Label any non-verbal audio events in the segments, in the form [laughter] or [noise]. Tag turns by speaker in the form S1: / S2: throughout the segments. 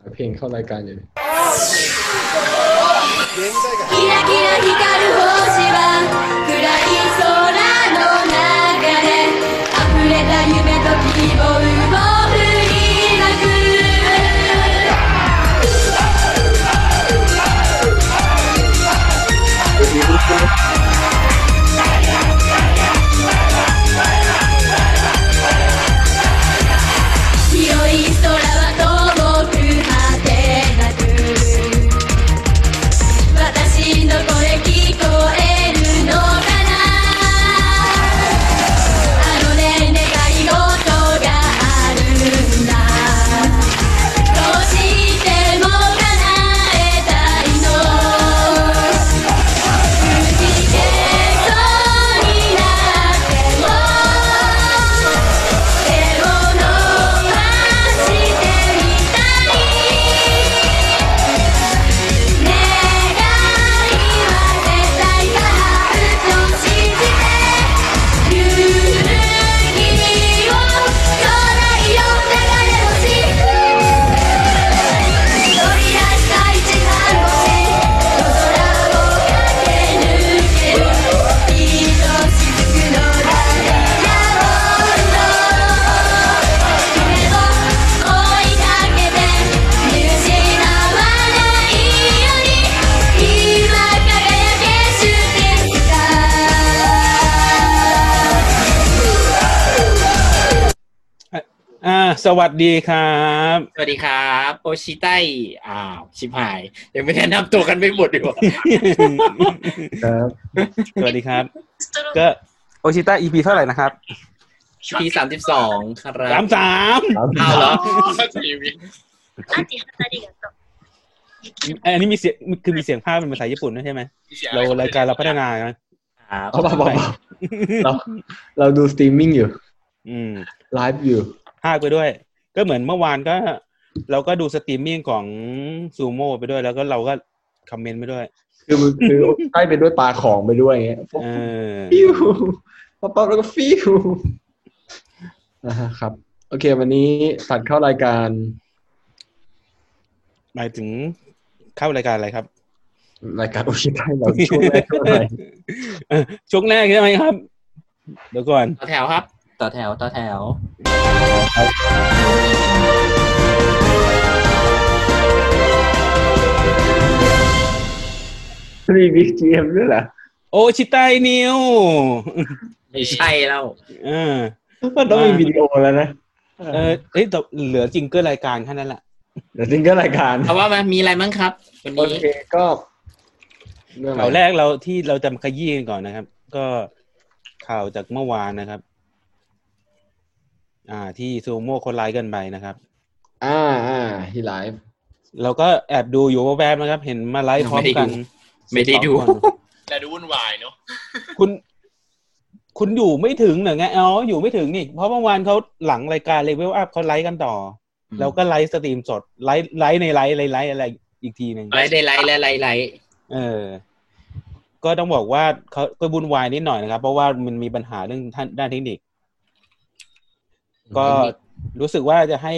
S1: หาเพลงเข้ารายการอยู่เลย
S2: 現代が
S3: キラキラ光る星は暗い空の中で溢れた夢と希望を振りまく広い空は遠く果てなく私の声聞こえるのかなあのね願い事があるんだどうしても叶えたいのくじけそうになっても手を伸ばしてみたい願いは絶対叶うと信じて揺るぎを巨大よ流れ星飛び出した一番星夜空を駆け抜ける一としずくの誰だろうと夢を追いかけて見失わないように今輝けしてきた
S4: อ่า สวัสดีครับ
S5: สวัสดีครับ โอชิไตอ้าว ชิบหาย ยังไม่แนะนำตัวกันไม่หมดดี [laughs] กว่า
S1: ครับ
S4: สวัสดี [laughs] ครับ ก็โอชิต้า EP เท่าไหร่นะครับ
S5: EP สามสิบสองครับ
S4: สามสาม
S5: อ้าวเหร [laughs] อ
S6: あってありがとう。
S4: เอ้ยอันนี้มีเสียงคือมีเสียงภาพเป็นภาษาญี่ปุ่นด้วยใช่ไหม เรารายการเราพัฒนานะครับ
S1: เอาเปล่าเปล่าเปล่าเราเราดูสตรีมมิ่งอยู่
S4: อืม
S1: ไลฟ์อยู่
S4: ภาคไปด้วย ก็เหมือนเมื่อวานก็ เราก็ดูสตรีมมิ่งของซูโม่ไปด้วย แล้วก็เราก็คอมเมนต์ไปด้วย
S1: คือมันคือใกล้ไปด้วยปลาของไปด้วยอย่างเงี้ย
S4: เออ
S1: ฟิวปั๊บปั๊บแล้วก็ฟิวนะฮะครับ โอเค วันนี้ตัดเข้ารายการ
S4: หมายถึงเข้ารายการอะไรครับ [laughs]
S1: รายการโอชิไทยเราช่วงแรกเท่าไหร่
S4: เออช่วงแรกใช่ไหมครับ เดี๋ยวก่อน
S5: ต่อแถวครับ ต่อแถว ต่อแถว
S1: รีวิวเกมด้วยเหรอ
S4: โอชิไตนิว
S5: ไม่ใช่แล้ว
S4: เออ
S1: มันต้องมีวิดีโอแล้วนะ
S4: เออเอ้ยแต่เหลือจิงเกิลรายการแค่นั้นแหละ
S1: เดี๋ยวจริงก็รายการ
S5: เพราะว่ามันมีอะไรมั้งครับ วัน
S1: โอ
S5: นี้
S1: เคก็เรื่องอะ
S4: ข่าว
S1: ไร
S4: แรกเราที่เราจะมาขยี้กันก่อนนะครับ ก็ข่าวจากเมื่อวานนะครับ อ่า ที่ซูโม่คนร้ายกันไปนะครับ
S1: อ่าอ่าที่ไลฟ์
S4: เราก็แอบดูอยู่แวบๆนะครับ เห็นมาไลฟ์พร้อมกัน
S5: ไม่ได้ดู
S4: สองคน
S7: แต่ดูวุ่นวายเนาะ
S4: คุณ คุณอยู่ไม่ถึงเหรอไงอ๋ออยู่ไม่ถึงนี่เพราะเมื่อวานเขาหลังรายการเลเวลอัพเขาไลฟ์กันต่ออเราก็ไลฟ์สตรีมสดไลฟ์ไลฟ์ในไลฟ์ไลฟ์ไลฟ์อะไรอีกทีหนึ่ง
S5: ไลฟ์ได้ไลฟ์และไลฟ์ไลฟ์
S4: เออ ก็ต้องบอกว่าเขาก็บุญวายนิดหน่อยนะครับ เพราะว่ามันมีปัญหาเรื่องท่านด้านเทคนิค ก็รู้สึกว่าจะให้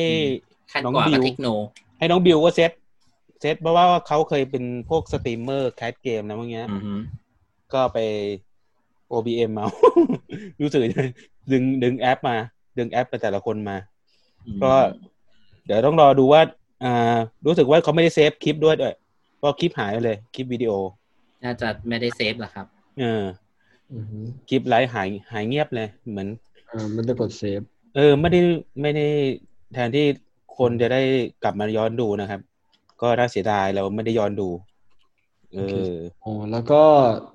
S5: ขั้น
S4: น้อง
S5: กว่า
S4: บิว
S5: เทคโน
S4: ให้น้องบิวก็เซตเซตเพราะว่าเขาเคยเป็นพวกสตรีมเมอร์แคสเกมนะพวกเนี้ย
S5: อือฮึ
S4: ก็ไป OBM เอา [laughs] รู้สึกจะดึงดึงแอปมา ดึงแอปไปแต่ละคนมา ก็เดี๋ยวต้องรอดูว่า อ่า รู้สึกว่าเขาไม่ได้เซฟคลิปด้วยด้วยเพราะคลิปหายไปเลย คลิปวิดีโอ
S5: น่าจะไม่ได้เซฟหรอครับ
S4: เออ
S1: อือหือ
S4: คลิปไลฟ์หายหายเงียบเลย เหมือน
S1: อ่ามันจะกดเซฟ
S4: เออไม่ได้ไม่ได้แทนที่คนจะได้กลับมาย้อนดูนะครับ ก็น่าเสียดายเราไม่ได้ย้อนดู เออ
S1: โอ้แล้วก็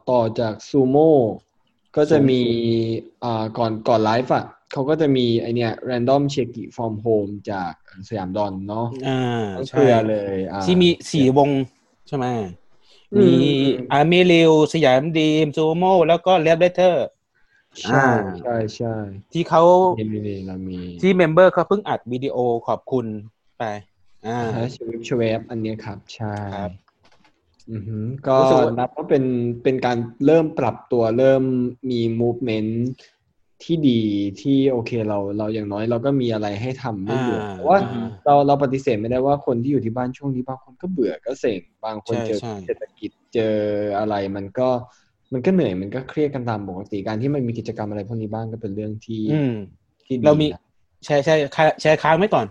S1: ต่อจากซูโม่ก็จะมีอ่าก่อนก่อนไลฟ์อ่ะเขาก็จะมีไอเนี้ย random c h e k i from home จากสยามดอนเนาะ
S4: อ่า
S1: ทั้งเค
S4: ใช่
S1: รือเลยอ่า
S4: ที่มีสี่วงใช่ไหม
S1: อืม
S4: มีอาร์เมเรวสยามดีมซูโม่แล้วก็เลฟเลเตอร์
S1: ใช่
S4: อ่า
S1: ใช่ใช่
S4: ที่เขา
S1: เอมิเลียเรามี
S4: ที่เมมเบอร์เขาเพิ่งอัดวิดีโอขอบคุณไป อ่า
S1: แฮชเวฟชเวฟอันเนี้ยครับ ใช่
S4: ครับ
S1: อือหือก็
S4: รู้สึกว่านั
S1: นับว่าเป็นเป็นการเริ่มปรับตัวเริ่มมี movement ที่ดีที่โอเคเราเราอย่างน้อยเราก็มีอะไรให้ทำไม่เบื่อ
S4: อ่า
S1: แต่ว่า
S4: อ่า
S1: เราเราปฏิเสธไม่ได้ว่าคนที่อยู่ที่บ้านช่วงนี้บางคนก็เบื่อก็เซ็งบางคน
S4: ใช่
S1: เจอ
S4: ใช่
S1: เศรษฐกิจเจออะไร มันก็มันก็เหนื่อยมันก็เครียดกันตามปกติการที่มันมีกิจกรรมอะไรพวกนี้บ้างก็เป็นเรื่องที่
S4: อืม
S1: ที่ดี
S4: เรามี
S1: นะ
S4: แชร์แชร์ค้าแชร์ค้างไว้ก่อน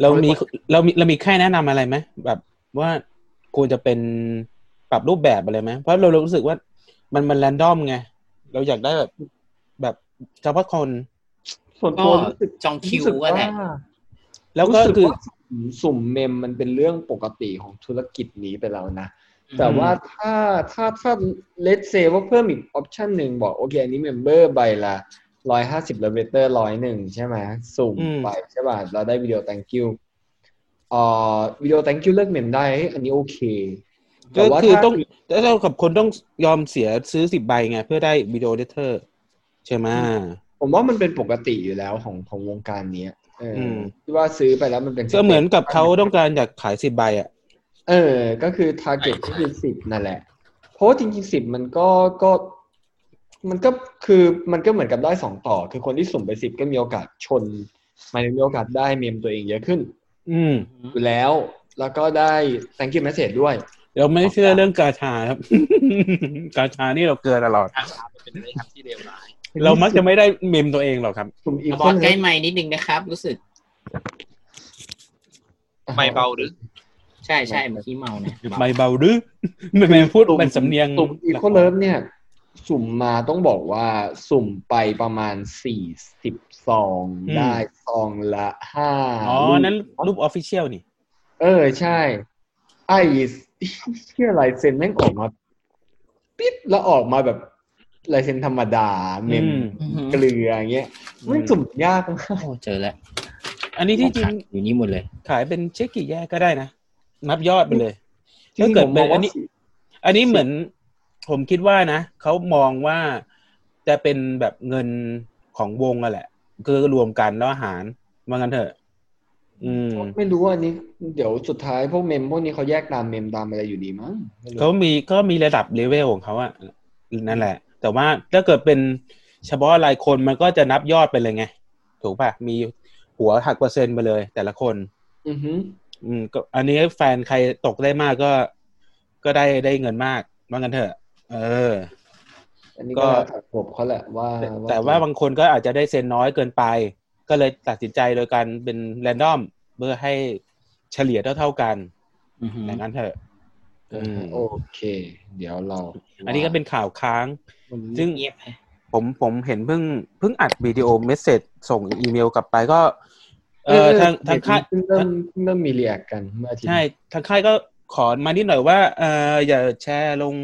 S4: เรามีเรามีเรามีแค่แนะนำอะไรไหมแบบว่าควรจะเป็นปรับรูปแบบอะไรไหมเพราะเราเรารู้สึกว่ามันมันแรนดอมไง เราอยากได้แบบแบบเฉพาะคน
S1: ส่วน
S5: ก็
S1: ตัวรู้สึก
S5: จองคิว
S1: รู้สึ
S5: ก็แหละ
S4: แล้วก็
S1: รู้สึ
S4: คือ
S1: ว่าสุ่มสุ่มเมมมันเป็นเรื่องปกติของธุรกิจนี้ไปแล้วนะ แต่ว่าถ้าถ้าถ้าเลทเซว่าเพิ่มอีกออปชันหนึ่งบอกโอเค อันนี้เมมเบอร์ใบละร้อยห้าสิบเลเวเตอร์ร้อยหนึ่งใช่ไหมสุ่ม
S4: อืม
S1: ไปใช่ป่ะเราได้วิดีโอ thank you เอ่อวิดีโอ thank you เลือกเมมได้เฮ้ยอันนี้โอเค
S4: ก็
S1: ว่า
S4: คือ
S1: ถ้า
S4: ต้องแล้วเรากับคนต้องยอมเสียซื้อสิบใบไง เพื่อได้วิดีโอเดเตอร์ ใช่ไหม
S1: ผมว่ามันเป็นปกติอยู่แล้วของของวงการเนี้ยเอออ
S4: ม
S1: ที่ว่าซื้อไปแล้วมันเป็น
S4: ก็เหมือนกับเขาต้องการอยากขายสิบใบอ่ะ
S1: เออ ก็คือ target ก็คือสิบนั่นแหละ เพราะว่าจริงๆสิบมันก็ก็ มันก็คือมันก็เหมือนกับได้สองต่อ คือคนที่สุ่มไปสิบก็มีโอกาสชนหมายถึงมีโอกาสได้เมมตัวเองเยอะขึ้น
S4: อืม
S1: อยู่แล้ว แล้วก็ได้ thank you message ด้วย
S4: เราไม่เชื่อเรื่องกาชาครับ กาชานี่เราเกินตลอด
S5: ทางสามเป็นอะไรครับที่เลวร้าย
S4: เรามักจะไม่ได้เมมตัวเองหรอกครับ
S1: สุ่มอีก
S5: บอสใกล้ไม้นิดนึงนะครับ รู้สึก
S2: ไม่เบาหรือ
S5: ใช่ใช่เมื่อกี้เมานะเมา
S4: ใบเบา [laughs] หรือ ไม่ไม่พูดเป็นสำเนียง
S1: สุ่มอีโคเลิฟเนี่ย สุ่มมาต้องบอกว่าสุ่มไปประมาณสี่สิบซองได้ซองละห้า
S4: อ๋อ นั้นรูปออฟฟิเชียลนี่
S1: เออใช่ ไอ้เชื่อลายเซ็นแม่งออกมาปิ๊บแล้วออกมาแบบลายเซ็นธรรมดาเมม
S4: อืม
S1: เกลืออย่างเงี้ยแม่งสุ่มยากมาก
S5: โอ้เจอแล้ว
S4: อันนี้ที่จริง
S5: อยู่นี่หมดเลย
S4: ขายเป็นเช็คกี่แยกก็ได้นะ นับยอดไปเลย
S1: จริง
S4: ถ้าเกิด
S1: ผม
S4: เป็
S1: มอ
S4: น
S1: ง
S4: อั
S1: ว่าน
S4: นี้ อันนี้เหมือนผมคิดว่านะ เขามองว่าจะเป็นแบบเงินของวงอะแหละ คือรวมกันแล้วอาหารว่างั้นเถอะ อืม
S1: ไม่รู้ว่าอันนี้ เดี๋ยวสุดท้ายพวกเมมพวกนี้เขาแยกตามเมมตามอะไรอยู่ดีมั้งไม่รู้
S4: เขามีก็มีระดับเลเวลของเขาอะนั่นแหละ แต่ว่าถ้าเกิดเป็นเฉพาะรายคนมันก็จะนับยอดไปเลยไง ถูกป่ะ มีหัวหักเปอร์เซ็นต์ไปเลย แต่ละคน
S1: อือฮึ
S4: อืมก็อันนี้แฟนใครตกได้มากก็ ก็ได้ได้เงินมากว่างั้นเถอะ เออ
S1: อันนี้
S4: ก็
S1: ก็ถักกบเขาแหละว่า
S4: แต่แต่ว่าบางคนก็อาจจะได้เซ็นน้อยเกินไป ก็เลยตัดสินใจโดยการเป็นแรนดอมเพื่อให้เฉลี่ยเท่าเท่าๆกัน
S5: อือฮึ
S4: อย่างนั้นเถอะ
S1: อืมโอเค เดี๋ยวเรา
S4: อันนี้ก็เป็นข่าวค้าง ซึ่ง
S5: เงียบไป
S4: ผมผมเห็นเพิ่งเพิ่งอัดวิดีโอเมสเซจส่งอีเมลกลับไปก็ เออทางทางค่าย
S1: เพิ่งเริ่มเพิ่งเริ่มมีเรียกกันเมื่ออาทิตย์
S4: ใช่ทางค่ายก็ขอมานิดหน่อยว่าเอออย่าแชร์ลง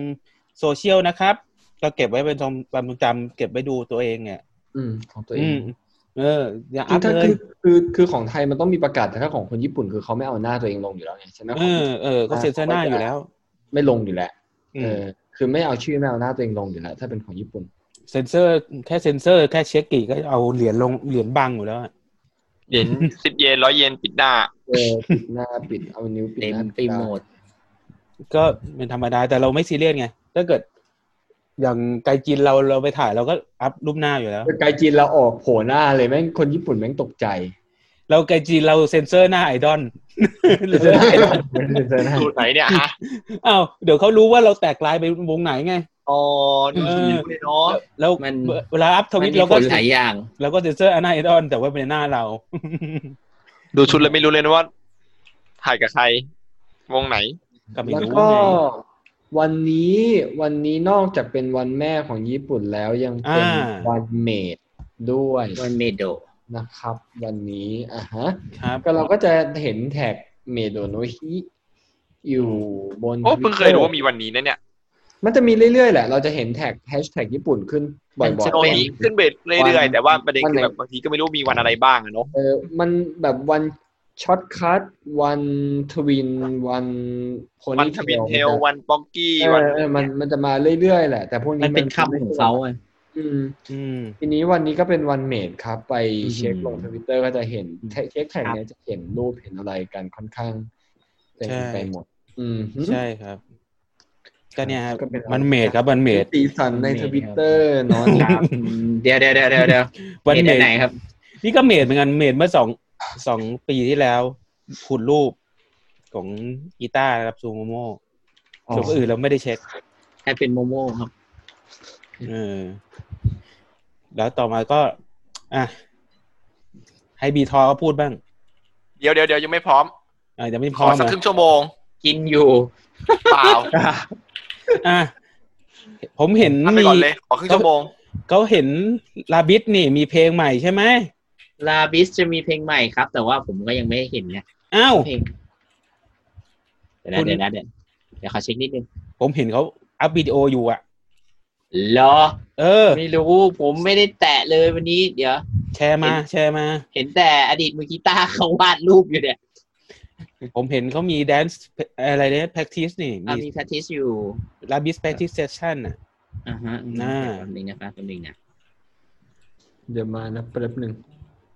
S4: โซเชียลนะครับ ก็เก็บไว้เป็นทรงความทรงจำเก็บไว้ดูตัวเองเนี่ย
S1: อืมของตัวเอ
S4: อื
S1: ง
S4: มเออ อย่า
S1: คื
S4: อั
S1: อ
S4: พ
S1: ถ้า
S4: เลย
S1: คือคือคือของไทยมันต้องมีประกาศแต่ถ้าของคนญี่ปุ่นคือเขาไม่เอาหน้าตัวเองลงอยู่แล้วไงฉะนั้น
S4: เอ
S1: ของ
S4: อเออก็เซ็นเซอร์หน้าอยู่แล้ว
S1: ไม่ลงอยู่แล้ว
S4: อื
S1: เอ
S4: ม
S1: อ คือไม่เอาชื่อไม่เอาหน้าตัวเองลงอยู่แล้วถ้าเป็นของญี่ [laughs] ปุ่น
S4: เซ็นเซอร์แค่เซ็นเซอร์แค่เช็คกี่ก็เอาเหรียญลงเหรียญบังอยู่แล้วอะ
S2: เหรียญสิบเยนร้อยเยนปิดหน้า
S1: เออปิดหน้าปิดเอานิ้วปิด
S5: เต็ม
S1: หน้า
S5: ไปหมด
S4: ก็เป็นธรรมดาแต่เราไม่ซีเรียสไงถ้าเกิด อย่างไกจินเราเราไปถ่ายเราก็อัพรูปหน้าอยู่แล้ว
S1: ไกลจีนเราออกโผล่หน้าเลยแม่งคนญี่ปุ่นแม่งตกใจ
S4: เราไกจีเราเซ็นเซอร์หน้าไอดอล [laughs]
S1: เจอได้เจอได้
S2: สูตรไหนเนี่ยฮะ
S4: อ้าวเดี๋ยวเขารู้ว่าเราแตกลายไปวงไหนไง
S2: อ๋อนี่
S4: เออ
S2: หิวเลยเนาะ
S4: แล้ว
S5: มัน
S4: เวลาอัพทวิต
S5: มันมี
S4: เราก็
S5: ผลหลายอย่าง
S4: เราก็เซ็นเซอร์หน้าไอดอลแต่ว่าเป็นหน้าเรา
S2: ดูชุดแล้วไม่รู้เลยนะว่า ถ่ายกับใคร วงไหน
S4: ก็ไม่
S1: แล้ว
S4: รู้
S1: ก็
S4: ไง
S1: วันนี้วันนี้นอกจากเป็นวันแม่ของญี่ปุ่นแล้วยังเป็น
S4: อ่า
S1: วันเมดด้วย
S5: วันเมโดะ
S1: นะครับ วันนี้อ่ะฮะ
S4: ครับ
S1: ก็เราก็จะเห็นแท็กเมโดโนฮิอยู่บน
S2: โอ้
S1: Twitter
S2: เพิ่งเคยรู้ว่ามีวันนี้นะเนี่ย
S1: มันจะมีเรื่อยๆแหละ เราจะเห็นแท็กแฮชแท็กญี่ปุ่นขึ้นบ่อย
S2: โนนี้ขึ้นเบสเรื่อยๆแต่ว่าประเด็นคือแบบบางทีก็ไม่รู้มีวันอะไรบ้างอะเนาะ
S1: ๆเออมันแบบวันช็อตคัทวันทวินวันคน
S2: วันทวินเทลวันป๊อกกี้
S1: วั
S2: วัน น
S1: เออมันมันจะมาเรื่อยๆแหละ แต่พวกนี้
S5: มันเป็นคำของเขาอะ
S1: อืม
S4: อืม
S1: ทีนี้วันนี้ก็เป็นวันเมดครับ ไป
S4: อืม
S1: เช็คลงทวิตเตอร์ก็จะเห็นแท็กแท็กเนี้ยจะเห็นรูปเห็นอะไรกันค่อนข้างเต็มไปหมด อืม
S4: ใช่ครับ ก็เนี่ยครับ
S1: ก็เป็นอะไร
S4: มันเมดครับมันเมด
S1: สีสันใน
S5: เมด
S1: ทวิตเตอร์เนาะ
S5: ครับเดี๋ยวเดี๋ยวเดี๋ยวเดี๋ยวเดี๋ยว
S4: วัน
S5: เม
S4: เม
S5: น
S4: ด
S5: ไหนครับ
S4: นี่ก็เมดเหมือนกันเมดเมื่อสองสองปีที่แล้วขุดรูปของอีต้านะครับซูโมโมส่วนคนอื่นเราไม่ได้เช็ค
S5: ให้เป็นโมโม่ครับ
S4: เออ แล้วต่อมาก็ อ่ะ ให้บีทอเขาพูดบ้าง
S2: เดี๋ยวเดี๋ยวเดี๋ยวยังไม่พร้อม
S4: อ่ะยังไม่
S2: ข
S4: พร้
S2: อ
S4: อม
S2: สัก
S4: อ่ะ
S2: ครึ่งชั่วโมง
S5: กินอยู่
S2: เปล่า
S4: อ่ะผมเห็น
S2: ทำไป
S4: มี
S2: ก่อนเลย ขอครึ่งชั่วโมง
S4: เขาเห็นลาบิสนี่ มีเพลงใหม่ใช่ไหม
S5: ลาบิสจะมีเพลงใหม่ครับ แต่ว่าผมก็ยังไม่เห็นเนี่ย
S4: อ้าว
S5: เพลงเดี๋ยวนะ
S4: คุณ
S5: เดี๋ยวนะเดี๋ยวเดี๋ยวขอเช็คนิดนึง
S4: ผมเห็นเขาอัพวิดีโออยู่อ่ะ
S5: เหรอ
S4: เออ
S5: ไม่รู้ ผมไม่ได้แตะเลยวันนี้ เดี๋ยว
S4: แชร์มา แชร์มา
S5: เห็นแต่อดีตมือกีตาร์เขาวาดรูปอยู่เนี่ย
S4: ผมเห็นเขามีแดนซ์อะไรเนี่ย practice นี่
S5: อ่ะ
S4: มี
S5: มีพาทิสอยู่
S4: ลาบิส practice session อ่ะ
S5: อ่าฮะอืม
S4: น่า
S5: เดี๋ยวแป๊บนึงนะครับแป๊บนึงนะ
S1: เดี๋ยวมานะแป๊บหนึ่ง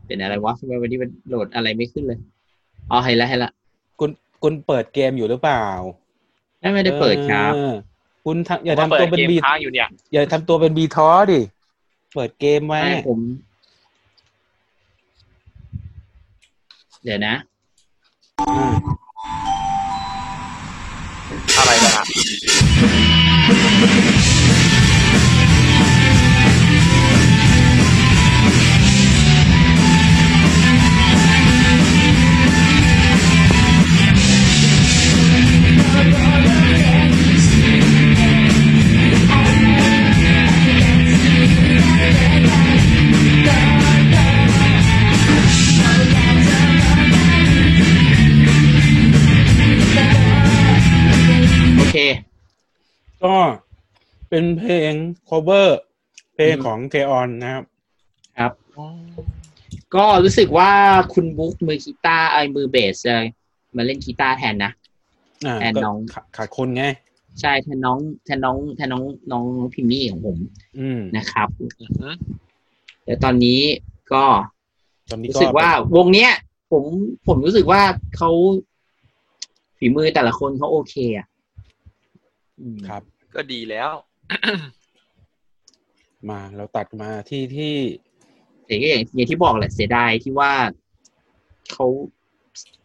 S5: เป็นอะไรวะทำไมวันนี้มันโหลดอะไรไม่ขึ้นเลยอ๋อเห็นแล้วเห็นแล้ว
S4: คุณคุณเปิดเกมอยู่หรือเปล่า
S5: ไม่ไม่ได้เปิดครับ
S4: ออคุณทำอย่า
S2: ว่า
S4: ทำตัว
S2: ด
S4: เป็น
S2: เกม
S4: บี
S2: ค้างอยู่เนี่ย
S4: อย่าทำตัวเป็นบีท้อดิ เปิดเกมไว้
S5: ไม่ผม เดี๋ยวนะ
S4: อ่า
S2: อะไรนะ
S5: โอเค
S4: ก็เป็นเพลง cover เพลง
S5: อืม
S4: ของเทออนนะครับ
S5: ก็รู้สึกว่าคุณบุ๊กมือกีตาร์ไอ้ยมือเบสเลยมาเล่นกีตาร์แทนนะ
S4: อ่า
S5: แอน
S4: ก็
S5: น้อง
S4: ขาขาดคนไง
S5: ใช่แทนน้องแทนน้องแทนน้องน้องพิมมี่ของผม
S4: อืม
S5: นะครับ แต่ตอนนี้ก็
S4: ตอนนี้
S5: รู้
S4: ก็
S5: สึกว่าวงเนี้ย ผมผมรู้สึกว่าเขาฝีมือแต่ละคนเขาโอเคอ่ะอืม
S4: ครับ
S2: ก็ดีแล้ว
S4: มาเราตัดมาที่ที่
S5: แต่ก็อย่างอย่างที่บอกแหละเสียดายที่ว่าเขา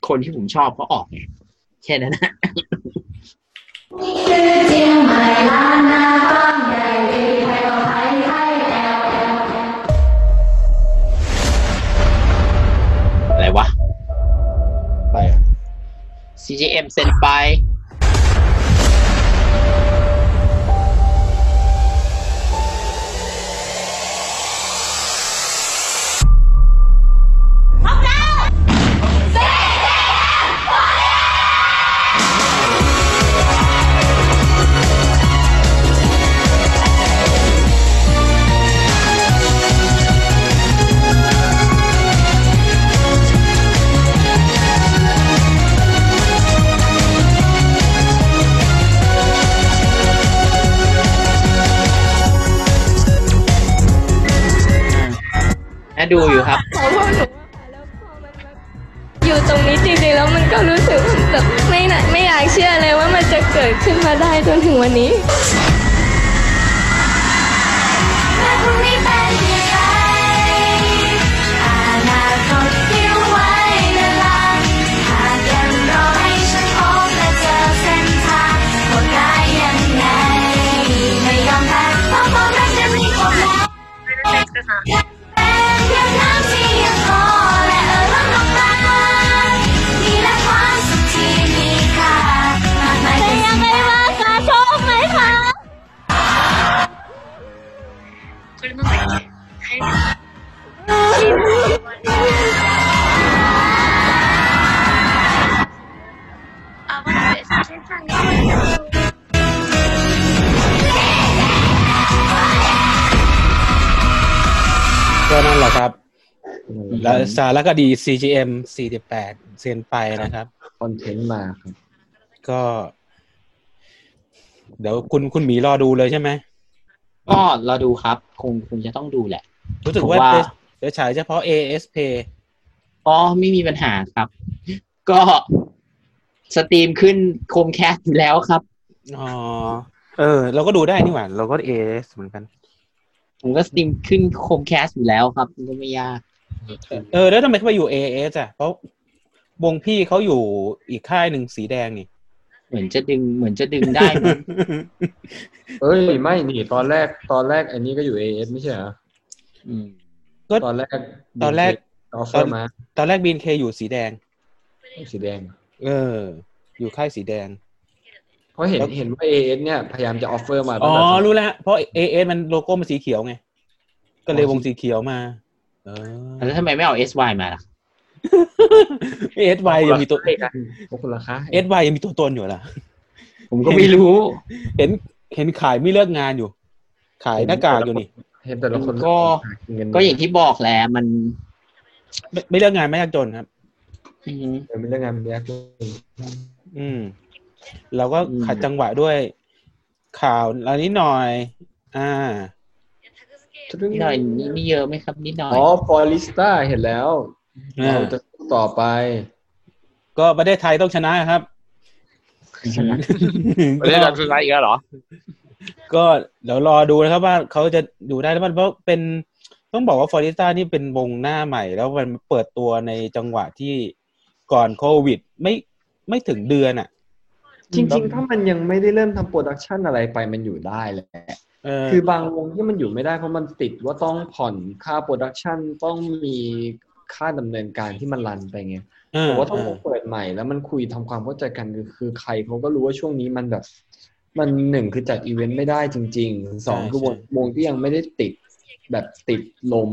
S5: คนที่ผมชอบเขาออกไงแค่นั้นนะ [laughs]
S3: เชื่อเชียงใหม่ล้านนาก้อนใหญ่ดีไทยเอาไทยไทยแอลแอลแอล
S5: อะไรวะ
S1: ไปอ่ะ
S5: CGM เซ็นไป น่าดูอยู่ครับ
S7: ขอพ่อหนูอะค่ะแล้วพอมันแบบอยู่ตรงนี้จริงๆแล้วมันก็รู้สึกแบบไม่น่าไม่อยากเชื่อเลยว่ามันจะเกิดขึ้นมาได้จนถึงวันนี้
S3: แม่พรุ่งนี้เป็นยังไงอนาคตที่ไว้ในลังหากยังรอให้ฉันพบและเจอเส้นทางหมดได้ยังไง ไม่ยอมแพ้เพราะความรักจะมีความหมาย เป็นเพียงน้ำที่ยังโตและเอ่อล้นออกมามีและความสุขที่มีค่ามากมายแต่ยังไม่ว่ากระทบไหมคะ
S6: これ飲んだっけあ、待って、写真館が。
S4: ก็นั่นแหละครับ แล้วสารคดี CGM 48 เซนไปนะครับ
S1: คอนเทนต์มาครับ
S4: ก็ เดี๋ยวคุณคุณหมีรอดูเลยใช่ไหม
S5: ก็รอดูครับ คงคงจะต้องดูแหละ
S4: รู้สึก
S5: ผม
S4: ว่า
S5: ว่า
S4: จะจะฉายเฉพาะ ASP
S5: อ๋อไม่มีปัญหาครับ [laughs] ก็สตรีมขึ้นโคมแคสอยู่แล้วครับ
S4: อ๋อ เออ เราก็ดูได้นี่หว่า เราก็เอสเหมือนกัน
S5: ผมก็สตรีมขึ้นโคมแคสอยู่แล้วครับมันก็ไม่ยาก
S4: เออ แล้วทำไมเขาไปอยู่เอเอสอ่ะ เพราะวงพี่เขาอยู่อีกค่ายหนึ่งสีแดง [laughs] นี่
S5: เหมือนจะดึงเหมือนจะดึง
S4: [laughs]
S5: ได้มั้ง
S1: เอ้ยไม่นี่ตอนแรกตอนแรกไอ้นี่ก็อยู่เอเอสไม่ใช่เหรอ
S5: อืม
S4: ก็
S1: ตอนแรก
S4: ตอนแรก
S1: ออฟเฟอร์มา
S4: ตอนแรกบีนเคอยู่สีแดง
S1: สีแดง
S4: เออ อยู่ค่ายสีแดง
S1: เพราะเห็น
S4: แล้ว
S1: เห็นว่าเอเอสเนี่ยพยายามจะออฟเฟอร์มา
S4: อ๋
S1: ตั้
S4: อ
S1: งแต่
S4: รู้แล้ว เพราะเอเอสมันโลโก้มันสีเขียวไง ก็เลยวงสีเขียวมา เออ
S5: แล้วทำไมไม่เอา SY มาล่ะ
S4: เอสวายยังมีตัว
S1: พวกคุณราคา
S4: เอสวายยังมีตัวตนอยู่ล่ะ
S5: ผมก็ไม่รู้
S4: เห็นเห็นขายไม่เลิกงานอยู่ ขายหน้ากากอยู่นี่
S1: เห็นแต่ละคน
S5: ก็
S1: เงิน
S5: ก็อย่างที่บอกแหละมัน
S4: ไม่ไม่เลิกงานไม่ยากจนครับ
S5: อืม
S1: เออมีเรื่องงานมีเรื่อง
S4: อืม เราก็
S5: อืม
S4: ขัดจังหวะด้วยข่าวอันนี้หน่อย อ่า
S5: นิดหน่อยนี่นี่เยอะไหมครับ นิดหน่อย
S1: อ๋อฟอริสต้าเห็นแล้วเราจะสู้ต่อไป
S4: ก็ประเทศไทยต้องชนะครับ
S5: ชนะ
S2: ประเทศดันสุดท้ายอีกแล้วเหรอ
S4: ก็เดี๋ยวรอดูนะครับว่าเขาจะอยู่ได้หรือเปล่าเพราะเป็นต้องบอกว่าฟอริสตานี่เป็นวงหน้าใหม่ แล้วมันเปิดตัวในจังหวะที่ก่อนโควิด ไม่ไม่ถึงเดือนอ่ะ
S1: จริงๆ ถ้ามันยังไม่ได้เริ่มทำโปรดักชันอะไรไปมันอยู่ได้แหละ
S4: เออ
S1: คือบางวงที่มันอยู่ไม่ได้เพราะมันติดว่าต้องผ่อนค่าโปรดักชันต้องมีค่าดำเนินการที่มันรันไปไง
S4: เออ
S1: แต่ว่าถ้า
S4: เอ
S1: ว
S4: อง
S1: เปิดใหม่แล้วมันคุยทำความเข้าใจกันคือคือใครเขาก็รู้ว่าช่วงนี้มันแบบ มันหนึ่งคือจัดอีเวนต์ไม่ได้จริงๆสองคือวงวงที่ยังไม่ได้ติดแบบติดลม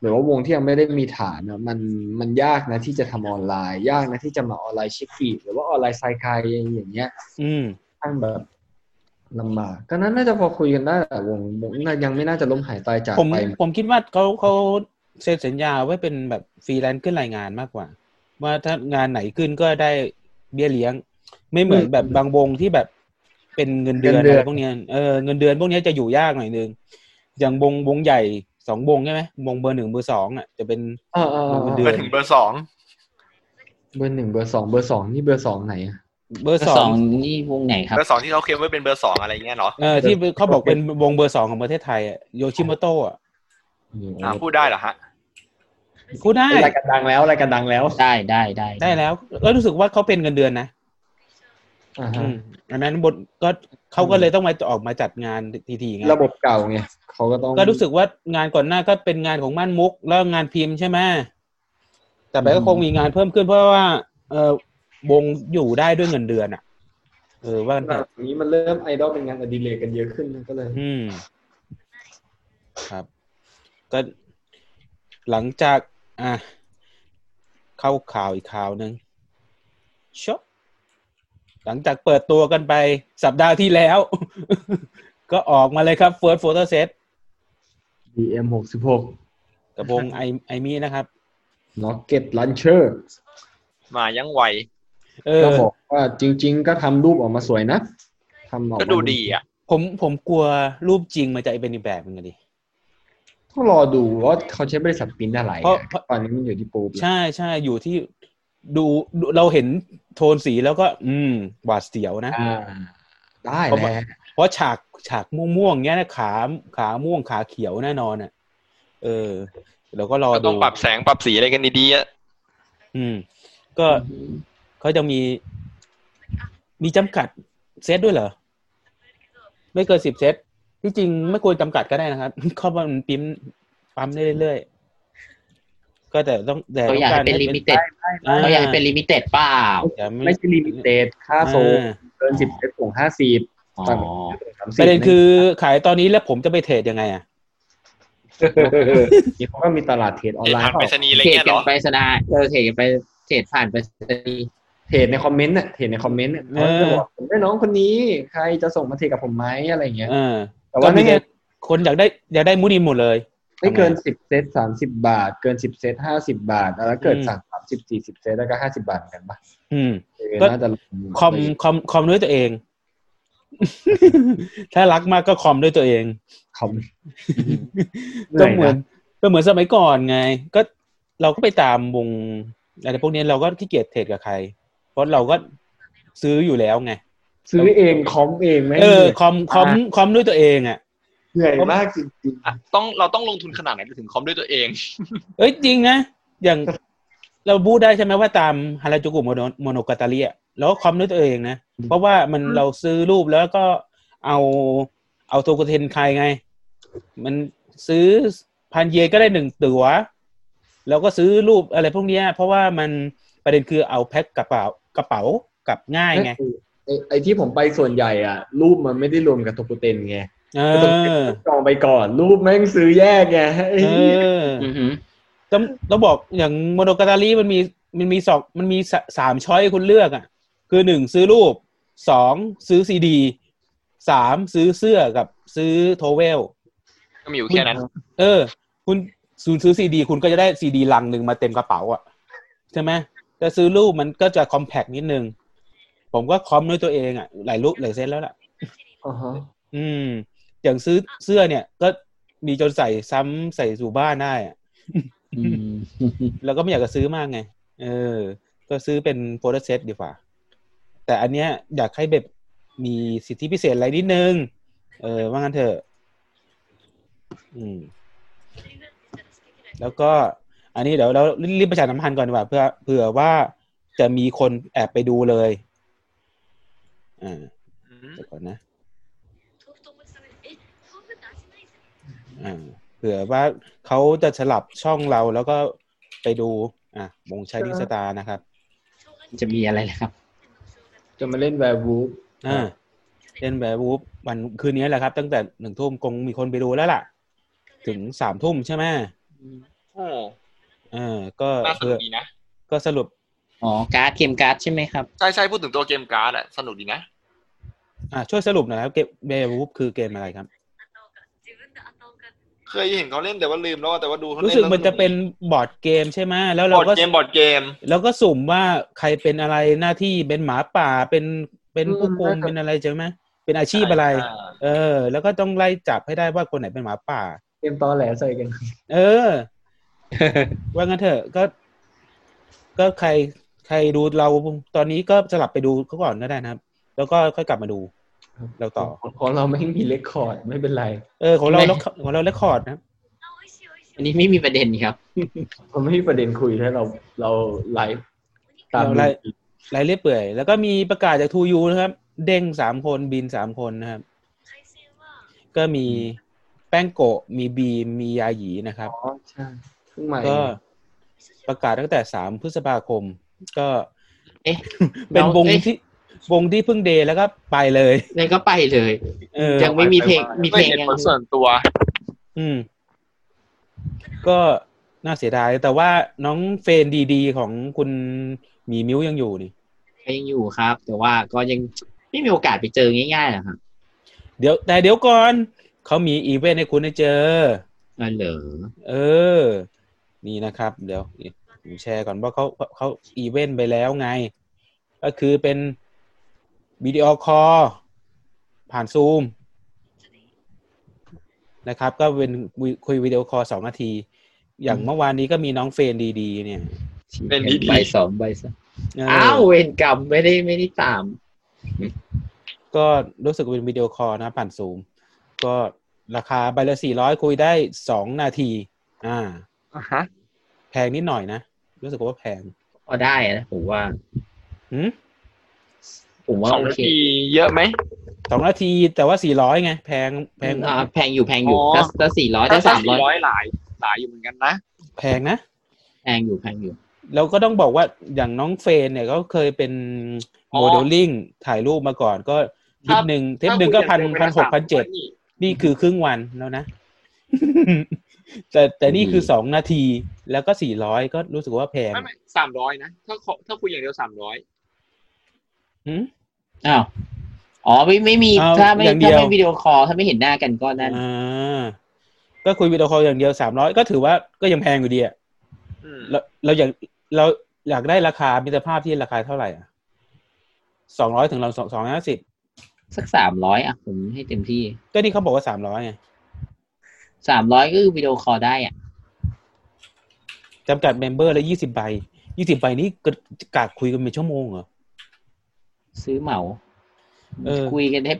S1: หรือว่าวงที่ยังไม่ได้มีฐานอะมันมันยากนะที่จะทำออนไลน์ ยากนะที่จะมาออนไลน์เช็คฟีดหรือว่าออนไลน์ไซคายอย่างเงี้ย
S4: อืม
S1: ตั้งแบบลำบากก็นั้นน่าจะพอคุยกันได้แต่วงวงน่ายังไม่น่าจะล้มหายตายจาก
S4: ผม
S1: ไป
S4: ผมคิดว่าเขาเขาเซ็นสัญญาไว้เป็นแบบฟรีแลนซ์ขึ้นรายงานมากกว่า ว่าถ้างานไหนขึ้นก็ได้เบี้ยเลี้ยง ไม่เหมือนแบบบางวงที่แบบเป็นเงินเดือนอะไรพวกเนี้ยเออเงินเดือนพวกเนี้ยจะอยู่ยากหน่อยนึงอย่างวงวงใหญ่สองวงใช่ไหมวงเบอร์หนึ่งเบอร์สองอ่ะจะเป็น
S1: เออเออเออ
S4: มันเดื
S2: ไป
S4: น
S2: ถึงเบอร์สอง
S1: เบอร์หนึ่งเบอร์สองเบอร์สองนี่เบอร์สองไหนอะ
S4: เบอร์
S5: ก็
S4: ส
S5: ส
S4: อ
S5: อง
S4: ง
S5: นี่วงไหนครับ
S2: เบอร์สองที่เขาเคลมว่าเป็นเบอร์สองอะไรเงี้ยเหรอ
S4: เออที่เขาบอกเป็นวงเบอร์สองของประเทศไทยอะโยชิโมโตะอะ
S2: อ่าพูดได้เหรอฮะ
S4: กูได้
S1: เป็นรายการดังแล้วรายการดังแล้ว
S5: ได้ได้ได้
S4: ได้แล้วแล้วรู้สึกว่าเขาเป็นเงินเดือนนะ
S1: อ่า
S4: อื
S1: ฮะ
S4: มอันนั้นบทก็เขาก็เลยต้องมาออกมาจัดงานทีๆไง
S1: ระบบเก่าไงเขาก็ต้อง
S4: ก็รู้สึกว่างานก่อนหน้าก็เป็นงานของม่านมุก แล้วงานพิมพ์ใช่ไหมแต่แบบก็คงมีงานเพิ่มขึ้นเพราะว่า เออวงอยู่ได้ด้วยเงินเดือนอ่ะ เออว่ากัน
S1: แบ
S4: เถอะ
S1: บนี้มันเริ่มไอดอลเป็นงานอดิเรกกันเยอะขึ้นนะก็เลย
S4: อืม ครับ ก็หลังจาก อ่ะเข้าข่าวอีกข่าวหนึ่งชอบหลังจากเปิดตัวกันไปสัปดาห์ที่แล้ว [laughs] ก็ออกมาเลยครับ First Photo Set
S1: ดีเอ็มหกสิบหก
S4: กับ
S1: [laughs]
S4: วงไอไอมีนะครับ
S1: ล็อกเก็ตลันเชอร์
S2: มายังไว
S4: เออ
S1: ก็บอกว่าจริง ๆ ก็ทำรูปออกมาสวยนะทำออกมา
S2: ก็ดูดีอ่ะ
S4: ผมผมกลัวรูปจริงมันจะเป็นอีกแบบหนึงอะดิ
S1: ต้องรอดูว่าเขาใช้บริษัทปริ้นอะไร
S4: เพราะเพราะ
S1: ตอนนี้มันอยู่ที่ปูป
S4: ใช่ใช่อยู่ที่ดูดูเราเห็นโทนสีแล้วก็ อืมหวาดเสียวนะ
S1: อ่าได้
S4: เพราะ
S1: แห
S4: ว่า
S1: ละ
S4: เพราะฉากฉากม่วงๆเนี้ยนะขาขาม่วงขาเขียวแน่นอนอ่ะ เออ เราก็รอ
S2: ก็
S4: ดู
S2: ต้องปรับแสงปรับสีอะไรกันดีๆอะ
S4: อืม ก็เขาจะมี มีจำกัดเซตด้วยเหรอ ไม่เกินสิบเซตที่จริงไม่ควรจำกัดก็ได้นะครับ [laughs] เข้ามันปิ๊มปั๊มได้เรื่อยๆ ก็แต่ต้องแต่
S5: เขา
S4: ต้อ
S5: อยา
S4: ง
S5: ก
S4: การ
S5: ให้เป็นลิมิเต็ด
S4: อ่
S5: เขาอยากให้เป็นลิมิเต็ดเปล่า
S4: อย่าไม่
S1: ไม่ใช่ลิมิเต็ดค่าโซล
S4: อ่า
S1: เกินสิบเอ็ดส่งห้าสิบ
S5: อ๋อ
S1: ต่างสามสิบ
S4: ประเด็นคือขายตอนนี้แล้วผมจะไปเทรดยังไงอ่ะ
S1: นี่ [laughs] เขาก็มีตลาดเทรดออน
S2: เอ็ด
S1: ไล
S2: ทา
S1: น์
S2: ง
S1: เป
S2: ไปร
S1: ล่า
S2: ษณีย์อะไร
S5: เทรด
S2: เงี้ย
S5: กั
S2: เหร
S5: น
S2: อ
S5: ไปสนาเออเทรดกันไปเทรดผ่านไปสนีย์
S1: เทรดในคอมเมนต์น่ะเทรดในคอมเมนต์น่ะ
S4: เอ
S1: เขา
S4: อ
S1: จะบอกผมได้น้องคนนี้ใครจะส่งมาเทรดกับผมไหมอะไรเงี้ย
S4: เออ
S1: แต่ว่า
S4: ก็มี
S1: ไม่ไง
S4: แต่คนอยากได้อยากได้มูนิมหมดเลย
S1: ไม่เกินสิบเซตสามสิบบาท เกินสิบเซตห้าสิบาท แล้วเกิด
S4: อืม
S1: สั่งสามสิบสี่สิบเซตแล้วก็ห้าสิบาทเหมือนกันปะ
S4: อืม
S1: เออ
S4: ก็
S1: น่าจะลง
S4: คอมคอมคอมด้วยตัวเอง [laughs] ถ้ารักมากก็คอมด้วยตัวเอง
S1: ค
S4: [laughs]
S1: อม เหนื่
S4: ก็
S1: อยนะ
S4: เหมือนก็เหมือนสมัยก่อนไง ก็เราก็ไปตามวงอะไรพวกเนี้ยเราก็ขี้เกียจเทรดกับใคร เพราะเราก็ซื้ออยู่แล้วไง
S1: ซื้อเองคอมเองไหม
S4: เออคอมคอมคอมด้วยตัวเองอ่ะ
S1: เหนื่อยมากจริง
S2: อ่ะต้องเราต้องลงทุนขนาดไหนถึงคอมด้วยตัวเอง
S4: เอ้ยจริงนะ อย่างเราพูดได้ใช่ไหมว่าตามฮาราจูกุโมโนโมโนกาตาเรียแล้วก็คอมด้วยตัวเองนะ เพราะว่ามันเราซื้อรูปแล้วก็เอาเอาตัวกระเทนใครไง มันซื้อพันเยนก็ได้หนึ่งตัว๋วแล้วก็ซื้อรูปอะไรพวกเนี้ย เพราะว่ามันประเด็นคือเอาแพ็คกระเป๋ากระเป๋ากลับง่ายไง
S1: ไอ้ไอ้ที่ผมไปส่วนใหญ่อ่ะ รูปมันไม่ได้รวมกับโทกุเตนไง
S4: เออ
S1: จองไปก่อน รูปแม่งซื้อแยกไงไอ้
S4: เอ
S1: เหี้ย
S4: อ
S5: อือหือ
S4: ต้องต้องบอกอย่างโมโนกาตาลีมันมีมันมีสองมันมีสสามช้อยให้คุณเลือกอ่ะ คือหนึ่งซื้อรูปสองซื้อซีดีสามซื้อเสื้อกับซื้อโทเวล
S2: ก็มีอยู่แค่นั้น
S4: เออ คุณซูนซื้อซีดี คุณก็จะได้ซีดีลังหนึ่งมาเต็มกระเป๋าอ่ะ ใช่ไหมแต่ซื้อรูปมันก็จะคอมแพกนิดนึง ผมก็คอมด้วยตัวเองอ่ะ หลายรูปหลายเซตแล้วล่ะ
S1: อ่าฮะ
S4: อืม อย่างซื้อเสื้อเนี่ย ก็มีจนใส่ซ้ำใส่สู่บ้านได้อ่ะ
S5: อืม
S4: เราก็ไม่อยากจะซื้อมากไง เออ ก็ซื้อเป็นโฟลเดอร์เซตดีกว่า แต่อันเนี้ยอยากให้แบบมีสิทธิพิเศษอะไรนิดนึง เออ ว่างั้นเถอะ อืม แล้วก็ อันนี้เดี๋ยวเรารีบประชาสัมพันธ์ก่อนดีกว่าเพื่อเผื่อว่าจะมีคนแอบไปดูเลย อ่าเดี๋ยวก่อนนะ อ่าเผื่อว่าเขาจะสลับช่องเราแล้วก็ไปดู อ่ะวงชายดิสตาร์นะครับ
S5: จะมีอะไรนะครับ
S1: จะมาเล่นแวร์วูฟ
S4: อ่าเล่นแบบวูฟวันคืนนี้แหละครับ ตั้งแต่หนึ่งทุ่มคงมีคนไปดูแล้วล่ะ ถึงสามทุ่มใช่ไหม
S2: โอ้
S4: เออก็
S2: น่าส
S4: เพื่
S2: นุ
S4: อก
S2: ดีนะ
S4: ก็สรุป
S5: อ๋อ การ์ดเกมการ์ดใช่ไหมครับ
S2: ใช่ใช่พูดถึงตัวเกมการ์ดอะสนุกดีนะ
S4: อ่าช่วยสรุปหน่อยครับเกมแบบวูฟคือเกมอะไรครับ
S2: เคยเห็นเขาเล่นแต่ว่าลืมแล้วอะแต่ว่าดูเขา
S4: รู้
S2: เล่น
S4: สึก
S2: แล้ว
S4: มันจะเป็นบอร์ดเกมใช่ไหมแล้ว
S2: บ
S4: เรา
S2: อร์ด
S4: ก็
S2: เกมบอร์ดเกม
S4: แล้วก็สุ่มว่าใครเป็นอะไรหน้าที่เป็นหมาป่าเป็นเป็นผู้โกง
S1: อืม
S4: เป็นอะไรใช่ไหมเป็นอาชีพอะไร
S2: อ่า
S4: เออ แล้วก็ต้องไล่จับให้ได้ว่าคนไหนเป็นหมาป่า
S1: เกมตอแหลใส่กัน
S4: เออ ว่างั้นเถอะก็ ก็ใครใครดูเราตอนนี้ก็สลับไปดูเขาก่อนก็ได้นะครับ แล้วก็ค่อยกลับมาดู
S1: ครับ
S4: เราต่อ
S1: ของเราไม่มีเลคคอร์ดไม่เป็นไร
S4: เออ ของเรา
S5: ไม่
S4: ของเราเลคคอร์ดนะครับ
S5: อันนี้ไม่มีประเด็นครับ
S1: เราไม่มีประเด็นคุยถ้าเราเราไลฟ์ตาม
S4: เรารายรายเรียบเปื่อย แล้วก็มีประกาศจากทูยูนะครับ เด้งสามคนบินสามคนนะครับ ก็มีแป้งโกะมีบีมมียาหยีนะครับ
S1: อ๋อใช่เพิ่งใหม่
S4: ก็ประกาศตั้งแต่สามพฤษภาคม ก็
S5: เอ๊ะ
S4: เป็นวง
S5: เอ๊ะ
S4: ที่วงที่เพิ่งเดย์แล้วก็ไปเลย
S5: เลยก็ไปเลย
S4: เออ
S5: ยังไม่มีเพลง มีเพ
S2: ไม่
S5: ลง
S2: เห็น
S5: ยัง
S2: ผลส่วนตัว
S4: อืม ก็น่าเสียดาย แต่ว่าน้องเฟรนดีๆ ของคุณหมีมิ้วยังอยู่นี่
S5: ยังอยู่ครับ แต่ว่าก็ยังไม่มีโอกาสไปเจอง่ายๆหรอกครับ
S4: เดี๋ยวแต่เดี๋ยวก่อน เขามีอีเวนต์ให้คุณได้เจอ
S5: เออเหรอ
S4: เออ นี่นะครับ เดี๋ยวผมแชร์ก่อนว่าเขาเขาอีเวนต์ไปแล้วไง ก็คือเป็นวิดีโอคอลผ่านซูม นะครับ ก็เป็นคุยวิดีโอคอลสองนาที อย่างเมื่อวานนี้ก็มีน้องเฟรนดีๆ เนี่ย
S2: เป็นดีๆ
S5: ใบสองใบสองอ้าวเวรกรรมไม่ได้ไม่ได้ตาม
S4: ก็รู้สึกเป็นวิดีโอคอลนะผ่านซูม ก็ราคาใบละสี่ร้อยคุยได้สองนาที อ่า
S2: ฮะ
S4: แพงนิดหน่อยนะ รู้สึกว่าแพง
S5: พอได้นะผมว่า
S4: หืม
S5: ผมว่า
S2: สอง
S5: โอ
S2: นา
S5: เค
S2: ทีเยอะไหม
S4: สองนาทีแต่ว่าสี่ร้อยไง แพงแพง
S5: อ่าแพงอยู่แพงอยู่
S2: อ๋อ
S5: ถ้าถ้าสี่ร้อยถ้าสามร้อย
S2: ร้อยหลายหลายอยู่เหมือนกันนะ
S4: แพงนะ
S5: แพงอยู่แพงอยู่
S4: เราก็ต้องบอกว่าอย่างน้องเฟรนเนี่ยก็เคยเป็น
S2: อ๋อ
S4: โมเดลลิ่งถ่ายรูปมาก่อน ก็เทปหนึ่งเทปหนึ่งก็พันพันหกพันเจ็ดนี่คือครึ่งวันแล้วนะ [laughs] แต่แต่นี่คือสองนาทีแล้วก็สี่ร้อยก็รู้สึกว่าแพง
S2: ไม่ไม่สามร้อยนะ ถ้าขอถ้าคุยอย่างเดียวสามร้อย
S4: หืม
S5: อ้าว อ๋อไม่ไม่มี
S4: เอา
S5: ถ้าไม่
S4: อย่างเดี
S5: ถ้า
S4: ยว
S5: ไม่วิดีโอคอลถ้าไม่เห็นหน้ากันก็นั่น
S4: อ่าก็คุยวิดีโอคอลอย่างเดียวสามร้อยก็ถือว่าก็ยังแพงอยู่ดีอะ
S2: อืม
S4: เราเราอยากเราอยากได้ราคามิตรภาพที่ราคาเท่าไหร่อ่ะสองร้อยถึงเราสองสองห้าสิบ
S5: สักสามร้อยอ่ะผมให้เต็มที่
S4: ก็นี่เขาบอกว่าสามร้อยไง
S5: สามร้อยก็คือวิดีโอคอลได้อ่ะ
S4: จำกัดเมมเบอร์ละยี่สิบใบยี่สิบใบนี้ก็กากคุยกันเป็นชั่วโมงเหรอ
S5: ซื้อเหมา
S4: เออ
S5: คุยกันให้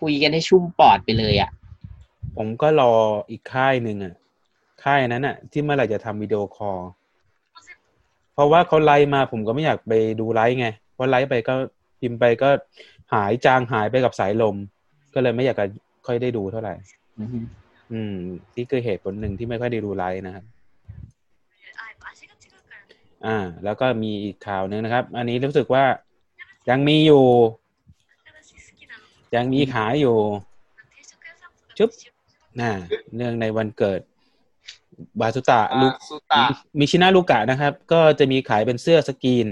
S5: คุยกันให้ชุ่มปอดไปเลยอ่ะ
S4: ผมก็รออีกค่ายหนึ่งอ่ะ ค่ายนั้นอ่ะ ที่เมื่อไหร่จะทำวิดีโอคอลเพราะว่าเขาไลฟ์มาผมก็ไม่อยากไปดูไลฟ์ไงเพราะไลฟ์ไปก็พิมพ์ไปก็หายจางหายไปกับสายลม ก็เลยไม่อยากจะค่อยได้ดูเท่าไหร่
S5: อือฮึ
S4: อืมนี่คือเหตุผลหนึ่งที่ไม่ค่อยได้ดูไลฟ์นะครับ อ่า แล้วก็มีอีกข่าวหนึ่งนะครับ อันนี้รู้สึกว่ายังมีอยู่ ยังมีขายอยู่
S6: จุ๊บ
S4: น่าเนื่องในวันเกิด บาสุตะ
S2: อ่า
S4: ลูก
S2: สุตา
S4: มิชินาลูกะนะครับ ก็จะมีขายเป็นเสื้อสกรีน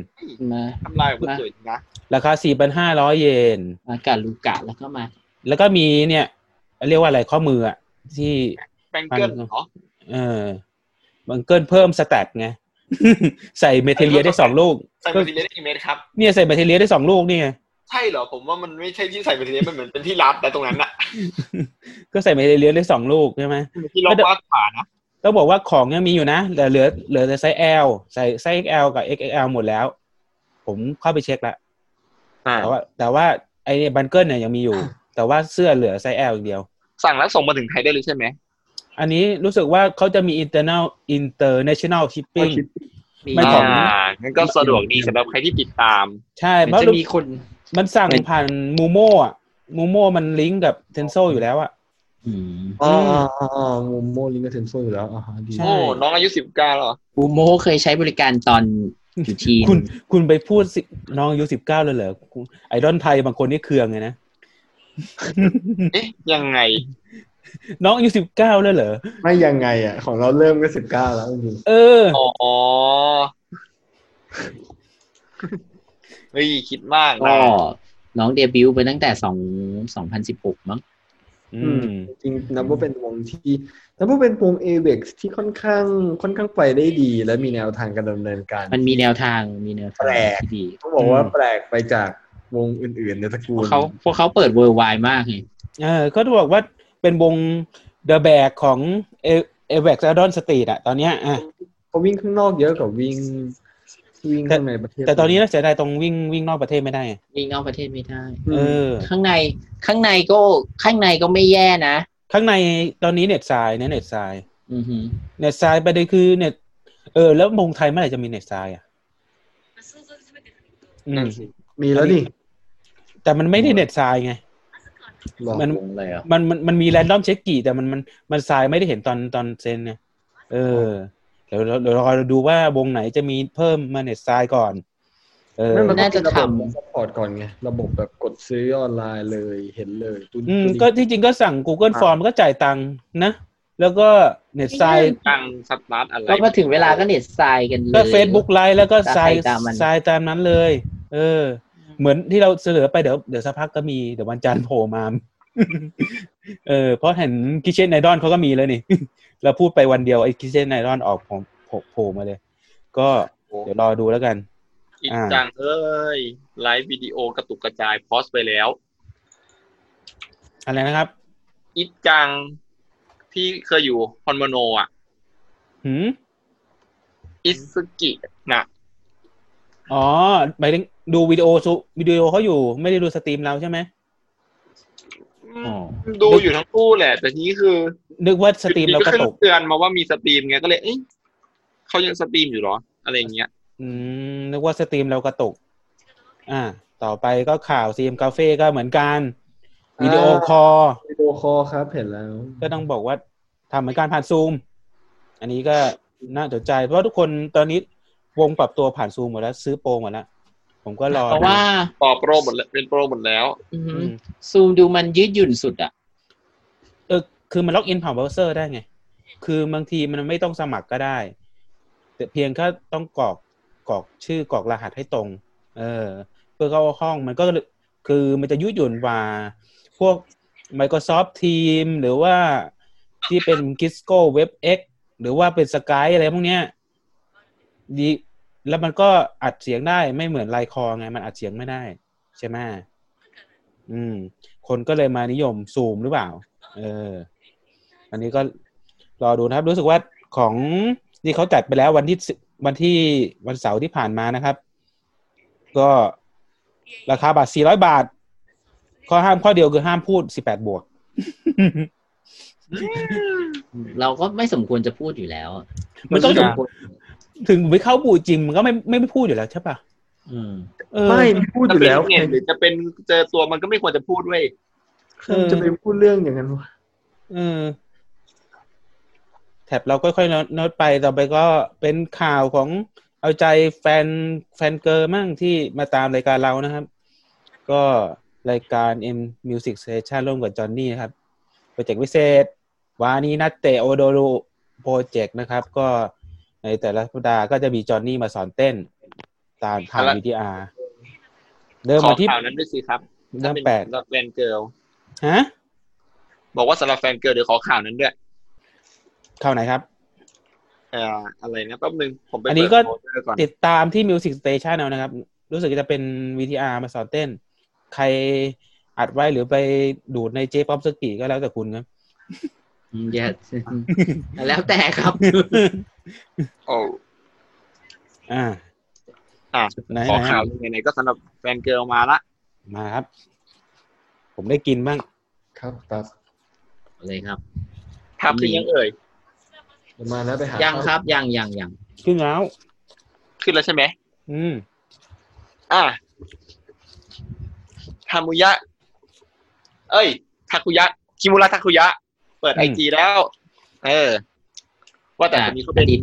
S5: มา
S2: ทำลายคนสวยนะ
S4: ราคา 4,500 เยน
S5: มากาลูกะแล้วก็มา
S4: แล้วก็มีเนี่ย เรียกว่าอะไรข้อมืออะที่
S2: แบงเกิลเหรอ
S4: เออบังเกิลเพิ่มสแตทไง [laughs] ใส่เมเทเลียได้สองลูก
S2: ใส่เบอร์ทีเลียได้กี่เมตรครับ
S4: เนี่ยใส่เมเทเลียได้สองลูกเนี่ย
S2: ใช่เหรอ ผมว่ามันไม่ใช่ที่ใส่เบอร์ทีเลียมันเหมือนเป็นที่รับแต่ตรงนั้นอะ
S4: ก็ใส่เมเทเลียได้สองลูกใช่ไหม
S2: ที่ล็อกว่าขวานะ
S4: ต้องบอกว่าของยังมีอยู่นะแต่เหลือเหลือแต่ไซส์ L ใส่ไซส์ XL กับ XXL หมดแล้ว ผมเข้าไปเช็คแล้ว
S2: อ่า
S4: แต่ว่าแต่ว่าไอ้บันเกิลเนี่ยยังมีอยู่ แต่ว่าเสื้อเหลือไซส์ L อย่างเดียว
S2: สั่งแล้วส่งมาถึงไทยได้เลยใช่ไหม
S4: อันนี้รู้สึกว่าเขาจะมี internal international shipping ไม่ของ
S2: อ่างั้นก็สะดวกดีสำหรับใครที่ติดตาม
S4: ใช่
S5: เดี๋ยว
S4: เพราะ
S5: จะมีคน
S4: มันสั่ง
S5: ไม่
S4: ผ่านมูโม่อะมูโม่มันลิงก์กับเทนโซอยู่แล้วอะ
S5: อืม
S1: อ๋ออ๋ออ๋อโมโมลิงก์กับเทนโซอยู่แล้วอ่าฮะดี
S4: ใช่
S2: โอ้ น้องอายุสิบเก้าหรอ
S5: บูโมเคยใช้บริการ
S4: [laughs]
S5: ตอนอยู่ทีม
S4: คุณคุณไปพูดสิน้องอายุสิบเก้าเลยเหรอไอดอลไทยบางคนนี่เคืองไงนะ
S2: เอ๊ะ ยังไง
S4: น้องอายุสิบเก้าเลยเหรอ
S1: ไม่ยังไงอ่ะ ของเราเริ่มก็สิบเก้าแล้วจริง
S4: เออ
S2: อ๋อ เฮ้ย คิดมาก
S5: ก็
S2: นะ
S5: น้องเดบิวต์ไปตั้งแต่สองสองพันสิบหกมั้ง
S4: อืม
S1: จริงนับว่าเป็นวงที่นับว่าเป็นวงเอเบ็กที่ค่อนข้างค่อนข้างไปได้ดี และมีแนวทางการดำเนินการ
S5: มันมีแนวทางมีแนวทาง
S1: แปลก
S5: ที่ดี
S1: ต้องบอกว่าแปลกไปจากวงอื่นๆในตระ
S5: พ
S1: กู
S5: ว
S1: ล
S5: กเขาพวกเขาเปิดเวอร์ไวมากเลย
S4: เออก็ต้องบอกว่าเป็นวงเดอะแบกของเอเอแบกซาดอนสตรีทอะตอนเนี้ยอ่ะ
S1: เขาวิ่งข้างนอกเยอะกว่าวิ่งวิ่งข้างในประเทศ
S4: แต่ตอนนี้น่าเสียดายตรงวิ่งวิ่งนอกประเทศไม่ได้ไง
S5: วิ่งนอกประเทศไม่ได้
S1: อื
S4: เอ
S1: ม
S4: อ
S5: ข้างในข้างในก็ข้างในก็ไม่แย่นะ
S4: ข้างในตอนนี้เน็ตไซด์นะเน็ตไซด์
S5: อือฮึ
S4: เน็ตไซด์ประเด็นคือเน็ตเออแล้ววงไทยเมื่อไหร่จะมีเน็ตไซด์อ่ะอืม
S1: นั่นสิ มีแล้วดิ
S4: แต่มันไม่ได้เน็ตไซด์ไง
S1: บอก
S4: มัน
S5: วงเลยเหรอ่ะ
S4: มันมันมันมีแรนดอมเช็คกี่แต่มันมันมันไซด์ไม่ได้เห็นตอนตอนเซนไงเออเดี๋ยวเราเดี๋ยวเราดูว่าวงไหนจะมีเพิ่มมาเน็ตไซด์ก่อน เออ
S1: ไม่มันก็เป็นระบบซัพพอร์ตก่อนไง ระบบแบบกดซื้อออนไลน์เลยเห็นเลยตุ้น
S4: อืม
S1: ตุ้น
S4: ก็ที่จริงก็สั่ง Google Form ก็จ่ายตังค์นะ แล้วก็เน็ตไซด์
S2: ตั้งสตาร์ทอะไร
S5: แล้วก็ถึงเวลาก็เน็ตทรายกันเลย
S4: ก็ Facebook ไลฟ์แล้วก็ไซด์
S5: จ่ายตามมัน
S4: ไซด์ตามนั้นเลย เออ เหมือนที่เราเสนอไปเดี๋ยวเดี๋ยวสักพักก็มีเดี๋ยววันจันทร์โผล่มา [laughs] เออเพราะเห็นคิเชนไนดอนเขาก็มีแล้วนี่ [laughs] เราพูดไปวันเดียวไอ้คิเชนไนดอนออกผมโผล่โผล่มาเลย ก็
S2: โอ้
S4: เดี๋ยวรอดูแล้วกัน
S2: อีก
S4: อ่า
S2: จังเอ้ย ไลฟ์วิดีโอกระตุกกระจายพอสไปแล้ว
S4: อะไรนะครับ
S2: อีกจังที่เคยอยู่คอนโมโนอ่ะ
S4: หืม
S2: อิสุกิน่ะ
S4: อ๋อไปดูวิดีโอซุวิดีโอเขาอยู่ไม่ได้ดูสตรีมเราใช่ไหม
S5: อ๋อ
S2: ดูอยู่ทั้งคู่แหละ แต่ทีนี้คือ
S4: นึกว่าสตรีมเรากระ
S2: ขึ้น
S4: ตก
S2: เตือนมาว่ามีสตรีมไงก็เลยเอ๊ะเขายังสตรีมอยู่เหรอ อะไรอย่างเงี้ย
S4: อืมนึกว่าสตรีมเรากระตุก อ่า ต่อไปก็ข่าวซีมกาเฟ่ก็เหมือนกันวิดีโอคอล
S1: วิดีโอคอลครับเห็นแล้ว
S4: ก็ต้องบอกว่าทำเหมือนการผ่านซูม อันนี้ก็น่าสนใจ เพราะทุกคนตอนนี้วงปรับตัวผ่านซูมหมดแล้ว ซื้อโปรหมดแล้ว ผมก็รอ
S5: เพราะว่า
S2: ตอบโปรหมดแล้วเป็นโปรหมดแล้ว
S5: อือ
S4: อื
S5: ฮึ
S4: ม
S5: ซูมดูมันยืดหยุ่นสุดอ่ะ
S4: เออคือมันล็อกอินผ่านเบราว์เซอร์ได้ไง คือบางทีมันไม่ต้องสมัครก็ได้ แต่เพียงแค่ต้องกรอกกรอกชื่อกรอกรหัสให้ตรง เออ เพื่อเข้าห้องมันก็เลยคือมันจะยืดหยุ่นกว่า พวก Microsoft Team หรือว่าที่เป็น Cisco WebEx หรือว่าเป็น Skype อะไรพวกเนี้ยดีแล้วมันก็อัดเสียงได้ไม่เหมือนไลคอไง มันอัดเสียงไม่ได้ ใช่ไหมอืม คนก็เลยมานิยมซูมหรือเปล่า เออ อันนี้ก็รอดูนะครับ รู้สึกว่าของนี่เขาจัดไปแล้ววันที่สิวันที่วันเสาร์ที่ผ่านมานะครับ ก็ราคาบัตร400 บาท ข้อห้ามข้อเดียวคือห้ามพูดสิบแปดบวก
S5: เราก็ไม่สมควรจะพูดอยู่แล้ว
S4: มันต้อง
S5: เราสมควร
S4: ถึงไม่เข้าบูจิมมันก็ไม่ไม่ไม่พูดอยู่แล้วใช่ปะ
S5: อืม
S4: เออ
S1: ไม่พูดอยู่แล้ว
S2: จะเป็นเน็ตหรือจะเป็นเจอตัวมันก็ไม่ควรจะพูดเว้ย
S1: ใครจะไปพูดเรื่องอย่างนั้นวะ
S4: เออแท็บเราค่อยๆโน้ตไปต่อไปก็เป็นข่าวของเอาใจแฟนแฟนเกอร์มั่งที่มาตามรายการเรานะครับ ก็รายการ M Music Station ร่วมกับจอห์นนี่นะครับ โปรเจกต์พิเศษ วานี้นัดเตะโอโดโรโปรเจกต์นะครับ ก็ในแต่ละสัปดาห์ก็จะมีจอห์นนี่มาสอนเต้น ตามทาง
S2: อะไร
S4: VTR เริ่ม
S2: ขอ
S4: มาที่
S2: ข่าวนั้นด้วยสิครับ
S4: เริ่มแปด
S2: ถ้าเป็นแฟนเกิร์ล
S4: ฮะ
S2: บอกว่าสำหรับแฟนเกิร์ลเดี๋ยวขอข่าวนั้นด้วย
S4: ข่าวไหนครับ
S2: เอ่ออะไรนะแป๊บนึงผมไป
S4: อันนี้ก็
S2: เปิดโฟลเดอร์ก่อน
S4: ติดตามที่ Music Station เอานะครับ รู้สึกจะเป็น VTR มาสอนเต้น ใครอัดไว้หรือไปดูดใน J-POP สกีก็แล้วแต่คุณครับ
S5: อืมอย่า [laughs] แล้วแต่
S4: [laughs]
S5: ครับ
S2: โอ้
S4: อ่า
S2: อ่ะ
S4: ไหน
S2: ขอ
S4: ไหน
S2: ข่าวไหนๆก็สำหรับแฟนเกิร์ลมาละ
S4: มาครับ ผมได้กินบ้าง
S1: ครับตัด
S5: เลยครับ
S2: ครับขึ้นยังเอ่ย
S1: เดี๋ยวมานะไปหา
S5: ยังค
S1: ข้าว
S5: รับยังยังยัง
S4: ขึ้นแล้ว
S2: ขึ้นแล้วใช่ไหม
S4: อืม
S2: อ่ะทามุยะ เอ้ย ทาคุยะ คิมุระทาคุยะ เปิด
S4: อื
S2: ไอ
S4: ม
S2: จีแล้ว เออ ว่าแต่คนนี้เขาเป็น
S5: ดิด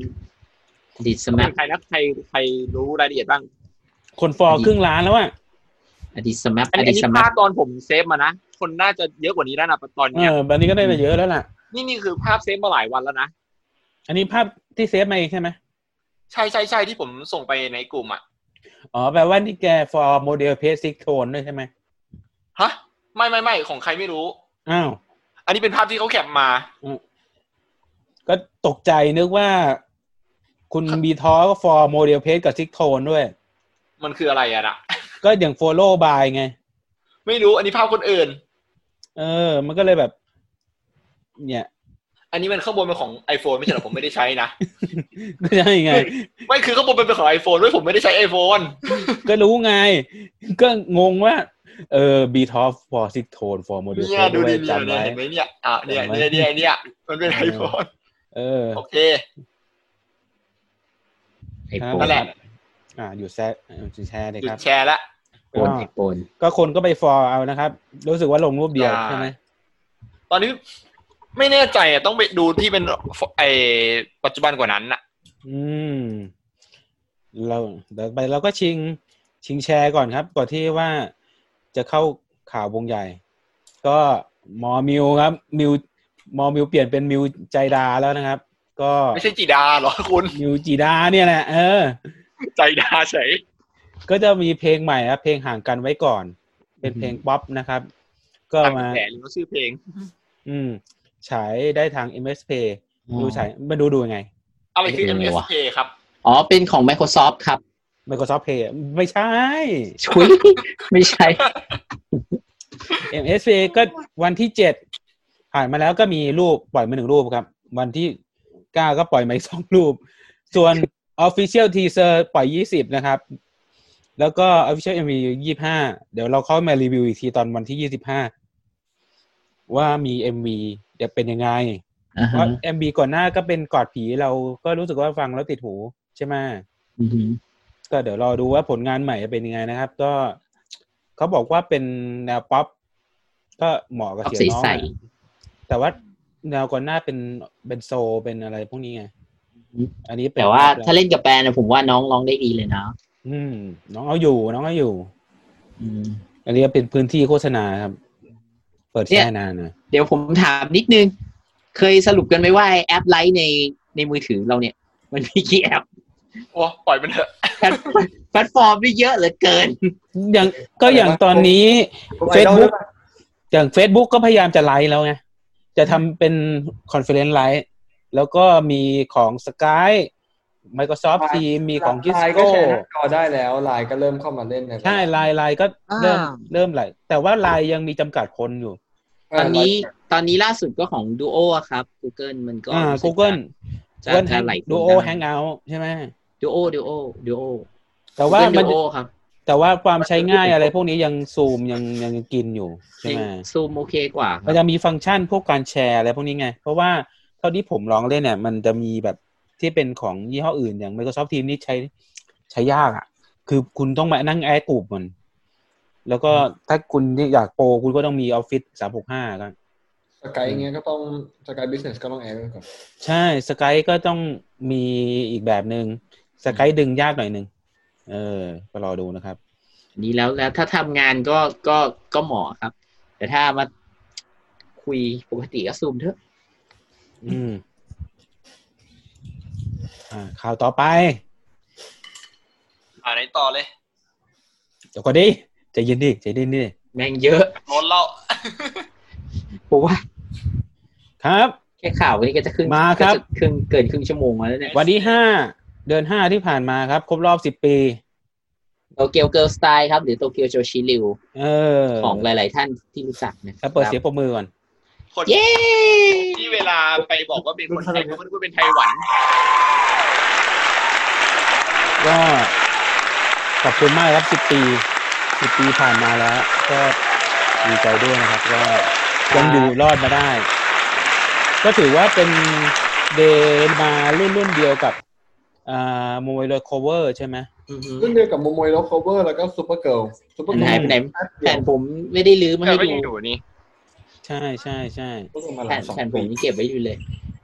S5: ดิดส
S2: เขา
S5: มั
S2: เป็
S5: คน ร
S2: ใครนะใครใครรู้รายละเอียดบ้าง
S4: คนฟอครึ่งล้านแล้วอ่ะ
S5: อดีตสมัคร
S2: อัน
S5: อ
S2: นี้
S5: ดีต
S2: อันนี้
S5: สมั
S2: ภา
S5: คร
S2: พตอนผมเซฟมานะ คนน่าจะเยอะกว่านี้แล้วนะตอน
S4: เอ
S2: เนี้ย
S4: อแบบนี้ก็ได้มาเยอะแล้วล่ะ
S2: นี่นี่คือภาพเซฟมาหลายวันแล้วนะ
S4: อันนี้ภาพที่เซฟมาเองใช่ไหม
S2: ใช่ใช่ใช่ที่ผมส่งไปในกลุ่มอ่ะ
S4: อ๋อแปลว่านี่แกฟอร์โมเดลเพสซิกโทนด้วยใช่ไหม
S2: ฮะ ไม่ไม่ไม่ของใครไม่รู้
S4: อ้าว
S2: อันนี้เป็นภาพที่เขาแคปมา
S4: ก็ตกใจนึกว่า คุณบีทอก็ฟอร์โมเดลเพสกับซิกโทนด้วย
S2: มันคืออะไรอะนะ
S4: ก็อย่างโฟโล่บายไง
S2: ไม่รู้ อันนี้ภาพคนอื่น
S4: เออ มันก็เลยแบบ เนี่ย
S2: อันนี้มันข้างบนเป็นของ iPhone ไม่ใช่เหรอผมไม่ได้ใช้นะ
S4: ก็ใช่
S2: [laughs]
S4: ไง
S2: ไม่คือข้างบนเป็นของ iPhone ด้วยผมไม่ได้ใช้ iPhone
S4: ก็รู้ไง ก็งงว่า เออ B top for six tone for model
S2: เนี่ยดูดิ
S4: ไว้
S2: เนี่ย
S4: จำไว้
S2: เนี่ยเห็นไหมเนี่ยอ่ะเนี่ย
S4: จำไว้
S2: เนี่ยเนี่ยเนี่ยมันเป็น iPhone
S4: เออ
S2: โอเค
S5: ไอโฟน
S2: นั่นแหละ
S4: อ่าอยู่แซะอยู่แชร์เลย
S2: หยุ
S4: ครั
S2: ด
S4: บ
S2: แชร์ละ
S5: โฟนไอโฟน
S4: ก็คนก็ไปฟอร์เอานะครับ รู้สึกว่าลงรูปเดียวใช่ไหม
S2: ตอนนี้ไม่แน่ใจอ่ะต้องไปดูที่เป็นไอปัจจุบันกว่านั้นอ่ะ
S4: อืม เราเดี๋ยวไปเราก็ชิง ชิงแชร์ก่อนครับ ก่อนที่ว่าจะเข้าข่าววงใหญ่ ก็มอมิวครับ มิวมอมิวเปลี่ยนเป็นมิวใจดาแล้วนะครับ ก็
S2: ไม่ใช่จีดาเหรอคุณ
S4: นิวจีดาเนี่ยแหละเออ
S2: ใจดาเฉย
S4: ก็จะมีเพลงใหม่ครับเพลงห่างกันไว้ก่อน เป็นเพลงป๊อปนะครับ ก็
S2: ตั้ง
S4: มา
S2: แผนหรือว่าชื่อเพลง
S4: อืม ฉายได้ทาง MSP ดูฉายมาดูดูยังไง
S2: อะไรคือ MSK ครับ
S5: อ๋อเป็นของ Microsoft ครับ [laughs]
S4: Microsoft Play ไม่ใช่
S5: คุย ไม่ใช่
S4: MSP ก็วันที่เจ็ดผ่านมาแล้วก็มีรูปปล่อยมาหนึ่งรูปครับ วันที่เก้าก็ปล่อยมาอีกสองรูป ส่วน Official Teaser ปล่อยยี่สิบนะครับ แล้วก็ Official MV ยี่ห้าเดี๋ยวเราเข้ามารีวิวอีกทีตอนวันที่ยี่สิบห้าว่ามี MV จะเป็นยังไง
S5: อ่า
S4: เพ
S5: ฮะ
S4: ราะ MV ก่อนหน้าก็เป็นกอดผีเราก็รู้สึกว่าฟังแล้วติดหูใช่ไหม
S5: อือฮึ
S4: ก็เดี๋ยวรอดูว่าผลงานใหม่จะเป็นยังไงนะครับ ก็เขาบอกว่าเป็นแนวป๊อปก็เหมาะกับ
S5: เอา
S4: เสีย
S5: ใส่
S4: งน้องอะ
S5: ใส่
S4: แต่ว่าแนวก่อนหน้าเป็นเป็นโซลเป็นอะไรพวกนี้ไงอันนี้เป็น
S5: แต่ว่า
S4: ป๊อปล้
S5: ถ้าเล่นกับแปลนะผมว่าน้องร้องได้ดีเลยนะ
S4: อืม น้องเอาอยู่ น้องเอาอยู่
S5: อืม
S4: อันนี้เป็นพื้นที่โฆษณาครับ เปิด
S5: เนี่
S4: แช่
S5: ย
S4: นานนะ
S5: เดี๋ยวผมถามนิดนึง เคยสรุปกันไหมว่าไอ้แอปไลท์ในในมือถือเราเนี่ย มันมีกี่แอป
S2: โอ้ปล่อยมันเถอะ
S5: แพลตแพลตฟอร์มได้เยอะเหลือเกิน
S4: อย่างก็อย่างตอนนี้
S1: ผมไอดอล
S4: Facebook อย่าง Facebook ก็พยายามจะไลฟ์แล้วไง จะทำเป็นคอนเฟ r e เ c นซ์ไลฟ์แล้วก็มีของ Sky Microsoft
S1: Line-
S4: Team มีของ
S1: ไลน์
S4: Cisco
S1: ก็แชร์หน้าจอได้แล้วไลน์ก็เริ่มเข้ามาเล่นใน
S4: ใช่ไลน์ไลน์ก็เริ่ม
S5: อ่า
S4: เริ่มไหลฟ์แต่ว่าไลน์ยังมีจำกัดคนอยู่
S5: ตอนนี้ตอนนี้ล่าสุดก็ของ Duo อะครับ Google มันก็
S4: อ่า
S5: รู้สึก
S4: Google
S5: จะ
S4: Google
S5: จะ
S4: Hang-
S5: ไหล
S4: Duo
S5: ได้
S4: Hangout ใช่ไหม
S5: Duo Duo Duo
S4: แต่ว่า
S5: Google
S4: มัน
S5: Duo ครับ
S4: แต่ว่าความใช้ง่ายอะไรพวกนี้ยังซูมยังยังกินอยู่ใช่ไหม
S5: ซูมโอเคกว่าค
S4: มัน
S5: รับ
S4: จะมีฟังก์ชันพวกการแชร์อะไรพวกนี้ไง เพราะว่าเท่าที่ผมลองเล่นเนี่ย มันจะมีแบบที่เป็นของยี่ห้ออื่นอย่าง Microsoft Teams นี่ใช้ใช้ยากอะ่ะ คือคุณต้องมานั่งแอดกลุ่มมัน แล้วก็ถ้าคุณอยากโปรคุณก็ต้องมีออฟฟิศสามหกห้ากัน
S1: สกายอย่างเงี้ยก็ต้องสกายบิสเนสก็ต้องแอร์ไว้ก่อน
S4: ใช่สกายก็ต้องมีอีกแบบหนึง่งสกายดึงยากหน่อยหนึ่งเออก็รอดูนะครับ
S5: อันนี้แล้วแล้วถ้าทำงานก็ก็ก็เหมาะครับ แต่ถ้ามาคุยปกติก็ซูมเถอะ
S4: อืมอ่าข่าวต่อไป
S2: อ่านไหนต่อเลย
S4: เดี๋ยวก่อนดิใจเย็นดิใจเย็นดิ
S5: แม่งเยอะ
S2: โน้นเล่า
S5: ผมว่า
S4: ครับ
S5: แค่ข่าวนี้ก็จะครึ่ง
S4: มาครับ
S5: ก็จะครึ่งเกินครึ่งชั่วโมงมาแล้วเนี่ย
S4: วันที่ห้าเดือนห้าที่ผ่านมาครับ ครบรอบสิบ10 ปี
S5: โตเกียวเกิร์ลสไตล์ครับ หรือโตเกียวโจชิริว
S4: เออ
S5: ของหลาย ๆ ท่านที่รู้จักนะครั
S4: แล้วเปิดเสียงปรบมือก่อน
S2: คน
S5: เย้
S2: ที่เวลาไปบอกว่าเป็นคนไทยเขาก็เป็นไทยหวัน
S4: ก็ขอบคุณมากครับสิบ10 ปีสิบปีผ่านมาแล้ว ก็ดีใจด้วยนะครับก็ยังอยู่รอดมาได้ ก็ถือว่าเป็นเดนมารุ่นรุ่นเดียวกับอ่ามวยเลยโคเวอร์ใช่ไหม
S5: อือฮึ
S1: รุ่นเดียวกับโมโมยโลคอเวอร์แล้วก็ซูเปอร์เกิร์ลซูเปอร์
S5: อัน
S1: เกิ
S5: ไหน
S1: ร์ล
S5: อันไหน
S1: แป๊บเดี
S5: แผ่
S1: ยวน
S5: ผมไม่ได้ลื้อมา
S2: แต่
S5: ให้
S2: ก็
S5: ดู
S2: ยังอยู่นี่
S4: ใช่ใช่ใช่
S1: ก็ลงมาหลั
S5: แผ่
S1: ง
S5: น
S1: สอง
S5: แผ่นผ
S1: ปี
S5: มนี่เก็บไว้อยู่เลย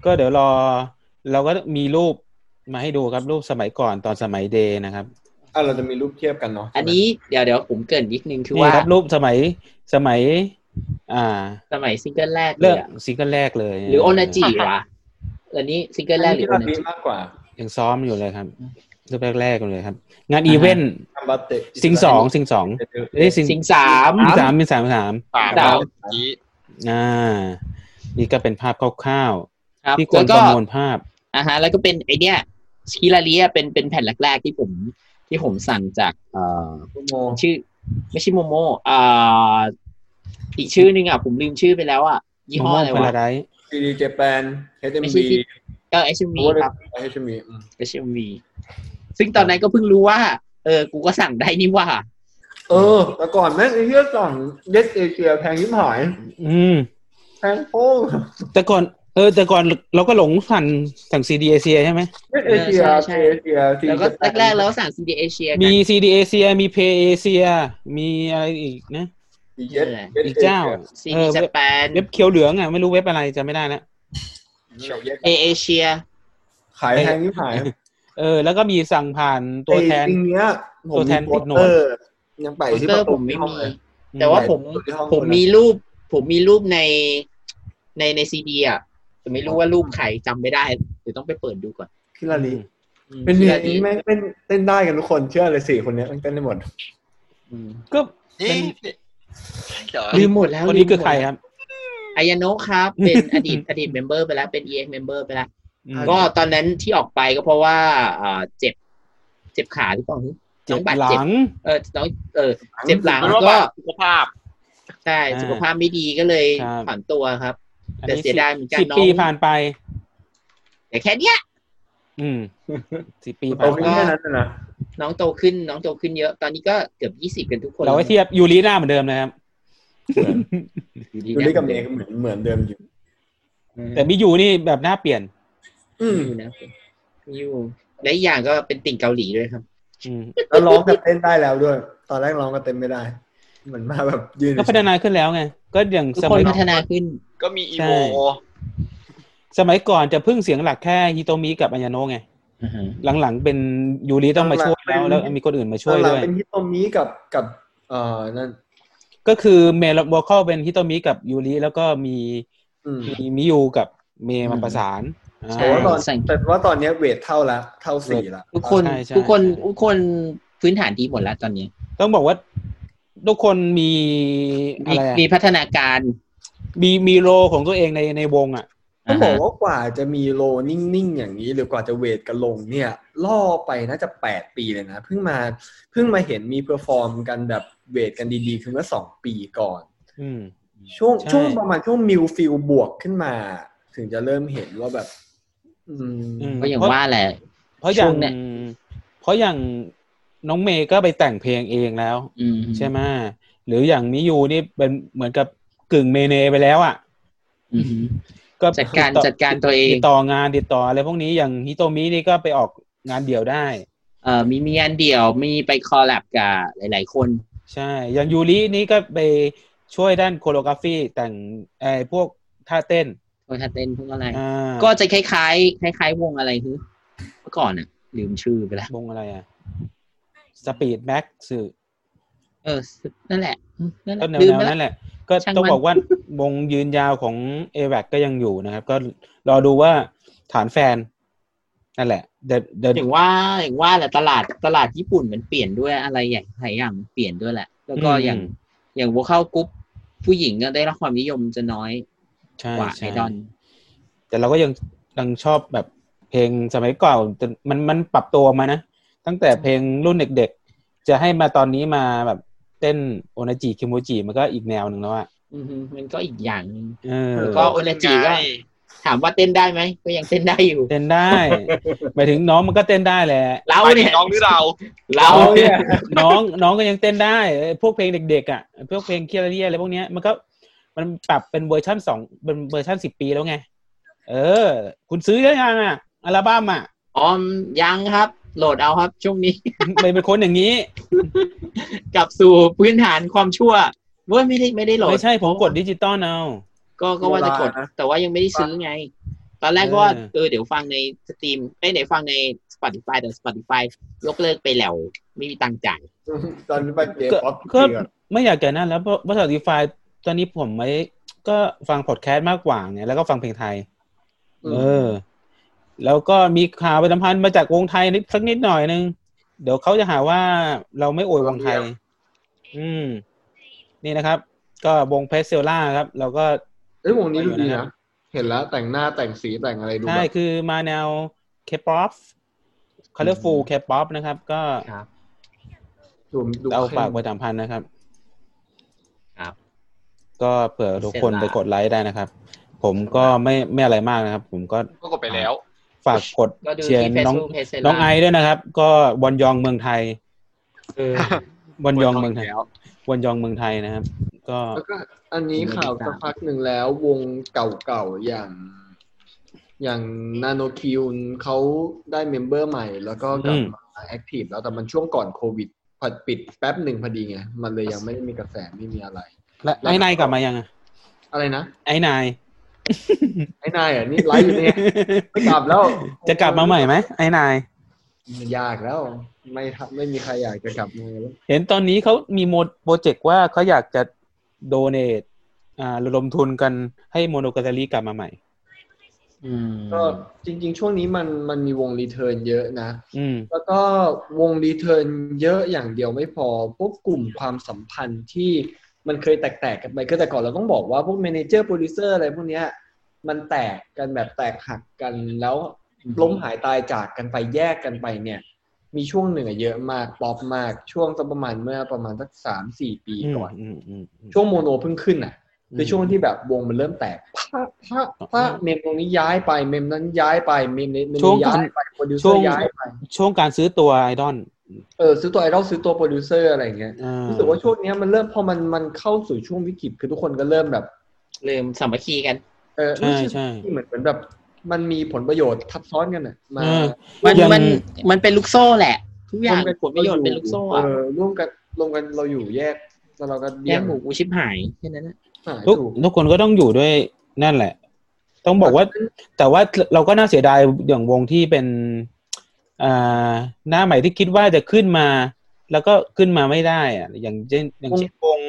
S4: ก็เดี๋ยวรอเราก็มีรูปมาให้ดูครับรูปสมัยก่อนตอนสมัยเดย์นะครับ
S1: อ่ะเราจะมีรูปเทียบกันเนาะ
S5: อันนี้เดี๋ยวเดี๋ยวผมเกรินนิดนึงคือ
S4: นี่
S5: ว่า
S4: ครับรูปสมัยสมัย อ่า
S5: สมัยซิงเกิลแรกเล
S4: เลิ
S5: ย
S4: ก
S5: อะ
S4: ซิงเกิลแรกเลย
S5: หรือโอนาจิวะอันนี้ซิงเกิลแรกหรือโอ
S1: อัน
S5: นา
S1: นี้
S5: จิ
S1: มากกว่า
S4: ยังซ้อมอยู่เลยครับรูปแรกๆเลยครับ งาน
S5: อ่าฮะ
S4: อีเวนต์
S1: อัมบัตเตะ
S4: สิงสองสิงสองเอ้ยสิง
S5: สิงสาม
S4: สิงสามสิงสามสิงสาม
S2: สาม
S5: สาม
S2: นี้
S4: อ่า นี่ก็เป็นภาพคร่าว
S5: ครับ
S4: ๆที่ค
S5: แล้
S4: น
S5: ว
S4: ป
S5: ก็
S4: ระมวลภาพ
S5: อ่าฮะ แล้วก็เป็นไอเนี้ยคิลาเลียเป็นเป็นแผ่นแรก ๆ ที่ผมที่ผมสั่งจากเอ่อ
S1: โมโม
S5: ชื่อ ไม่ใช่โมโมอ่าอีกชื่อหนึ่งอ่ะ ผมลืมชื่อไปแล้วอ่ะ ยี่ห้ออะไร
S4: มงคลพาว
S5: ะ
S4: ราดซ์
S1: ซีดีเจแปนเอชเอ็ม
S5: ไม่ใช่
S1: บี
S5: ที่ ก็เอชเอ็มวีครับ
S1: เอชเอ็มบี
S5: เอชเอ็มวีซึ่งตอนนั้นก็เพิ่งรู้ว่า เออ กูก็สั่งได้นี่ว่า
S1: เออ แต่ก่อนแม่งไอ้เหี้ยสั่งเดสเอเชียแพงยิ่งหาย
S4: อืม
S1: แพงโอ้
S4: แต่ก่อน เออ แต่ก่อนเราก็หลงสั่นสั่งซีดีเอเชียใช่ไหม
S1: เดสเอเชีย
S5: ใช่
S1: เอเชียซี
S5: แล้ว
S1: ดี
S5: ก็
S1: เจแปน
S5: แรกๆแล้วสั่งซีดีเอเชีย
S4: มี CD เอเชียมี Pay เอเชียมีอะไรอีกนะ
S1: อีเจ
S4: อีกเจ้าอะ
S5: ซี
S4: เอ
S5: ดี
S4: อ
S5: จ
S4: เว็บ
S5: แปน
S4: เว็บเขียวเหลืองอ่ะ ไม่รู้เว็บอะไรจำไม่ได้นะ
S5: เอเอเชีย
S1: ขายแพงยิ่งหาย
S4: เออ แล้วก็มีสั่งผ่านตัวแทน
S1: ไอ้จริงเนี้ยผม
S4: ตัวแทน
S1: มี
S4: ติดโหนด
S1: โปสเตอร์ยังไปที่
S5: โปสเตอร์
S1: ประตู
S5: ผมไม่
S1: ห้องเลย
S5: มี แต่ว่าผม ผมมีรูป ผมมีรูปในในในซีดีอ่ะแต่ไม่รู้ว่ารูปใครจำไม่ได้เดี๋ยวต้องไปเปิดดูก่อน
S1: พี่ลาลี
S5: อืม
S1: เป็นเนี่ย
S5: ที่
S1: นี่แม่งเต้นเต้นได้กันทุกคนเชื่อเลยสี่คนเนี้ยแม่งเต้นได้หมด
S5: อืม
S4: ก็
S2: นี่
S4: เป็น
S2: เดี๋ยว
S5: ลืมหมดแล้ว
S4: คนนี้
S5: ลืมหมด
S4: คือใครครับ
S5: อายาโนะครับ เป็นอดีตอดีตเมมเบอร์ไปแล้วเป็น EX เมมเบอร์ไปแล้ว
S4: อืม
S5: ก็ตอนนั้นที่ออกไปก็เพราะว่าอ่าเจ็บ เจ็บขาหรือเปล่า
S4: เจ็
S5: น้อ
S4: บบ
S5: งาด
S4: ห
S5: เจ็บ
S4: ลัง
S5: เออน้องเออ เจ็บหลัง
S2: มัน
S5: แล้ว
S2: ว่า
S5: ก็
S2: บาดสุขภาพ
S5: ใช่
S4: อ่า
S5: สุขภาพไม่ดีก็เลย
S4: ครับ
S5: ถอนตัวครับ
S4: อัน
S5: แต่
S4: นี้
S5: เสียดายเหมือนกัน
S4: สิบ
S5: น้อง
S4: ปีผ่านไป
S5: แต่แค่เนี้ย
S4: อื
S5: [laughs]
S4: มสิบปี
S1: โอ้
S4: ผ่าน
S1: ไม่
S4: ไป
S5: ก็
S1: แค่นั้นนะ
S5: น้องโตขึ้นน้องโตขึ้นเยอะตอนนี้ก็เกือบยี่สิบ20 กันทุกคน
S4: เราก็เทียบยูรีหน้าเหมือนเดิมนะครับ
S5: อยู่ดี
S1: ดู
S5: นะ
S1: ลิกับเมย์ก็เหมือนเหมือนเดิมอยู่
S4: แต่มิยูนี่แบบหน้าเปลี่ยน
S1: อืม
S5: อยู่นะอยู่และอีกอย่างก็เป็นติ่งเกาหลีด้วยครับ
S4: อืม
S1: แล้วร้องกับเต้นได้แล้วด้วย ตอนแรกร้องกับเต้นไม่ได้เหมือนมาแบบยืน
S4: ก็พัฒนาขึ้นแล้วไง ก็อย่าง
S5: ทุก
S4: ส
S5: ค
S4: มันย
S5: พัฒนาขึ้น
S2: ก็มีอี
S4: ใช่
S2: โว
S4: สมัยก่อนจะพึ่งเสียงหลักแค่ฮิโตมิกับอัญญาโนะไง หลังๆเป็นยูริต้องมาช่วยแล้วแล้วมีคนอื่นมาช่วย
S1: หลัง
S4: ด้วย
S1: ๆเป็นฮิโตมิกับกับเอ่อนั่น
S4: ก็คือเมลวอลเข้าเป็นฮิโตมิกับยูริแล้วก็มี
S1: อืม
S4: มีมิยูกับเมย์มาประสาน
S5: ใช่
S1: แต่ว่าตอน
S5: ใส่
S1: แต่ว่าตอนเนี้ยเวทเท่าละเท่าสี่ละ
S5: ทุกคน
S4: ใช่ใช่
S5: ทุกคนทุกคนพื้นฐานดีหมดแล้วตอนนี้
S4: ต้องบอกว่า ทุกคนมีอะ
S5: มี
S4: ไรอะ
S5: มีพัฒนาการ
S4: มีมีโรของตัวเองในในวงอ่ะ
S1: ต้องบอกว่ากว่าจะมีโลนิ่งๆอย่างนี้ หรือกว่าจะเวทกันลงเนี่ย ล่อไปน่าจะแปดปีเลยนะเพิ่งมาเพิ่งมาเห็นมีเพอร์ฟอร์มกันแบบเวทกันดีๆ คือเมื่อสองปีก่อน
S4: อืม
S1: ช่วง
S4: ใช่
S1: ช่วงประมาณช่วงมิลฟิลบวกขึ้นมา ถึงจะเริ่มเห็นว่าแบบ อืม
S4: อืม
S5: ก็อย่างว่าแหละ
S4: เพราะอย่าง
S5: ช่วงเนี่ย
S4: เพราะอย่าง น้องเมย์ก็ไปแต่งเพลงเองแล้ว
S5: อืม
S4: ใช่ไหมหรืออย่างมิยูนี่เป็นเหมือนกับกึ่งเมเนไปแล้วอ่ะ
S5: อืม
S4: ก็
S5: จัดการ
S4: ติต่อ
S5: จัดการตัวเอง
S4: ติดต่องานติดต่ออะไรพวกนี้อย่างฮิโตมินี่ก็ไปออกงานเดี่ยวได้
S5: เอ่อมีมีอันเดียวมีไปคอลแลบกับหลาย ๆ คน
S4: ใช่อย่างยูรินี่ก็ไปช่วยด้านโคโรกราฟีแต่งไอ้พวกท่าเต้น
S5: โอ้ยท่าเต้นพวกอะไร
S4: อ่า
S5: ก็จะคล้ายๆ คล้าย ๆ วงอะไรคือเมื่อก่อนอะลืมชื่อไปแล้ว
S4: วงอะไรอ่ะสปีดแม็กซ์
S5: เออ นั่นแหละอืมนั่นแห
S4: ก็
S5: ละ
S4: แน
S5: ลืม
S4: ว
S5: ไป
S4: ๆ
S5: แล้
S4: นั่
S5: ว
S4: นแหละ ก็
S5: ช่าง
S4: ต้อง
S5: มัน
S4: บอกว่าวงยืนยาวของเอแวก็ยังอยู่นะครับ ก็รอดูว่าฐานแฟน นั่นแหละ เดินเดิน
S5: ถึงว่าถึงว่าแหละตลาดตลาดญี่ปุ่นมันเปลี่ยนด้วยอะไรใหญ่หลายอย่างมันเปลี่ยนด้วยแหละ แล้วก็
S4: อืม
S5: อย่างอย่างวอลเข้ากรุ๊ปผู้หญิงก็ได้รับความนิยมจะน้อย
S4: ใช่
S5: กว่าไอ
S4: ใช่
S5: ดอล
S4: แต่เราก็ยังยังชอบแบบเพลงสมัยก่อนแต่มันมันปรับตัวมานะ ตั้งแต่เพลงรุ่นเด็กๆ จะให้มาตอนนี้มาแบบเต้นโอนาจิคิโมจิมันก็อีกแนวหนึ่งแล้วอ่ะ
S5: อือฮึมันก็อีกอย่างหนึ่ง
S4: เออ
S5: ก็ โอเลจิก็ ถามว่าเต้นได้ไหมก็ยังเต้นได้อยู่
S4: เต้นได้ หมายถึงน้องมันก็เต้นได้แหละ
S5: เรา
S2: เอาเนี่
S5: เนี่ย ย
S2: น้องหรือเรา
S5: เราเนี่ย
S4: น้องน้องก็ยังเต้นได้เอ้ยพวกเพลงเด็กๆอ่ะพวกเพลงเคียร์เรียอะไรพวกเนี้ยมันก็มันปรับเป็นเวอร์ชันสองเป็นเวอร์ชันสิบปีแล้วไง เออ คุณซื้อได้ยังอ่ะอัลบั้มอ่ะ [laughs]
S5: อ๋อมยังครับ โหลดเอาครับ ช่วงนี้ [laughs]
S4: ไม่เป็นคนอย่างนี้
S5: กลับสู่พื้นฐานความชั่วเว้ยไม่ได้ไม่ได้โหลด
S4: ไม่ใช่ผมกดดิจิตอลเอา
S5: ก็ก็ว่าจะกด
S1: เวลานะ
S5: แต่ว่ายังไม่ได้ซื้อไง ตอนแรกก็ว่า
S4: เออ
S5: เออเดี๋ยวฟังในสตรีมไม่เดี๋ยวฟังใน Spotify แต่ Spotify ยกเลิกไปแล้ว ไม่มีตังค์จ่าย
S1: ตอนนี้ไปเกมป๊อป
S4: ก็
S1: จริงอะ
S4: ไม่อยากแก่นั่นแล้วเพราะว่าสติฟายตอนนี้ผมไม่ก็ฟังพอดแคสต์มากกว่าไงแล้วก็ฟังเพลงไทย เออ แล้วก็มีข่าวประชาสัมพันธ์มาจากวงไทยนิดสักนิดหน่อยนึง เดี๋ยวเขาจะหาว่าเราไม่โอยวงไทย อืม นี่นะครับ ก็วงเพสเซลล่าครับ เราก็
S1: เอ้ยวงนี้ดูดี
S4: อยู่นะครั
S1: นะ
S4: บ
S1: เห็นแล้วแต่งหน้าแต่งสีแต่งอะไรดู
S4: ใช่
S1: แบบ
S4: คือมาแนวเคป๊อปคาร์ฟูเคป๊อปนะครับ ก็
S5: ครับ
S1: ดูดู
S4: เอา
S1: ข้ม
S4: ฝากประชาสัมพันธ์นะครับ
S5: ครับ
S4: ก็เผื่อทุกคน
S5: Pixel
S4: ไปกดไลค์ได้นะครับ ผมก็ไม่ไม่อะไรมากนะครับ ผมก็
S2: [laughs] ก็กดไปแล้ว
S4: ฝากกด
S5: ก็ดู
S4: เชียร์
S5: ที่
S4: น้อง
S5: Facebook p a c e
S4: น้องไอด้วยนะครับ ก็บอลยองเมืองไทยบอลยองเมืองไทย
S2: แล้ว
S4: วันยองเมืองไทยนะครับ ก็
S1: แล้วก็อันนี้ข่าวสักพักหนึ่งแล้ววงเก่าๆอย่าง อย่างนาโนคิวเขาได้เมมเบอร์ใหม่ แล้วก็กลับมาแอคทีฟแล้วแต่มันช่วงก่อนโควิดผัดปิดแป๊บหนึ่งพอดีไง มันเลยยังไม่ได้มีกระแสไม่มีอะไร
S4: และไอ้นายกลับมายังอะ
S1: อะไรนะ
S4: ไอ้นาย
S1: ไอ้นายอ่ะนี่ไลฟ์อยู่เนี่ยไม่กลับแล้ว
S4: [laughs] จะกลับมาใหม่ไหมไอ้นาย
S1: มันยากแล้ว ไม่ทำไม่มีใครอยากจะกลับมาแล้ว
S4: เห็นตอนนี้เขามีโมดโปรเจกต์ว่าเขาอยากจะโดเนทอ่าระดมทุนกันให้โมโนกาตาลีกลับมาใหม่
S1: ก็จริง ๆ ช่วงนี้มันมันมีวงรีเทิร์นเยอะนะ
S4: อืม
S1: แล้วก็วงรีเทิร์นเยอะอย่างเดียวไม่พอ พวกกลุ่มความสัมพันธ์ที่มันเคยแตกๆกันไปคือแต่ก่อนเราต้องบอกว่าพวกเมเนเจอร์โปรดิวเซอร์อะไรพวกเนี้ยมันแตกกันแบบแตกหักกันแล้วล้มหายตายจากกันไปแยกกันไปเนี่ย มีช่วงหนึ่งอะเยอะมากป๊อปมากช่วงสักประมาณเมื่อประมาณสักสามสี่ปี
S4: อืม
S1: ก่อน
S4: อืมอืมอืม
S1: ช่วงโมโนเพิ่งขึ้นอ่ะ คือ
S4: ม
S1: ช่วงที่แบบวงมันเริ่มแตกพะพะพะเมมตรงนี้ย้ายไปเมมนั้นย้ายไปเมมนี้เมม
S4: ช่วง
S1: นี้ย้ายไปโปรดิวเซ
S4: ช่
S1: อ
S4: วง
S1: ร์ย้ายไป
S4: ช่วงการซื้อตัวไอดอล
S1: เออซื้อตัวไอดอลซื้อตัวโปรดิวเซอร์อะไรอย่างเงี้ย
S4: อ่า
S1: รู้สึกว่าช่วงเนี้ยมันเริ่มพอมันมันเข้าสู่ช่วงวิกฤตคือทุกคนก็เริ่มแบบ
S5: ลืมสามัคคีกัน
S1: เออ
S4: ใช่ใช่
S1: ที่เหมือนเหมือนแบบ มันมีผลประโยชน์ทับซ้อนกันอ่ะมา
S4: เออ
S5: มัน
S4: ยัง
S5: มันมันเป็นลูกโซ่แหละ ทุกอย่างผลประโยชน์
S1: ราอ
S5: เป็นลูกโซ่
S1: เอ
S5: อะ
S1: อร่วมกันรวมกันเราอยู่แยกแล้วเราก็
S5: แย่
S1: เดี่ยง
S5: หมูกูชิบหายแค่นั้นนะ
S1: หาย
S4: ทุก
S1: ถูก
S4: ทุกคนก็ต้องอยู่ด้วยนั่นแหละ ต้องบอกว่า แต่ว่าเราก็น่าเสียดายอย่างวงที่เป็นอ่าหน้าใหม่ที่คิดว่าจะขึ้นมา แล้วก็ขึ้นมาไม่ได้อะอย่างเช่นอย่างเช่นวง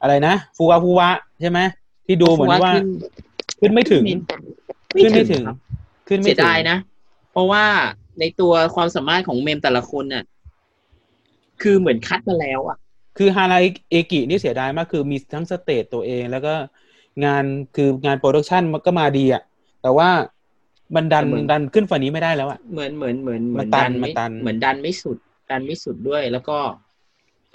S4: อะไรนะฟูวาฟูวะใช่ไหมที่ดูเหมือนว่า
S5: ขึ้น
S4: ขึ้นไม่ถึง ขึ้นไม่ถึง ขึ้นไม่
S5: เสีย
S4: ถึง
S5: ดายนะ เพราะว่าในตัวความสามารถของเมมแต่ละคนน่ะ คือเหมือนคัดมาแล้วอ่ะ
S4: คือฮาราเอกินี่เสียดายมากคือมีทั้งสเตจตัวเอง แล้วก็งานคืองานโปรดักชันมันก็มาดีอ่ะแต่ว่ามันดันดันขึ้นฝันนี้ไม่ได้แล้วอ่ะ
S5: เหมือนเหมือนเหมือนเหมือน
S4: มันตัน
S5: ไม่
S4: มันตัน
S5: เหมือนดันไม่สุด ดันไม่สุดด้วย แล้วก็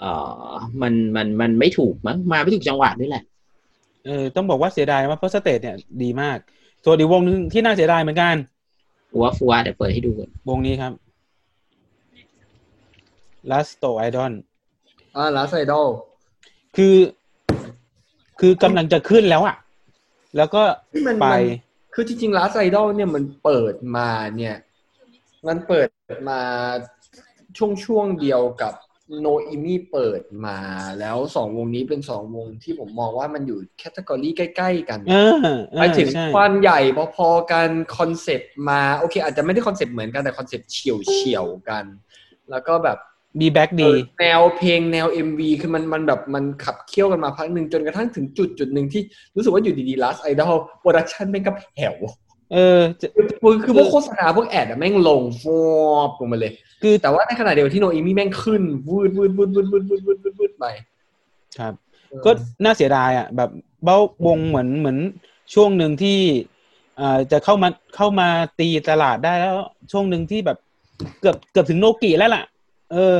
S5: เออมันมันมันไม่ถูกมั้งมาไม่ถูกจังหวะด้วยแหละ
S4: เออต้องบอกว่าเสียดายมากเพราะสเตจเนี่ยดีมาก ส่วนอีกวงหนึงที่น่าเสียดายเหมือนกัน
S5: หัวฟัวเดี๋ยวเปิดให้ดูก่อน
S4: วงนี้ครับ Last Store Idol
S1: อ่าลาไซดอล
S4: คือ คือกำลังจะขึ้นแล้วอะแล้วก็
S1: ที่มัน
S4: ไป
S1: มัน คือจริงๆลาไซดอลเนี่ยมันเปิดมาเนี่ย มันเปิดมาช่วงช่วงๆเดียวกับโนอิมีเปิดมา แล้วสองวงนี้เป็นสองวงที่ผมมองว่ามันอยู่แคตตากรีใกล้ ๆ กัน
S4: เออเออ
S1: ไปถึง
S4: ใช่
S1: ความใหญ่พอๆกันคอนเซปต์มาโอเค อาจจะไม่ได้คอนเซปต์เหมือนกันแต่คอนเซปต์เฉียวเฉียวๆกัน แล้วก็แบบ
S4: มีแบ็ก
S1: เอ
S4: ดี
S1: อแนวเพลงแนว MV คือมันมันแบบมันขับเคี่ยวกันมาพักหนึ่งจนกระทั่งถึงจุดจุดหนึ่งที่รู้สึกว่าอยู่ดีๆ Last Idol Production แม่งก็แผ่ว
S4: เออจะ
S1: คือคือพวกโฆษณาพวกแอดอะแม่งลงฟอบลงมาเลย
S4: คือ
S1: แต่ว่าในขณะเดียวที่โนอีมี่แม่งขึ้นวืดวืดวืดวืดวืดวืดวืดวืดวืดไป
S4: ครับ ก็น่าเสียดายอ่ะ แบบเบ้าวงเหมือนเหมือนช่วงหนึ่งที่อ่าจะเข้ามาเข้ามาตีตลาดได้แล้ว ช่วงหนึ่งที่แบบเกือบเกือบถึงโนกิแล้วล่ะ เออ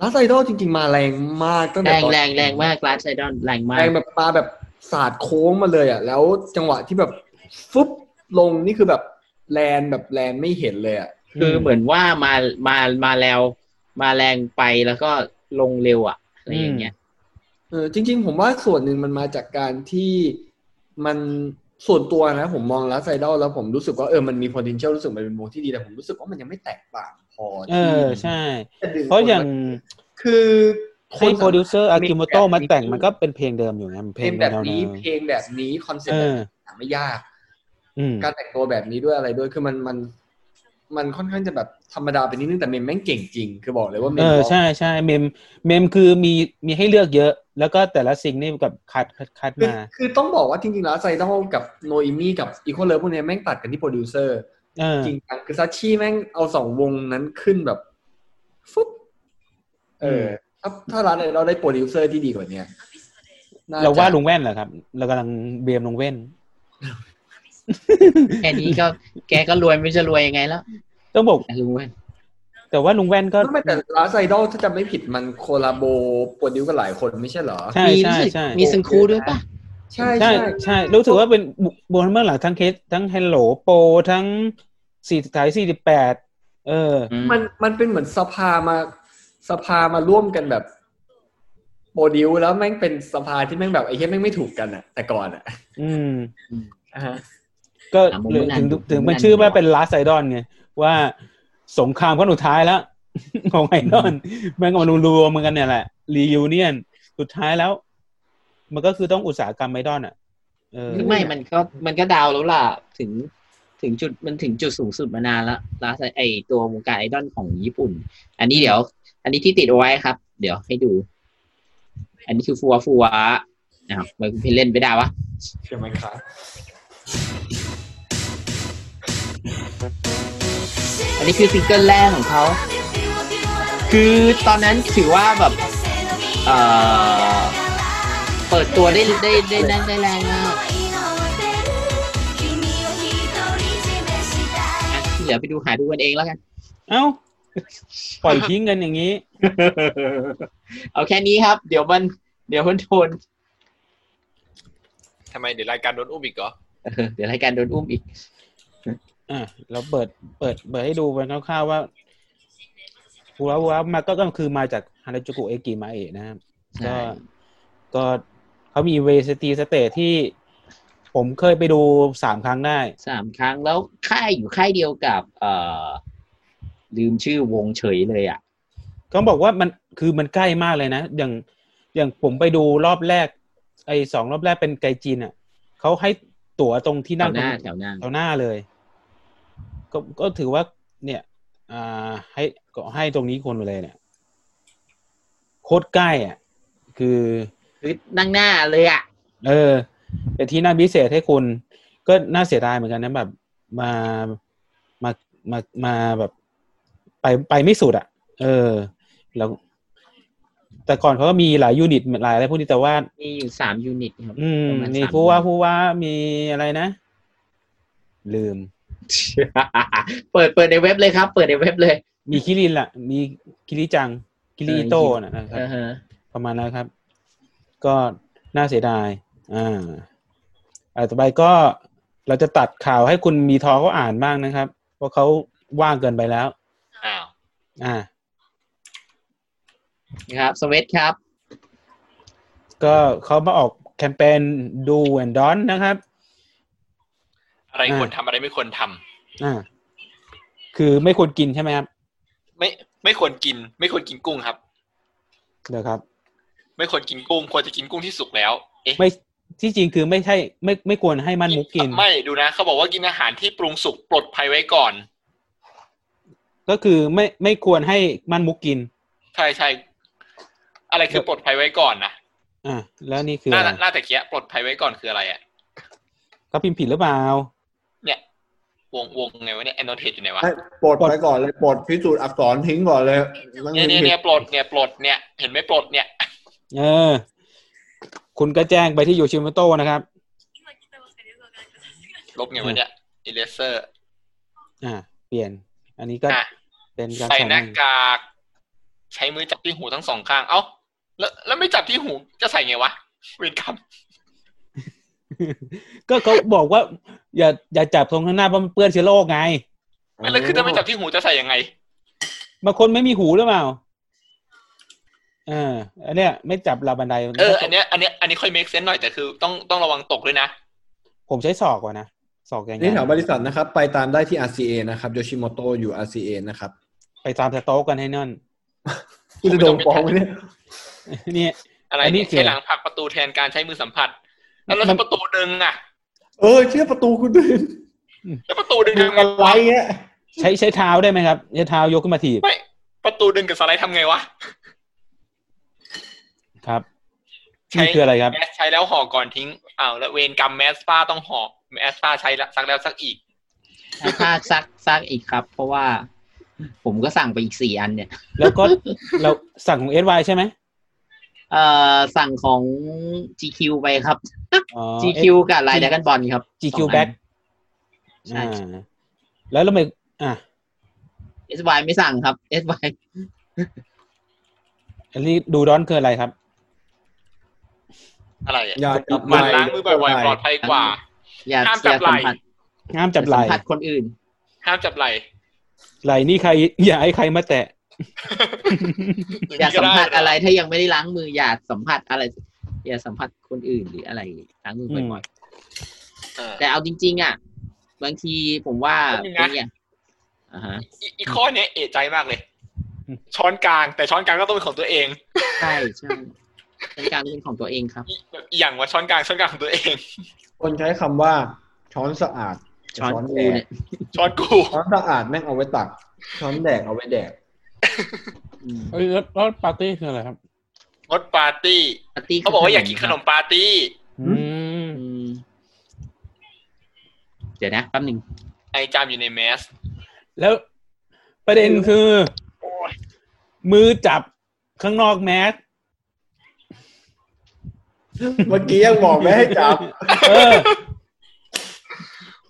S1: ลาไซดอลจริง ๆ มาแรงมากตั้ง
S5: แร
S1: แต่
S5: ง
S1: ตอน
S5: แรงแรงมากลาสไซดอนแรงมาก
S1: แรงแบบมาแบบสาดโค้งมาเลยอ่ะ แล้วจังหวะที่แบบฟึบลงนี่คือแบบแลนแบบแลนไม่เห็นเลยอ่ะ
S5: คือเหมือนว่ามามามาแล้วมาแรงไปแล้วก็ลงเร็วอะอะไรอย่างเงี้ย
S1: เออจริง ๆ ผมว่าส่วนหนึ่งมันมาจากการที่มันส่วนตัวนะผมมองลัสไซดอลแล้วผมรู้สึกว่าเออมันมี potential รู้สึกมันเป็นวงที่ดีแต่ผมรู้สึกว่ามันยังไม่แตกต่างพอ
S4: เอ
S1: ที่
S4: อ ใช่
S1: จดึง
S4: เพราะอย่าง
S1: คือ
S4: ให้โปรดิวเซอร์อากิโมโตะมา
S1: บบ
S4: แต่งมันก็เป็นเพลงเดิมอยู่ไงมันเพ
S1: เพ
S4: ล
S1: ล
S4: ง
S1: ง
S4: แน
S1: แบ
S4: ว
S1: บ
S4: ๆ
S1: นี้เพลงแบบนี้คอนเซ็ป
S4: เอ
S1: ต์แบบ
S4: อ
S1: นี้หาไม่ยาก
S4: อืม
S1: การแต่งตัวแบบนี้ด้วยอะไรด้วย คือมันมันมันค่อนข้างจะแบบธรรมดาไปนิดนึงแต่เมมแม่งเก่งจริง คือบอกเลยว่าเม
S4: เอ
S1: ม
S4: อ
S1: ร้อง
S4: ใช่ใช่เมมเมมคือมีมีให้เลือกเยอะ แล้วก็แต่ละสิ่งนี่กับคัดคัดคัด
S1: คือ
S4: มา
S1: คือต้องบอกว่าจริงๆแล้วไซดอลกับโนอิมี่กับอีโคเลฟพวกเนี้ยแม่งตัดกันที่โปรดิวเซอร์
S4: เออ
S1: จริงจังคือซัชชี่แม่งเอาสองวงนั้นขึ้นแบบฟุ๊บเออถ้าถ้าร้านไหนเราได้โปรดิวเซอร์ที่ดีกว่าเนี้ยน่จะ
S4: เราว่าลุงแว่นเหรอครับ เรากำลังเบียมลุงแว่น
S5: แค่นี้ก็แกก็รวยไม่รู้จะรวยยังไงแล้ว
S4: ต้องบอก
S5: ลุงเว้ย
S4: แต่ว่าลุงแว่นก็
S1: ไม่แต่ร้านไซดอลถ้าจำไม่ผิดมันโคลาโบโปรดิวกันหลายคนไม่ใช่เหรอ
S4: ใช่
S5: มีรู้
S4: ใช่
S5: สึก
S4: ใช่
S5: มีซึงคูด้วยปะ
S1: ใช่
S4: ใช่
S1: ใช่
S4: ใช่รู้สึกว่าเป็นบุคบนเมื่องหลังทั้งเคสทั้ง Hello Pro ทั้งสี่สายสี่สิบแปดเออ
S1: มันมันเป็นเหมือนสภามาสภามาร่วมกันแบบโมดิวแล้วแม่งเป็นสภาที่แม่งแบบไอ้เหี้ยแม่งไม่ถูกกันอะแต่ก่อนอะ
S4: อืม
S1: อ่าฮะ
S4: ก็เลยถึงถึงถึงมันชื่อว่าเป็น Last Idol ไงว่าสงครามขั้นสุดท้ายแล้ว [laughs] ของไอดอนแม่งก็มารวมๆกันเนี่ยแหละ รียูเนียนสุดท้ายแล้ว มันก็คือต้องอุตสาหกรรมไอดอนอ่ะเออ
S5: ไม่มันก็มันก็ดาวแล้วล่ะ ถึงถึงจุดมันถึงจุดสูงสุดมานานละลาสไอตัววงการไอดอลของญี่ปุ่น อันนี้เดี๋ยว อันนี้ที่ติดเอาไว้ครับ เดี๋ยวให้ดู อันนี้คือฟัวฟัวนะครับมันเพเล่นไปได้วะ
S1: ใช่ไหมครับ
S5: อันนี้คือซิงเกิลแรกของเขา คือตอนนั้นถือว่าแบบ เอ่อ เปิดตัวได้ได้ได้ได้ได้แรงมากอ่ะที่เหลือไปดูหาดูกันเอง
S4: [laughs]
S5: แล้วกัน
S4: เอ้า ปล่อยทิ้งกันอย่างนี้
S5: เอาแค่นี้ครับ เดี๋ยวมัน เดี๋ยวมันโดน
S2: ทำไมเดี๋ยวรายการโดนอุ้มอีกเหรอ
S5: เออเดี๋ยวรายการโดนอุ้มอีก
S4: อ่ะเราเปิดเปิดเปิดให้ดูเป็นคร่าวๆว่าฮูราฮูรามาก็ก็คือมาจากฮาราจูกุเอกิมาเอะนะครับ
S5: ใช่
S4: ก็ก็เขามีเวสตีสเตทที่ผมเคยไปดูสามครั้งได้
S5: สามครั้งแล้วค่ายอยู่ค่ายเดียวกับ เอ่อ ลืมชื่อวงเฉยเลยอ่ะ
S4: ก็บอกว่ามันคือมันใกล้มากเลยนะ อย่างอย่างผมไปดูรอบแรก ไอ้สองรอบแรกเป็นไกจีนอ่ะเขาให้ตั๋วตรงที่
S5: แถ
S4: นั่ง
S5: วหน้าแถวหน้า
S4: แถวหน้าเลย ก็ก็ถือว่าเนี่ย อ่า ให้ก็ให้ตรงนี้คนเลยเนี่ย โคตรใกล้อ่ะ คือ
S5: คือนั่งหน้าเลยอ่ะ
S4: เออเป็นที่นั่งพิเศษให้คุณ ก็น่าเสียดายเหมือนกันนะแบบมามามามาแบบ ไปไปไม่สุดอะ่ะ เออ แล้ว แต่ก่อนเขาก็มีหลายยูนิตหลายอะไรพวกนี้แต่ว่า
S5: มีอยู่สามยูนิตครับ [laughs]
S4: อืม
S5: ประาณ
S4: มี
S5: สาม
S4: ผู้ว่า
S5: ยูนิต
S4: ผู้ว่ามีอะไรนะ ลืม
S5: เปิดเปิดในเว็บเลยครับ เปิดในเว็บเลย
S4: มีคิรินล่ะ มีคิริจังคิริอิโต้นะนะครั
S5: เอบ อฮะ
S4: ประมาณนั้นครับ ก็น่าเสียดาย อ่าอ่าต่อไปก็เราจะตัดข่าวให้คุณมีทอเขาอ่านบ้างนะครับ เพราะเขาว่างเกินไปแล้ว
S2: อ้าว
S4: อ่า
S5: นะครับสวีทครับ
S4: ก็เขามาออกแคมเปญ Do and Don นะครับ
S2: อะไรควรทำอะไรไม่ควรทำ
S4: อ่า คือไม่ควรกินใช่ไหมครับ
S2: ไม่ไม่ควรกิน ไม่ควรกินกุ้งครับ
S4: เหรอครับ
S2: ไม่ควรกินกุ้ง ควรจะกินกุ้งที่สุกแล้ว เอ๊ะ
S4: ไม่ที่จริงคือไม่ใช่ไม่ไม่ควรให้มันมุกกิน
S2: ไม่ดูนะเขาบอกว่ากินอาหารที่ปรุงสุกปลดภัยไว้ก่อน
S4: ก็คือไม่ไม่ควรให้มันมุกกิน
S2: ใช่ใช่อะไรคือปลดภัยไว้ก่อนนะ
S4: อ่าแล้วนี่คือ
S2: หน้า
S4: อะไร
S2: หน้าตะเกียะปลดภัยไว้ก่อนคืออะไรอ่ะ
S4: เขาพิมพ์ผิดหรือเปล่า
S2: เนี่ย วงวงไงวะเนี่ยแอนโนเทตอยู่ไหนวะ
S1: ให้ปลดไปก่อนเลยปลดพิสูจน์อักษรทิ้งก่อนเลยมัน
S2: เนี่ยเนี่ยเนี่ยปลดเนี่ยปลดเนี่ยเห็นไหมปลดเนี่ย
S4: เออ คุณก็แจ้งไปที่โยชิโมโตะนะครับ
S2: ลบไงวะเนี่ยอิเลเซอร์
S4: อ่า เปลี่ยน อันนี้ก็
S2: อ่ะ
S4: เป็นการ
S2: ใส่
S4: ขาย
S2: หน้ากาก ใช้มือจับที่หูทั้งสองข้าง เอ้า แล้วแล้วไม่จับที่หูจะใส่ไงวะเวรกรรม
S4: ก็เขาบอกว่า อย่าอย่าจับตรงข้างหน้าเพราะมันเปื้อนเชื้อโรคไง
S2: แล้วคือถ้าไม่จับที่หูจะใส่ยังไง
S4: บางคนไม่มีหูหรือเปล่าอ่าอันเนี้ย ไม่จับราวบันไดมัน
S2: เออ
S4: ก็
S2: อันเนี้ยอันเนี้ยอันนี้ค่อยเมคเซนต์หน่อยแต่คือต้องต้องระวังตกด้วยนะ
S4: ผมใช้ศอกกว่านะศอกอย่าง
S1: นี่
S4: เงี้ย
S1: แถวบริษัทนะครับ ไปตามได้ที่ RCA นะครับโยชิโมโตอยู่ RCA นะครับ
S4: ไปตามสโต๊กกันให้นั่น [laughs]
S1: คุณจะโดนฟ้องไหมเนี่ย
S4: เนี่ย
S2: อะไร
S4: อันนี้
S2: เนี่ย
S4: คือ
S2: ใช้หลังผลักประตูแทนการใช้มือสัมผัส แล้วแล้ว
S4: มัน
S2: ถ้าประตูดึงอ่ะ
S1: เออเชื่อประตูคุณด้วย
S2: ถ้าประตูดึง
S1: ดึงอะไรอ่ะ
S4: ใช้ใช้เท้าได้ไหมครับใช้เท้ายกขึ้นมาถีบ
S2: ไม่ประตูดึงกับสไลด์ทำไงวะ
S4: ครับ
S2: ใช้
S4: นี่คืออะไรครับ
S2: แมสใช้แล้วห่อก่อนทิ้งอ้าวแล้วเวรกรรมแมสป้าต้องห่อแมสป้าใช้แล้วซักแล้วซักอีก
S5: ถ้า [laughs] ซักซักอีกครับ เพราะว่า ผมก็สั่งไปอีกสี่อันเนี่ย
S4: แล้วก็เราสั่งของเอสไวใช่ไหม
S5: เอ่อสั่งของ GQ ไปครับ
S4: อ๋อ
S5: GQ กับไลน์ดักกันบอลครับ
S4: GQ
S5: สองอัน
S4: Back
S5: ใช่
S4: อ่าแล้วแล้วทำไมอ่ะ
S5: SY ไม่สั่งครับ SY
S4: อันนี้ดูดอนคืออะไรครับ
S2: อะไรอะ
S1: อย่าจับ
S2: หมัน
S1: ไค์
S2: ล้างมือบ่อยๆปลอดภัยกว่า
S5: อย่า
S2: ห้ามจั
S5: อบ ย่า
S2: ไหล่
S5: สัมผัส
S4: ห้ามจับ
S5: อ
S4: ไห
S5: ย่า
S4: ล่
S5: สัมผัสคนอื่น
S2: ห้ามจับไหล่
S4: ไหล่นี่ใคร อย่าให้ใครมาแตะ
S5: อย่าสัมผัสอะไร
S2: ย่างนี้ก็ด้น
S5: ถ้ายังไม่ได้ล้างมืออย่าสัมผัสอะไร อย่าสัมผัสคนอื่นหรืออะไรล้างมือบ่อย
S2: เออ
S5: ๆแต่เอาจริง ๆ อ่ะ บางทีผมว่า
S2: นิดนึง
S5: เป็นอ
S2: นะ
S5: ย่างอ่าฮะ
S2: อีอีกข้อเนี้ยเอะใจมากเลย
S4: อืม
S2: ช้อนกลางแต่ช้อนกลางก็ต้องเป็นของตัวเอง
S5: ใช่ใช่เป็นการเป็นของตัวเองครับ
S2: อีแบบอีอย่างว่าช้อนกลางช้อนกลางของตัวเอง
S1: คนใช้คำว่าช้อนสะอาด
S5: ช้อนกู
S1: แดก
S5: เนี่ย
S2: ช้อนกู
S1: ช้อนสะอาดแม่งเอาไว้ตัก ช้อนแดกเอาไว้แดก
S5: อืม
S4: รถปาร์ตี้คืออะไรครับ
S2: งดปาร์ตี้
S5: ปร์ตี้
S2: เขาบอกว่าอยากกินขนมปาร์ตี้
S4: อืม
S5: อืมเดี๋ยวนะแป๊บหนึ่ง
S2: ไอจามอยู่ในแมส
S4: แล้วประเด็นคือ มือจับข้างนอกแมส
S1: เมื่อกี้ยังบอกไม่ให้จับ
S4: เอ [laughs] อ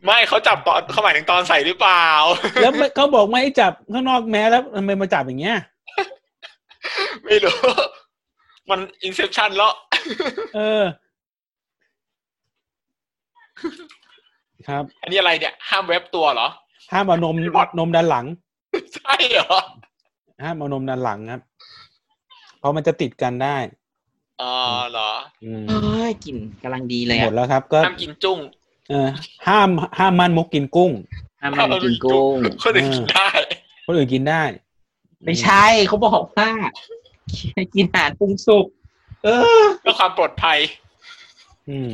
S2: ไม่เขาจับตอนเขาหมายถึงตอนใส่หรือเปล่า
S4: แล้วไม่เขาบอกไม่ให้จับข้างนอกแมสแล้วทำไมมาจับอย่างเงี้ย
S2: ไม่รู้ มันอินเซ t ชันแล้ว
S4: เออ ครับ
S2: อันนี้อะไรเนี่ย ห้ามเว็บตัวเหรอ
S4: ห้ามเอานมนมด้านหลัง
S2: ใช่เหรอ
S4: ห้ามเอานมด้านหลังครับ เพราะมันจะติดกันได้
S2: อ๋อเหรอ
S4: อืม
S5: เอ้ยกลิ่นกำลังดีเลย
S4: หม
S5: อ่ะ
S4: ดแล้วครับ ก็
S2: ห้ามกินจุ้ง
S4: เออห้ามห้ามมันมุกกินกุ้ง
S5: ห้ามมันกินกุ้ง
S2: คนอื่นกินได้
S4: คนอื่นกินได้
S5: ไม่ใช่เขาบอกว่า [laughs] กินอาหารปรุงสุกเออ
S2: เพื่อความปลอดภัย
S4: อืม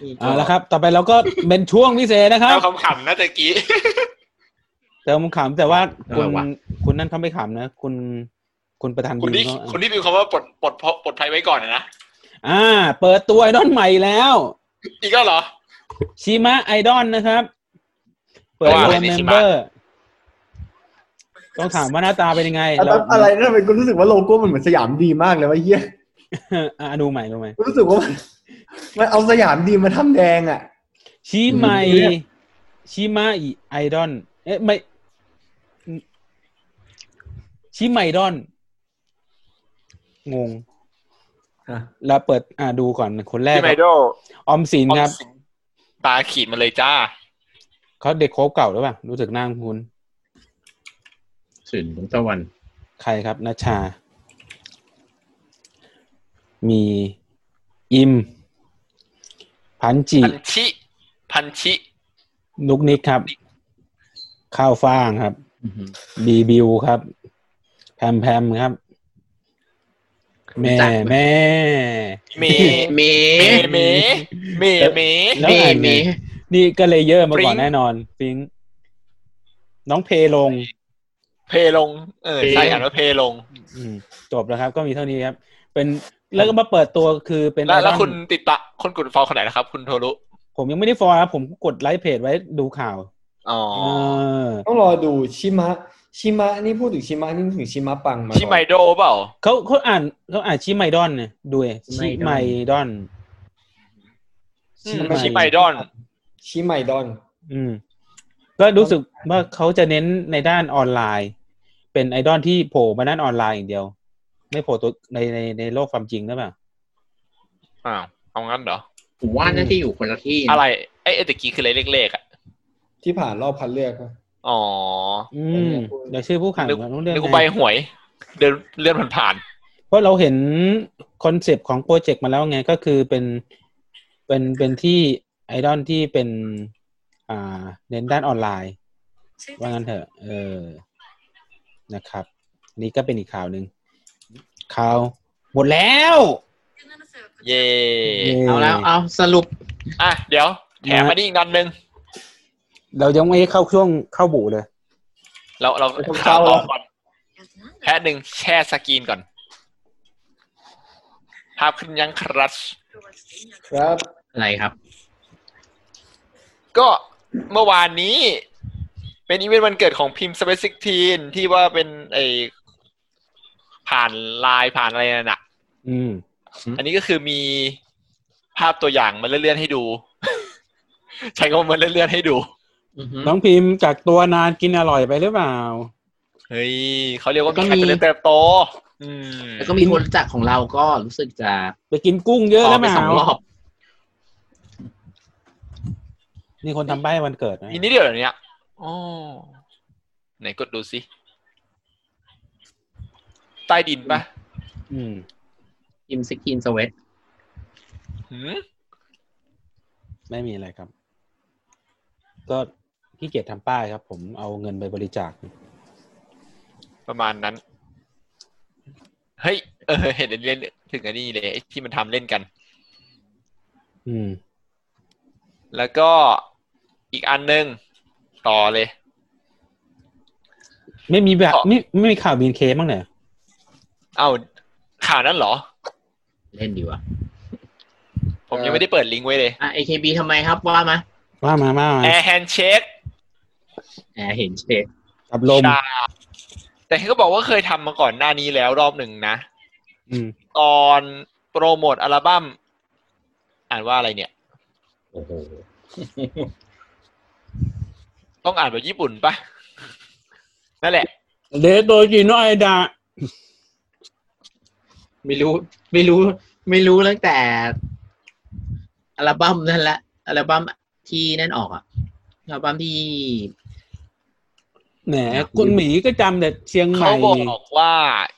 S5: นี่ก็
S4: เอาละครับ ต่อไปเราก็ [laughs] เป็นช่วงพิเศษนะครับ
S2: เอาคำขำนะตะกี้
S4: แต่ผมขำแต่ว่าคุณ
S5: อะไรวะ
S4: คุณนั่นเขาไม่ขำนะ คุณคุณประธาน
S2: คนที่
S4: บิวเขา
S2: คนที่พิมพ์คำว่าปลดปลดปลดภัยไว้ก่อนอะนะ
S4: อ่า เปิดตัวไอดอลใหม่แล้ว
S2: อีกแล้วเหรอ
S4: ชิมะไอดอลนะครับ เปิด
S2: ว่า
S4: ตั
S2: อะ
S4: ว
S2: ไรใน
S4: เมม
S2: ชิ
S4: เบ
S2: มะ
S4: อร์ ต้องถามว่าหน้าตาเป็นยังไงเรา
S1: อะไรนะทำไมกูรู้สึกว่าโลโก้มันเหมือนสยามดีมากเลยว่าเฮีย
S4: อ่ะ [laughs] ดูใหม่ดูใหม่
S1: กูรู้สึกว่ามันมันเอาสยามดีมาทำแดงอ่ะ
S4: ชิไม
S1: อืม
S4: ชิมาอิไอดอน เอ๊ะไม่อืมชิไมดอน งง แล้วเปิดอ่าดูก่อนคนแรก
S2: พี่ไม
S4: ครับ
S2: โด
S4: ออมสินครับ
S2: ตาขีดมาเลยจ้า
S4: เขาเด็กโคบเก่าหรือเปล่า รู้สึกหนั่งคุณ
S5: สินของตะวัน
S4: ใครครับนัชชา มีอิม พันจิ
S2: พันชิพันชิ
S4: นุกนิกครับ ข้าวฟ่างครับ บีบิวครับ แพมแพมครับ แม่แม่
S2: เม
S5: เม
S2: เมเมเมเม
S4: แล้ว
S5: เม
S4: อ่าน
S5: เม
S4: ไงนี่ก็เลเยอร์มาก่อน
S2: ปริ้ง
S4: แน่นอนฟิงน้องเพลง
S2: เพลงเออใช่อ่านว่าเพลง
S4: อืมจบแล้วครับ ก็มีเท่านี้ครับ เป็นแล้วก็มาเปิดตัวคือเป็น
S2: แล้วแล้ว
S4: อับั้ม
S2: คุณติดตะคนกดฟอลคนไหนนะครับ คุณโทรุ
S4: ผมยังไม่ได้ฟอลครับผมกดไลค์เพจไว้ดูข่าว
S2: อ๋อ
S4: เออ
S1: ต้องรอดูชิมะ ชิมะนี่พูดถึงชิมะนี่นึกถึงชิมะปังมาก่อน
S2: ชิไมโดเปล่า
S4: เขาเขาอ่านเขาอ่านชิไมดอนเนี่ยด้วยชิไมดอน
S2: อืมชิไมดอน
S1: ชิไมดอน
S4: อืม ก็รู้สึกว่าเขาจะเน้นในด้านออนไลน์ เป็นไอดอลที่โผล่มาด้านออนไลน์อย่างเดียว ไม่โผล่ตัวในในในโลกความจริงหรือเปล่า
S2: อ้าวเอางั้นเหรอ
S5: ผมว่าน่าจะอยู่คนละที่น
S2: อะไรไอ้ไอ้ตะกี้คืออะไรเลขๆอ่ะ
S1: ที่ผ่านรอบพันเลือกนะ
S2: อ๋อ
S4: อืมเดี๋ยวชื่อผู้แข่ง
S2: นึก
S4: ก่อนต้องเลือก
S2: นึกว่า
S4: นะ
S2: ใบหวย เดินเลื่อนผ่าน
S4: เพราะเราเห็นคอนเซปต์ของโปรเจกต์มาแล้วไงก็คือเป็นเป็นเป็นที่ไอดอลที่เป็น อ่า เน้นด้านออนไลน์ ว่างั้นเถอะ เออนะครับ นี่ก็เป็นอีกข่าวหนึ่งข่าว หมดแล้ว
S2: ๆเย่
S5: เอาแล้วเอาสรุป
S2: อ่ะเดี๋ยวแถมมานี่อีกนันหนึ่ง
S4: เรายังไม่เข้าช่วงเข้าบูเลย
S2: เราเรา
S1: ไม่ต้อง
S2: ข่า
S1: เข้าว
S2: ต่อ
S1: แล้ว
S2: ก่อนแพ้หนึ่งแช่สกรีนก่อน ภาพขึ้นยังครับ
S1: ครับ
S5: อะไรครับ
S2: ก็เมื่อวานนี้ เป็นอีเวนต์วันเกิดของพิมพ์สเปซิกทีนที่ว่าเป็นไอผ่านไลน์ผ่านอะไรนั่นน่ะ
S4: อืม
S2: อันนี้ก็คือมีภาพตัวอย่างมาเลื่อนๆให้ดู [laughs] ใช้คำว่ามาเลื่อนๆให้ดู
S5: อือฮึ
S4: น้องพิมพ์กักตัวนานกินอร่อยไปหรือเปล่า
S2: เฮ้ยเขาเรียกว่า
S5: ก็
S2: มี
S5: มี
S2: การเจริญเติบโต อืม
S5: แล้วก็มีคนรู้จักของเราก็รู้สึกจะ
S4: ไปกินกุ้งเยอะ
S5: อ
S4: แล้
S5: อ
S4: ว
S5: ก
S4: เป
S5: ไป
S4: ล่า
S5: สองรอบ
S4: นี่คนทำใบ้วันเกิดนะ
S2: มีนิดเดียวเหรอเนี่ยอ๋อไหนกดดูสิใต้ดินปะ
S4: อืม
S5: อิมสกินสเวต
S2: หืม
S4: ไม่มีอะไรครับ ก็ขี้เกียจทำป้ายครับ ผมเอาเงินไปบริจาค
S2: ประมาณนั้น เฮ้ยเออเห็นเล่นๆถึงอันนี้เลยไอ้ที่มันทำเล่นกัน
S4: อืม
S2: แล้วก็อีกอันหนึง ต่อเลย
S4: ไม่มีแบบ
S2: อ๋อ
S4: ไม่ไม่มีข่าวบีนเคบ้างเนี่ย
S2: เอ้าข่าวนั้นเหรอ
S5: เล่นดีวะ
S2: ผมยังไม่ได้เปิดลิงก์ไว้เลย
S5: อ่ะ AKB ทำไมครับว่ามา
S4: ว่ามามามา
S2: แอร์แฮนเชค
S5: แหมเห็นเชด
S4: กับลม
S2: ใช่แต่เขาบอกว่าเคยทำมาก่อนหน้านี้แล้วรอบหนึ่งนะ
S4: อืม
S2: ตอนโปรโมทอัลบั้ม อ่านว่าอะไรเนี่ย
S5: โอ้โห
S2: ต้องอ่านแบบญี่ปุ่นปะนั่นแหละ
S4: เดโตจิโนไอดะ
S5: ไม่รู้ ไม่รู้ ไม่รู้ตั้งแต่ อัลบั้มนั่นละอัลบั้มที่นั่นออกอะอัลบั้มที่
S4: แหมคุณหมีก็จำแต่เชียงให
S2: เขา
S4: ม่
S2: บอกว่า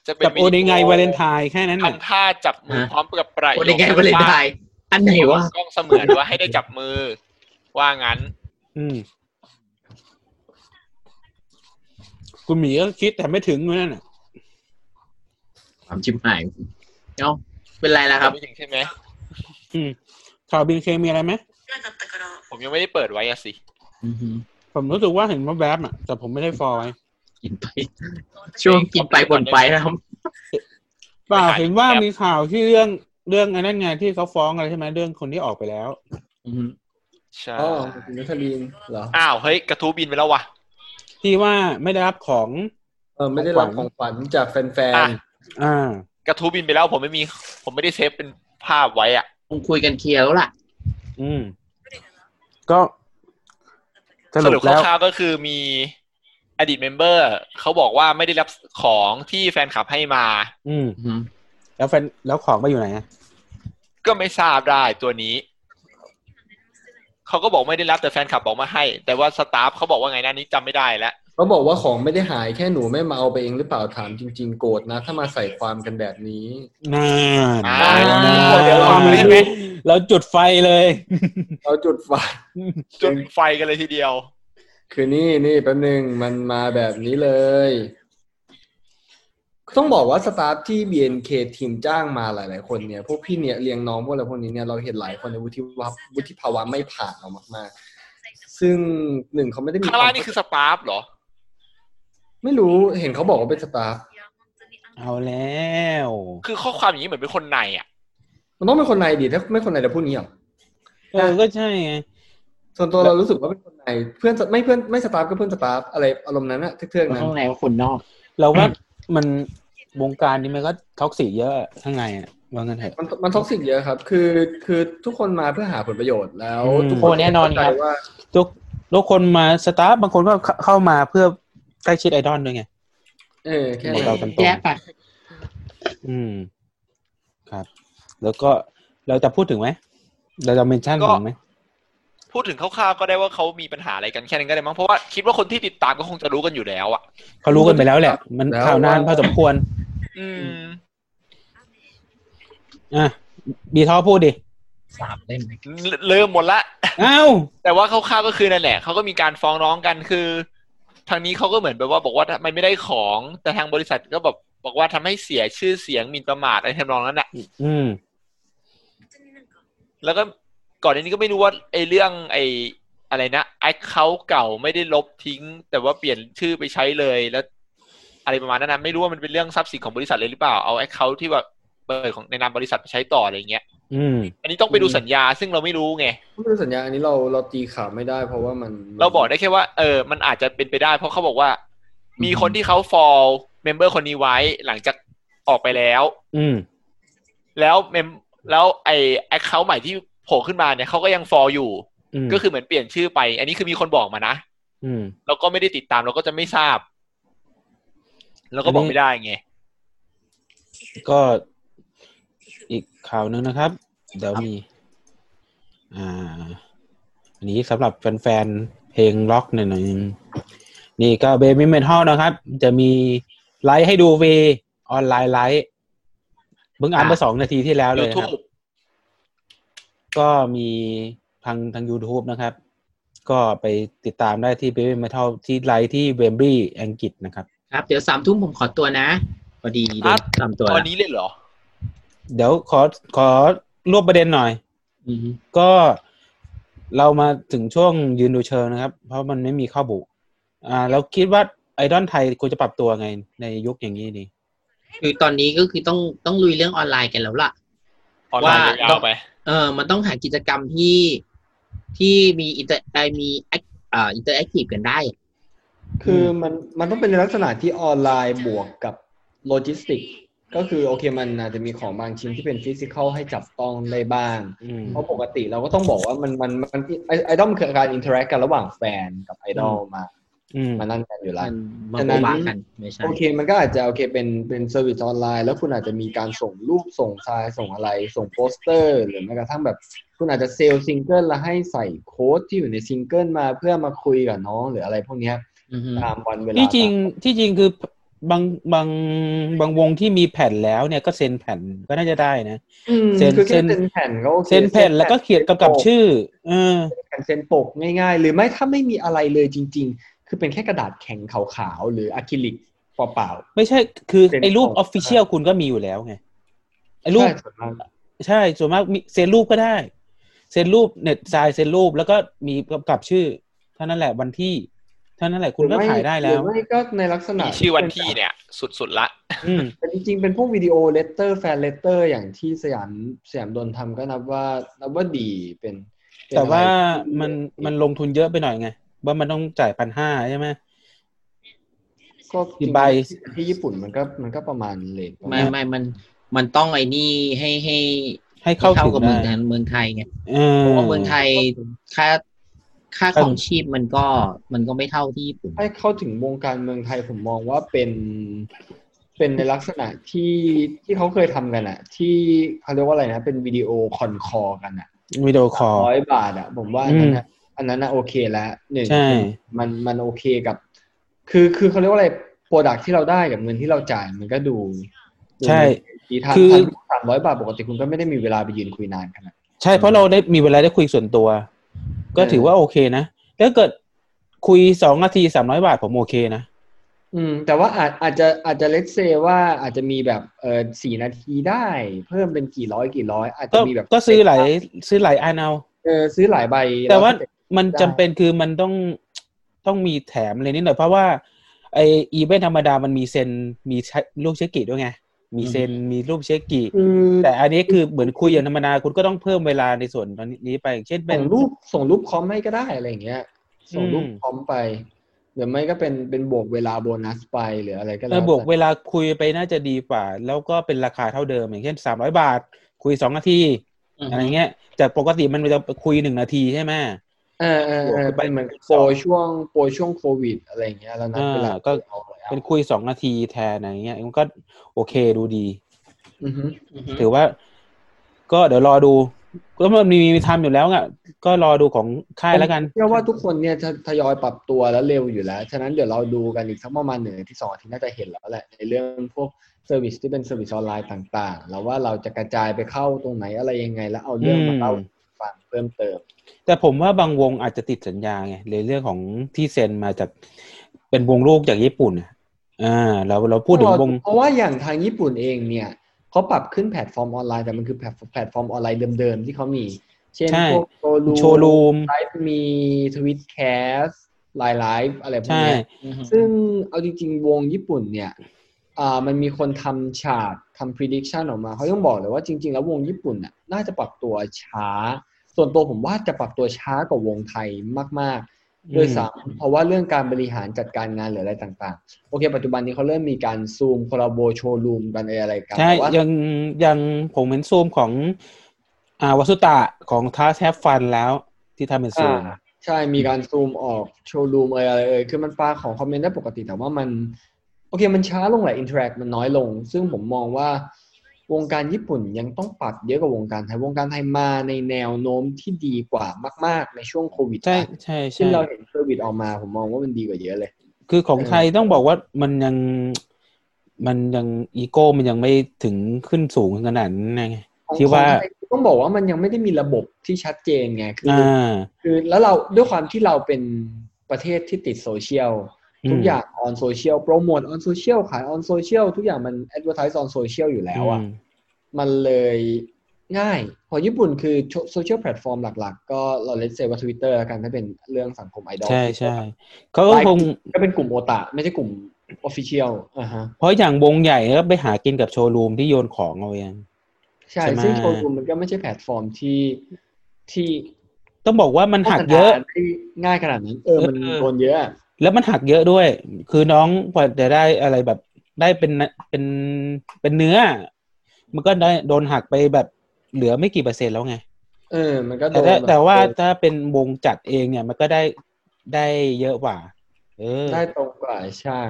S2: จะเป็น
S4: กับโอเดไงวาเลนไทน์แค่นั้นน่ะ
S2: ทำท่าจับมือ
S5: ฮะ
S2: พร้อมกับประโย
S5: โอ
S2: ค
S5: เดงไงวาเลนไทน์อันไหนวะ
S2: กล้องเสมือนว่าให้ได้จับมือ ว่างั้น
S4: อืม คุณหมีก็คิดแต่ไม่ถึงอยู่นั่นน่ะ
S5: ความชิบหายเนาะเป็นไรแล้วครับ
S2: ไม่ถึงใช่ไหม
S4: อืม ข่าวบีนเคมีอะไรไหม
S2: ผมยังไม่ได้เปิดไว้อะสิ
S5: อือฮึ
S4: ผมรู้สึกว่าเห็นว่าแวบอ่ะ แต่ผมไม่ได้ฟอลไว้
S5: กินไป ช่วงกินไปบ่นไปนะครับ
S4: เปล่า
S2: ไม่ขาย
S4: เห็นว่ามีข่าวที่เรื่องเรื่องไอ้นั่นไงที่เขาฟ้องอะไรใช่ไหมเรื่องคนที่ออกไปแล้ว
S5: อือฮึ
S2: ใช่
S1: อ๋อคุณนัทลีนเหรอ
S2: อ้าวเฮ้ยกระทู้บินไปแล้ววะ
S4: ที่ว่าไม่ได้รับของ
S1: เออไม่ได้รับของขวัญจากแฟน
S2: อ่ะ
S4: อ่า
S2: กระทู้บินไปแล้วผมไม่มี ผมไม่ได้เซฟเป็นภาพไว้อะ
S5: คงคุยกันเคลียร์แล้วล่ะ
S4: อืม ก็ส
S2: ส
S4: รุ
S2: รุ
S4: ป
S2: ป
S4: แล้ว
S2: คร่าวๆก็คือมีอดีตเมมเบอร์เขาบอกว่าไม่ได้รับของที่แฟนคลับให้มา
S4: อืม แล้วแฟนแล้วของไปอยู่ไหนอะ
S2: ก็ไม่ทราบได้ตัวนี้เขาก็บอกไม่ได้รับแต่แฟนคลับบอกมาให้ แต่ว่าสตาฟเขาบอกว่าไงนะนี้จำไม่ได้แล้ว
S1: ๆ ก็ เขาบอกว่าของไม่ได้หายแค่หนูไม่มาเอาไปเองหรือเปล่าถามจริง ๆ โกรธนะ ถ้ามาใส่ความกันแบบนี้
S4: น่า
S2: อ่า
S1: เดี๋ยว
S2: ความเลยใช่ไหม
S4: เราจุดไฟเลย
S1: เราจุดไฟ
S2: จุดไฟกันเลยทีเดียว
S1: คือนี่นี่แป๊บนึงมันมาแบบนี้เลย ต้องบอกว่าสตาฟที่ BNK ทีมจ้างมาหลาย ๆ คนเนี่ย พวกพี่เนี่ยเลี้ยงน้องพวกอะไรพวกนี้เนี่ยเราเห็นหลายคนในวุฒิภาวะวุฒิภาวะไม่ผ่านเรามาก ๆ ซึ่งหนึ่งเขาไม่ได้มี
S2: ข้างล่างนี่คือสตาฟเหรอ
S1: ไม่รู้เห็นเขาบอกว่าเป็นสตาฟ
S4: เอาแล้ว
S2: คือข้อความอย่างนี้เหมือนเป็นคนในอ่ะ
S1: มันต้องเป็นคนในดิถ้าไม่คนในจะพูดงี้หรอ
S4: เออ ก็ใช่ไง
S1: ส่วนตัวเรารู้สึกว่าเป็นคนในเพื่อนไม่เพื่อนไม่สตาฟก็เพื่อนสตาฟอะไรอารมณ์นั้นอะเทือกๆนั้น
S5: ข้างในว่าคนนอก
S4: เราว่ามันวงการนี้มันก็ท็อกซิกเยอะข้างในอ่ะว่างั้นเถอะ
S1: มันมันท็อกซิกเยอะครับ คือคือทุกคนมาเพื่อหาผลประโยชน์แล้ว
S4: อืม
S1: ทุกคน
S5: โอ้แน่นอนครับ
S1: เข้าใจว่า
S4: ทุกทุกคนมาสตาฟบางคนก็เข้าเข้ามาเพื่อใกล้ชิดไอดอลด้วยไง
S1: เออแค่
S4: หม
S1: นั้
S4: ด
S1: น
S4: เราตรงๆ
S5: แยกไป
S4: อืม ครับ แล้วก็เราจะพูดถึงไหม เราจะเมนชั่น
S2: ก็
S4: ถึงไหม
S2: พูดถึงคร่าวๆก็ได้ว่าเขามีปัญหาอะไรกันแค่นั้นก็ได้มั้ง เพราะว่าคิดว่าคนที่ติดตามก็คงจะรู้กันอยู่แล้วอ่ะ
S4: เขารู้กันไปแล้วแหละ มัน
S1: แล้ว
S4: ข่าวนานพอสมควร
S2: อืม
S4: อ่ะ บีท้อ
S2: [laughs]
S4: พูดดิ
S5: สามเล่ม
S2: เริ่มหมดละ
S4: อ้าว
S2: แต่ว่าคร่าวๆก็คือนั่นแหละเขาก็มีการฟ้องร้องกันคือ ทางนี้เขาก็เหมือนแบบว่าบอกว่าทำไมไม่ได้ของ แต่ทางบริษัทก็แบบบอกว่าทำให้เสียชื่อเสียงหมินประมาทอะไรทำนองนั้นแหละ
S4: อืม
S2: แล้วก็ก่อนหน้านี้ก็ไม่รู้ว่าไอ้เรื่องไอ้อะไรนะแอคเคาเก่าไม่ได้ลบทิ้ง แต่ว่าเปลี่ยนชื่อไปใช้เลยแล้ว อะไรประมาณนั้นนะไม่รู้ว่ามันเป็นเรื่องทรัพย์สินของบริษัทเลยหรือเปล่าเอาแอคเคาที่แบบเปิดของในนามบริษัทไปใช้ต่ออะไรอย่างเงี้ย
S4: อืม
S2: อันนี้ต้องไปดูสัญญา ซึ่งเราไม่รู้ไง
S1: ไม่รู้สัญญาอันนี้เราเราตีข่าวไม่ได้ เพราะว่ามัน
S2: เราบอกได้แค่ว่าเออ มันอาจจะเป็นไปได้ เพราะเขาบอกว่า มีคนที่เขา follow เมมเบอร์คนนี้ไว้หลังจากออกไปแล้ว
S4: อืม
S2: แล้วเมมแล้วไอแอคเคาท์ใหม่ที่โผล่ขึ้นมาเนี่ยเขาก็ยัง follow อยู่
S4: อืม
S2: ก็คือเหมือนเปลี่ยนชื่อไป อันนี้คือมีคนบอกมานะ
S4: อืม
S2: เราก็ไม่ได้ติดตามเราก็จะไม่ทราบ แล้วก็บอกไม่ได้ไง
S4: ก็อีกข่าวหนึ่งนะครับ เดี๋ยวมี อ่า อันนี้สำหรับแฟนๆ เพลงล็อกหน่อยหน่อยๆนี่ก็เบบี้เมทัลนะครับ จะมีไลฟ์ให้ดูเวออนไลน์ไลฟ์เพิ่งอ่านไปสองนาทีที่แล้วเล
S2: ยู
S4: ยนะ
S2: ทู
S4: ครับ
S2: บ
S4: ก็มีทางทาง YouTube นะครับ ก็ไปติดตามได้ที่ Baby Metal ที่ไลฟ์ที่เวมบรีอังกฤษนะครับ
S5: ครับ เดี๋ยวสามทุ่มผมขอตัวนะพอดีเดี๋ยวสามตัว
S2: ตอน
S5: ละ
S2: นี้เลยเหรอ
S4: เดี๋ยวขอขอรวบประเด็นหน่อย
S5: อือฮึ
S4: ก็เรามาถึงช่วงยืนดูเชิงนะครับ เพราะมันไม่มีข้อบุ อ่าเราคิดว่าไอดอลไทยควรจะปรับตัวไงในยุคอย่างนี้ดี
S5: คือตอนนี้ก็คือต้องต้องลุยเรื่องออนไลน์กันแล้วล่ะ
S2: ออนไลน์ยาวๆไป
S5: เออมันต้องหากิจกรรมที่ที่มีอินเตอร์ไอมีแอคอ่าอินเตอร์แอคทีฟกันได้
S1: คือมันมันต้องเป็นในลักษณะที่ออนไลน์บวกกับโลจิสติก ก็คือโอเคมันอาจจะมีของบางชิ้นที่เป็นฟิสิก a l ให้จับต้องได้บ้าง
S4: อืม
S1: เพราะปกติเราก็ต้องบอกว่ามันมันมันไอไอดอลมันคือการอินเทอร์แอคกันระหว่างแฟนกับไอดอลมา
S4: อืม
S1: มานั่นกันอยู่แล้ว
S5: มัน
S1: ฉะ
S5: มา
S1: นั้
S5: โอน บากันไม่ใช่
S1: โอเคมันก็อาจจะโอเคเป็นเป็นเซอร์วิสออนไลน์แล้วคุณอาจจะมีการส่งรูปส่งไฟล์ส่งอะไร ส่งโปสเตอร์ หรือแม้กระทั่งแบบ คุณอาจจะเซลล์ซิงเกิลแล้วให้ใส่โค้ดที่อยู่ในซิงเกิลมาเพื่อมาคุยกับน้องหรืออะไรพวกเนี้ย
S5: อือฮึ
S1: ตามวันเวลา
S4: ที่จริงที่จริงคือบางบางบางวงที่มีแผ่นแล้วเนี่ยก็เซ็นแผ่นก็น่าจะได้นะ
S1: อืม
S4: เซ็น
S1: คือแค่
S4: เซ็น
S1: เซ็นแผ่นก็โอค
S4: เซ็นแผ่นแล้วก็เขียนกำกับชื่อ เออ
S1: เซ็นแผ่นเซ็นปกง่ายๆ หรือไม่ถ้าไม่มีอะไรเลยจริง ๆ คือเป็นแค่กระดาษแข็งขาวๆหรืออะคริลิกเปล่า
S4: ไม่ใช่คือ
S1: เซ็น
S4: ไอ้รูป
S1: ก่
S4: อ
S1: อน
S4: อฟฟิเชียลคุณก็มีอยู่แล้วไงไอ้
S1: ๆ
S4: รูป
S1: ใช่ส่วนมาก
S4: ใช่ส่วนมากมีเซ็นรูปก็ได้ เซ็นรูปเน็ตทรายเซ็นรูปแล้วก็มีกำกับชื่อ เท่านั้นแหละวันที่ เท่านั้นแหละคุณก็ขายได้แล้
S1: หรื
S4: ว
S1: อไม่ก็ในลักษณะ
S2: มีชื่อวันที่เนี่ย สุดๆละ
S4: อืม
S1: แต่จริงๆ เป็นพวกวิดีโอเลตเตอร์แฟนเลตเตอร์อย่างที่สยามสยามโดนทำก็นับว่านับว่าดีเป็นเป็น
S4: แต่ว่า
S1: อะไรที่
S4: มันมันลงทุนเยอะไปหน่อยไง ว่ามันต้องจ่ายพันห้าใช่ไหม
S1: ก็จริงๆ
S4: ใบ
S1: ที่ญี่ปุ่นมันก็มันก็ประมาณเลท
S5: ไม่ไม่มันมันต้องไอ้นี่ให้ให้
S4: ให้เข้า
S5: เข้า
S4: ถึง
S5: กับเมื
S4: ได้
S5: องไทยเมืองไทยไง
S4: เออ
S5: เพราะว่าเมืองไทยค่าค่า
S4: ครั
S5: ข
S4: บ
S5: องชีพมันก็มันก็ไม่เท่าที่ญี่ปุ่น
S1: ให้เข้าถึงวงการเมืองไทยผมมองว่าเป็น เป็นในลักษณะที่ที่เขาเคยทำกันอะที่เขาเรียกว่าอะไรนะ เป็นวิดีโอคอนคอกันอะ
S4: วิดีโอคอล
S1: ร้อยบาทอะผมว่าอันนั้นอะอันนั้นอะโอเคแล้วหนึ่ง
S4: ใช่
S1: มันมันโอเคกับ คือคือเขาเรียกว่าอะไรโปรดักที่เราได้กับเงินที่เราจ่ายมันก็ดู
S4: ใช่
S1: ดีทาง
S4: คือ
S1: สามร้อยบาทปกติคุณก็ไม่ได้มีเวลาไปยืนคุยนานขนาดนั้น
S4: ใช่เพราะเราได้มีเวลาได้คุยส่วนตัว ก็
S1: เออ
S4: ถือว่าโอเคนะถ้าเกิดคุยสองนาทีสามร้อยบาทผมโอเคนะ
S1: อืม แต่ว่าอาจอาจจะอาจจะเลทเซว่าอาจจะมีแบบเออสี่นาทีได้ เพิ่มเป็นกี่ร้อยกี่ร้อย อาจ
S4: ก็
S1: จะมีแบบ
S4: ก็ซื้อหลายซื้อหลายอันเอา
S1: เออซื้อหลายใบ
S4: แต่ว่า
S1: ล้ก็
S4: มัน
S1: ได้
S4: จำเป็นคือมันต้องต้องมีแถมอะไรนิดหน่อยเพราะว่าไออีเวนธรรมดามันมีเซนมีใช้รูปเช็คกิด้วยไง มีเซนมีรูปเช็คกิ
S1: อืม
S4: แต่อันนี้คือเหมือนคุยอย่างธรรมดาคุณก็ต้องเพิ่มเวลาในส่วนตอนนี้ไปอย่างเช่นเป็
S1: ส่
S4: น
S1: งรูปส่งรูปคอมให้ก็ได้อะไรอย่างเงี้ย ส่งรูป
S4: อืม
S1: คอมไปหรือไม่ก็เป็นเป็นบวกเวลาโบนัสไปหรืออะไรก็
S4: เอ
S1: แล้
S4: อ
S1: ว
S4: บวก
S1: แต่
S4: เวลาคุยไปน่าจะดีกว่า แล้วก็เป็นราคาเท่าเดิม อย่างเช่นสามร้อยบาท คุยสองนาที
S5: อืม
S4: อะไรเงี้ยจากปกติมันจะคุยหนึ่งนาทีใช่ไหม
S1: เออเออเออเป็นเหมือนโปรช่วงโปรช่วงโควิดอะไรอย่างเงี้ยแล้วนะ
S4: อ่า
S1: เวลา
S4: ก็
S1: เอาไปเอา
S4: เป็นคุยสองนาทีแทนอะไรเงี้ยมันก็โอเคดูดี
S1: อือฮึ
S4: ถือว่า ก็เดี๋ยวรอดู ก็มันมีมีทำอยู่แล้วอ่ะก็รอดูของค่ายแล้วกัน
S1: เชื่อว่าทุกคนเนี่ยททยอยปรับตัวแล้วเร็วอยู่แล้ว ฉะนั้นเดี๋ยวเราดูกันอีกสักประมาณหนึ่งอาที่สองอาทิตย์น่าจะเห็นแล้วแหละ ในเรื่องพวกเซอร์วิสที่เป็นเซอร์วิสออนไลน์ต่างๆ แล้วว่าเราจะกระจายไปเข้าตรงไหนอะไรยังไง แล้วเอาเรื่องมาเล่า
S4: อืม
S1: ฟังเพิ่มเติม
S4: แต่ผมว่าบางวงอาจจะติดสัญญาไงในเรื่องของที่เซ็นมาจากเป็นวงลูกจากญี่ปุ่นอะอ่า เราเราพูดถึงวง
S1: เพราะว่าอย่างทางญี่ปุ่นเองเนี่ยเขาปรับขึ้นแพลตฟอร์มออนไลน์แต่มันคือแพลตแพลตฟอร์มออนไลน์เดิมๆที่เขามี เช่น
S4: ใช่
S1: พวก
S4: โช
S1: โช
S4: ว์
S1: รู
S4: รูม
S1: ไลฟ์มีทวิตแคสไลน์ไลฟ์อะไรพวก
S4: ใช่
S1: เนี้ยซึ่งเอาจริงๆ วงญี่ปุ่นเนี่ยอ่ามันมีคนทำฉากทำ prediction ออกมาเขายังบอกเลยว่าจริง ๆ แล้ววงญี่ปุ่นน่ะน่าจะปรับตัวช้า ส่วนตัวผมว่าจะปรับตัวช้ากว่าวงไทยมากๆ ด้วยซ้ำเพราะว่าเรื่องการบริหารจัดการงานหรืออะไรต่างๆ โอเค ปัจจุบันนี้เขาเริ่มมีการซูมคอลลาโบโชว์รูมกันอะไรกัน
S4: ใช่
S1: แต่ว่า
S4: ยังยังผมเห็นซูมของอ่าวัสุตะของทาแทฟฟันแล้วที่ทำเป็นซูม
S1: อ่าใช่มีการซูมออกโชว์รูมอะไรอะไรเอ่ยคือมันปาของคอมเมนต์ได้ปกติแต่ว่ามัน โอเคมันช้าลงแหละอินเทอร์แอคมันน้อยลง ซึ่งผมมองว่าวงการญี่ปุ่นยังต้องปรับเยอะกว่าวงการไทย วงการไทยมาในแนวโน้มที่ดีกว่ามาก ๆ ในช่วงโควิด
S4: ใช่ใช่
S1: ซึ่
S4: ใช่
S1: งเราเห็นโควิดออกมาผมมองว่ามันดีกว่าเยอะเลย
S4: คือของไทยต้องบอกว่ามันยังมันยังอีโก้มันยังไม่ถึงขึ้นสูงขนาดนั้นไง
S1: ของ
S4: ที่ว่า
S1: ของไทยต้องบอกว่ามันยังไม่ได้มีระบบที่ชัดเจนไงคือ
S4: อ่
S1: อา คือแล้วเราด้วยความที่เราเป็นประเทศที่ติดโซเชียล
S4: อืม
S1: ทุกอย่างออนโซเชียลโปรโมทออนโซเชียลขายออนโซเชียลทุกอย่างมันแอดเวอร์ทายออนโซเชียลอยู่แล้วอ่ะ
S4: อืม
S1: มันเลยง่ายของญี่ปุ่นคือโซเชียลแพลตฟอร์มหลัก ๆ ก็เราเลนเซว่าทวิตเตอร์แล้วกันถ้าเป็นเรื่องสังคมไอดอล
S4: ใช่ใช่เขาก็คง
S1: ก็เป็นกลุ่มโอตาไม่ใช่กลุ่มออฟฟิเชียลอ่าฮะ
S4: เพราะอย่างวงใหญ่ก็ไปหากินกับโชว์รูมที่โยนของเอาเอง
S1: ใช่
S4: ใช่ไหม
S1: ซึ่งโชว์รูมมันก็ไม่ใช่แพลตฟอร์มที่ที่
S4: ต้องบอกว่ามันหักเยอะ
S1: โฆษณาได้ง่ายขนาดนั้น เออ มัน
S4: เออ
S1: โดนเยอะอะ
S4: แล้วมันหักเยอะด้วย คือน้องพอจะได้อะไรแบบได้เป็นเป็นเป็นเนื้อ มันก็ได้โดนหักไปแบบเหลือไม่กี่เปอร์เซ็นต์แล้วไง
S1: เออ มันก็โด
S4: แต่
S1: น
S4: ถ้า
S1: บบ
S4: แต่ว่าถ้าเป็นวงจัดเองเนี่ยมันก็ได้ได้เยอะกว่า เออ
S1: ได้ตรงกว่าใช่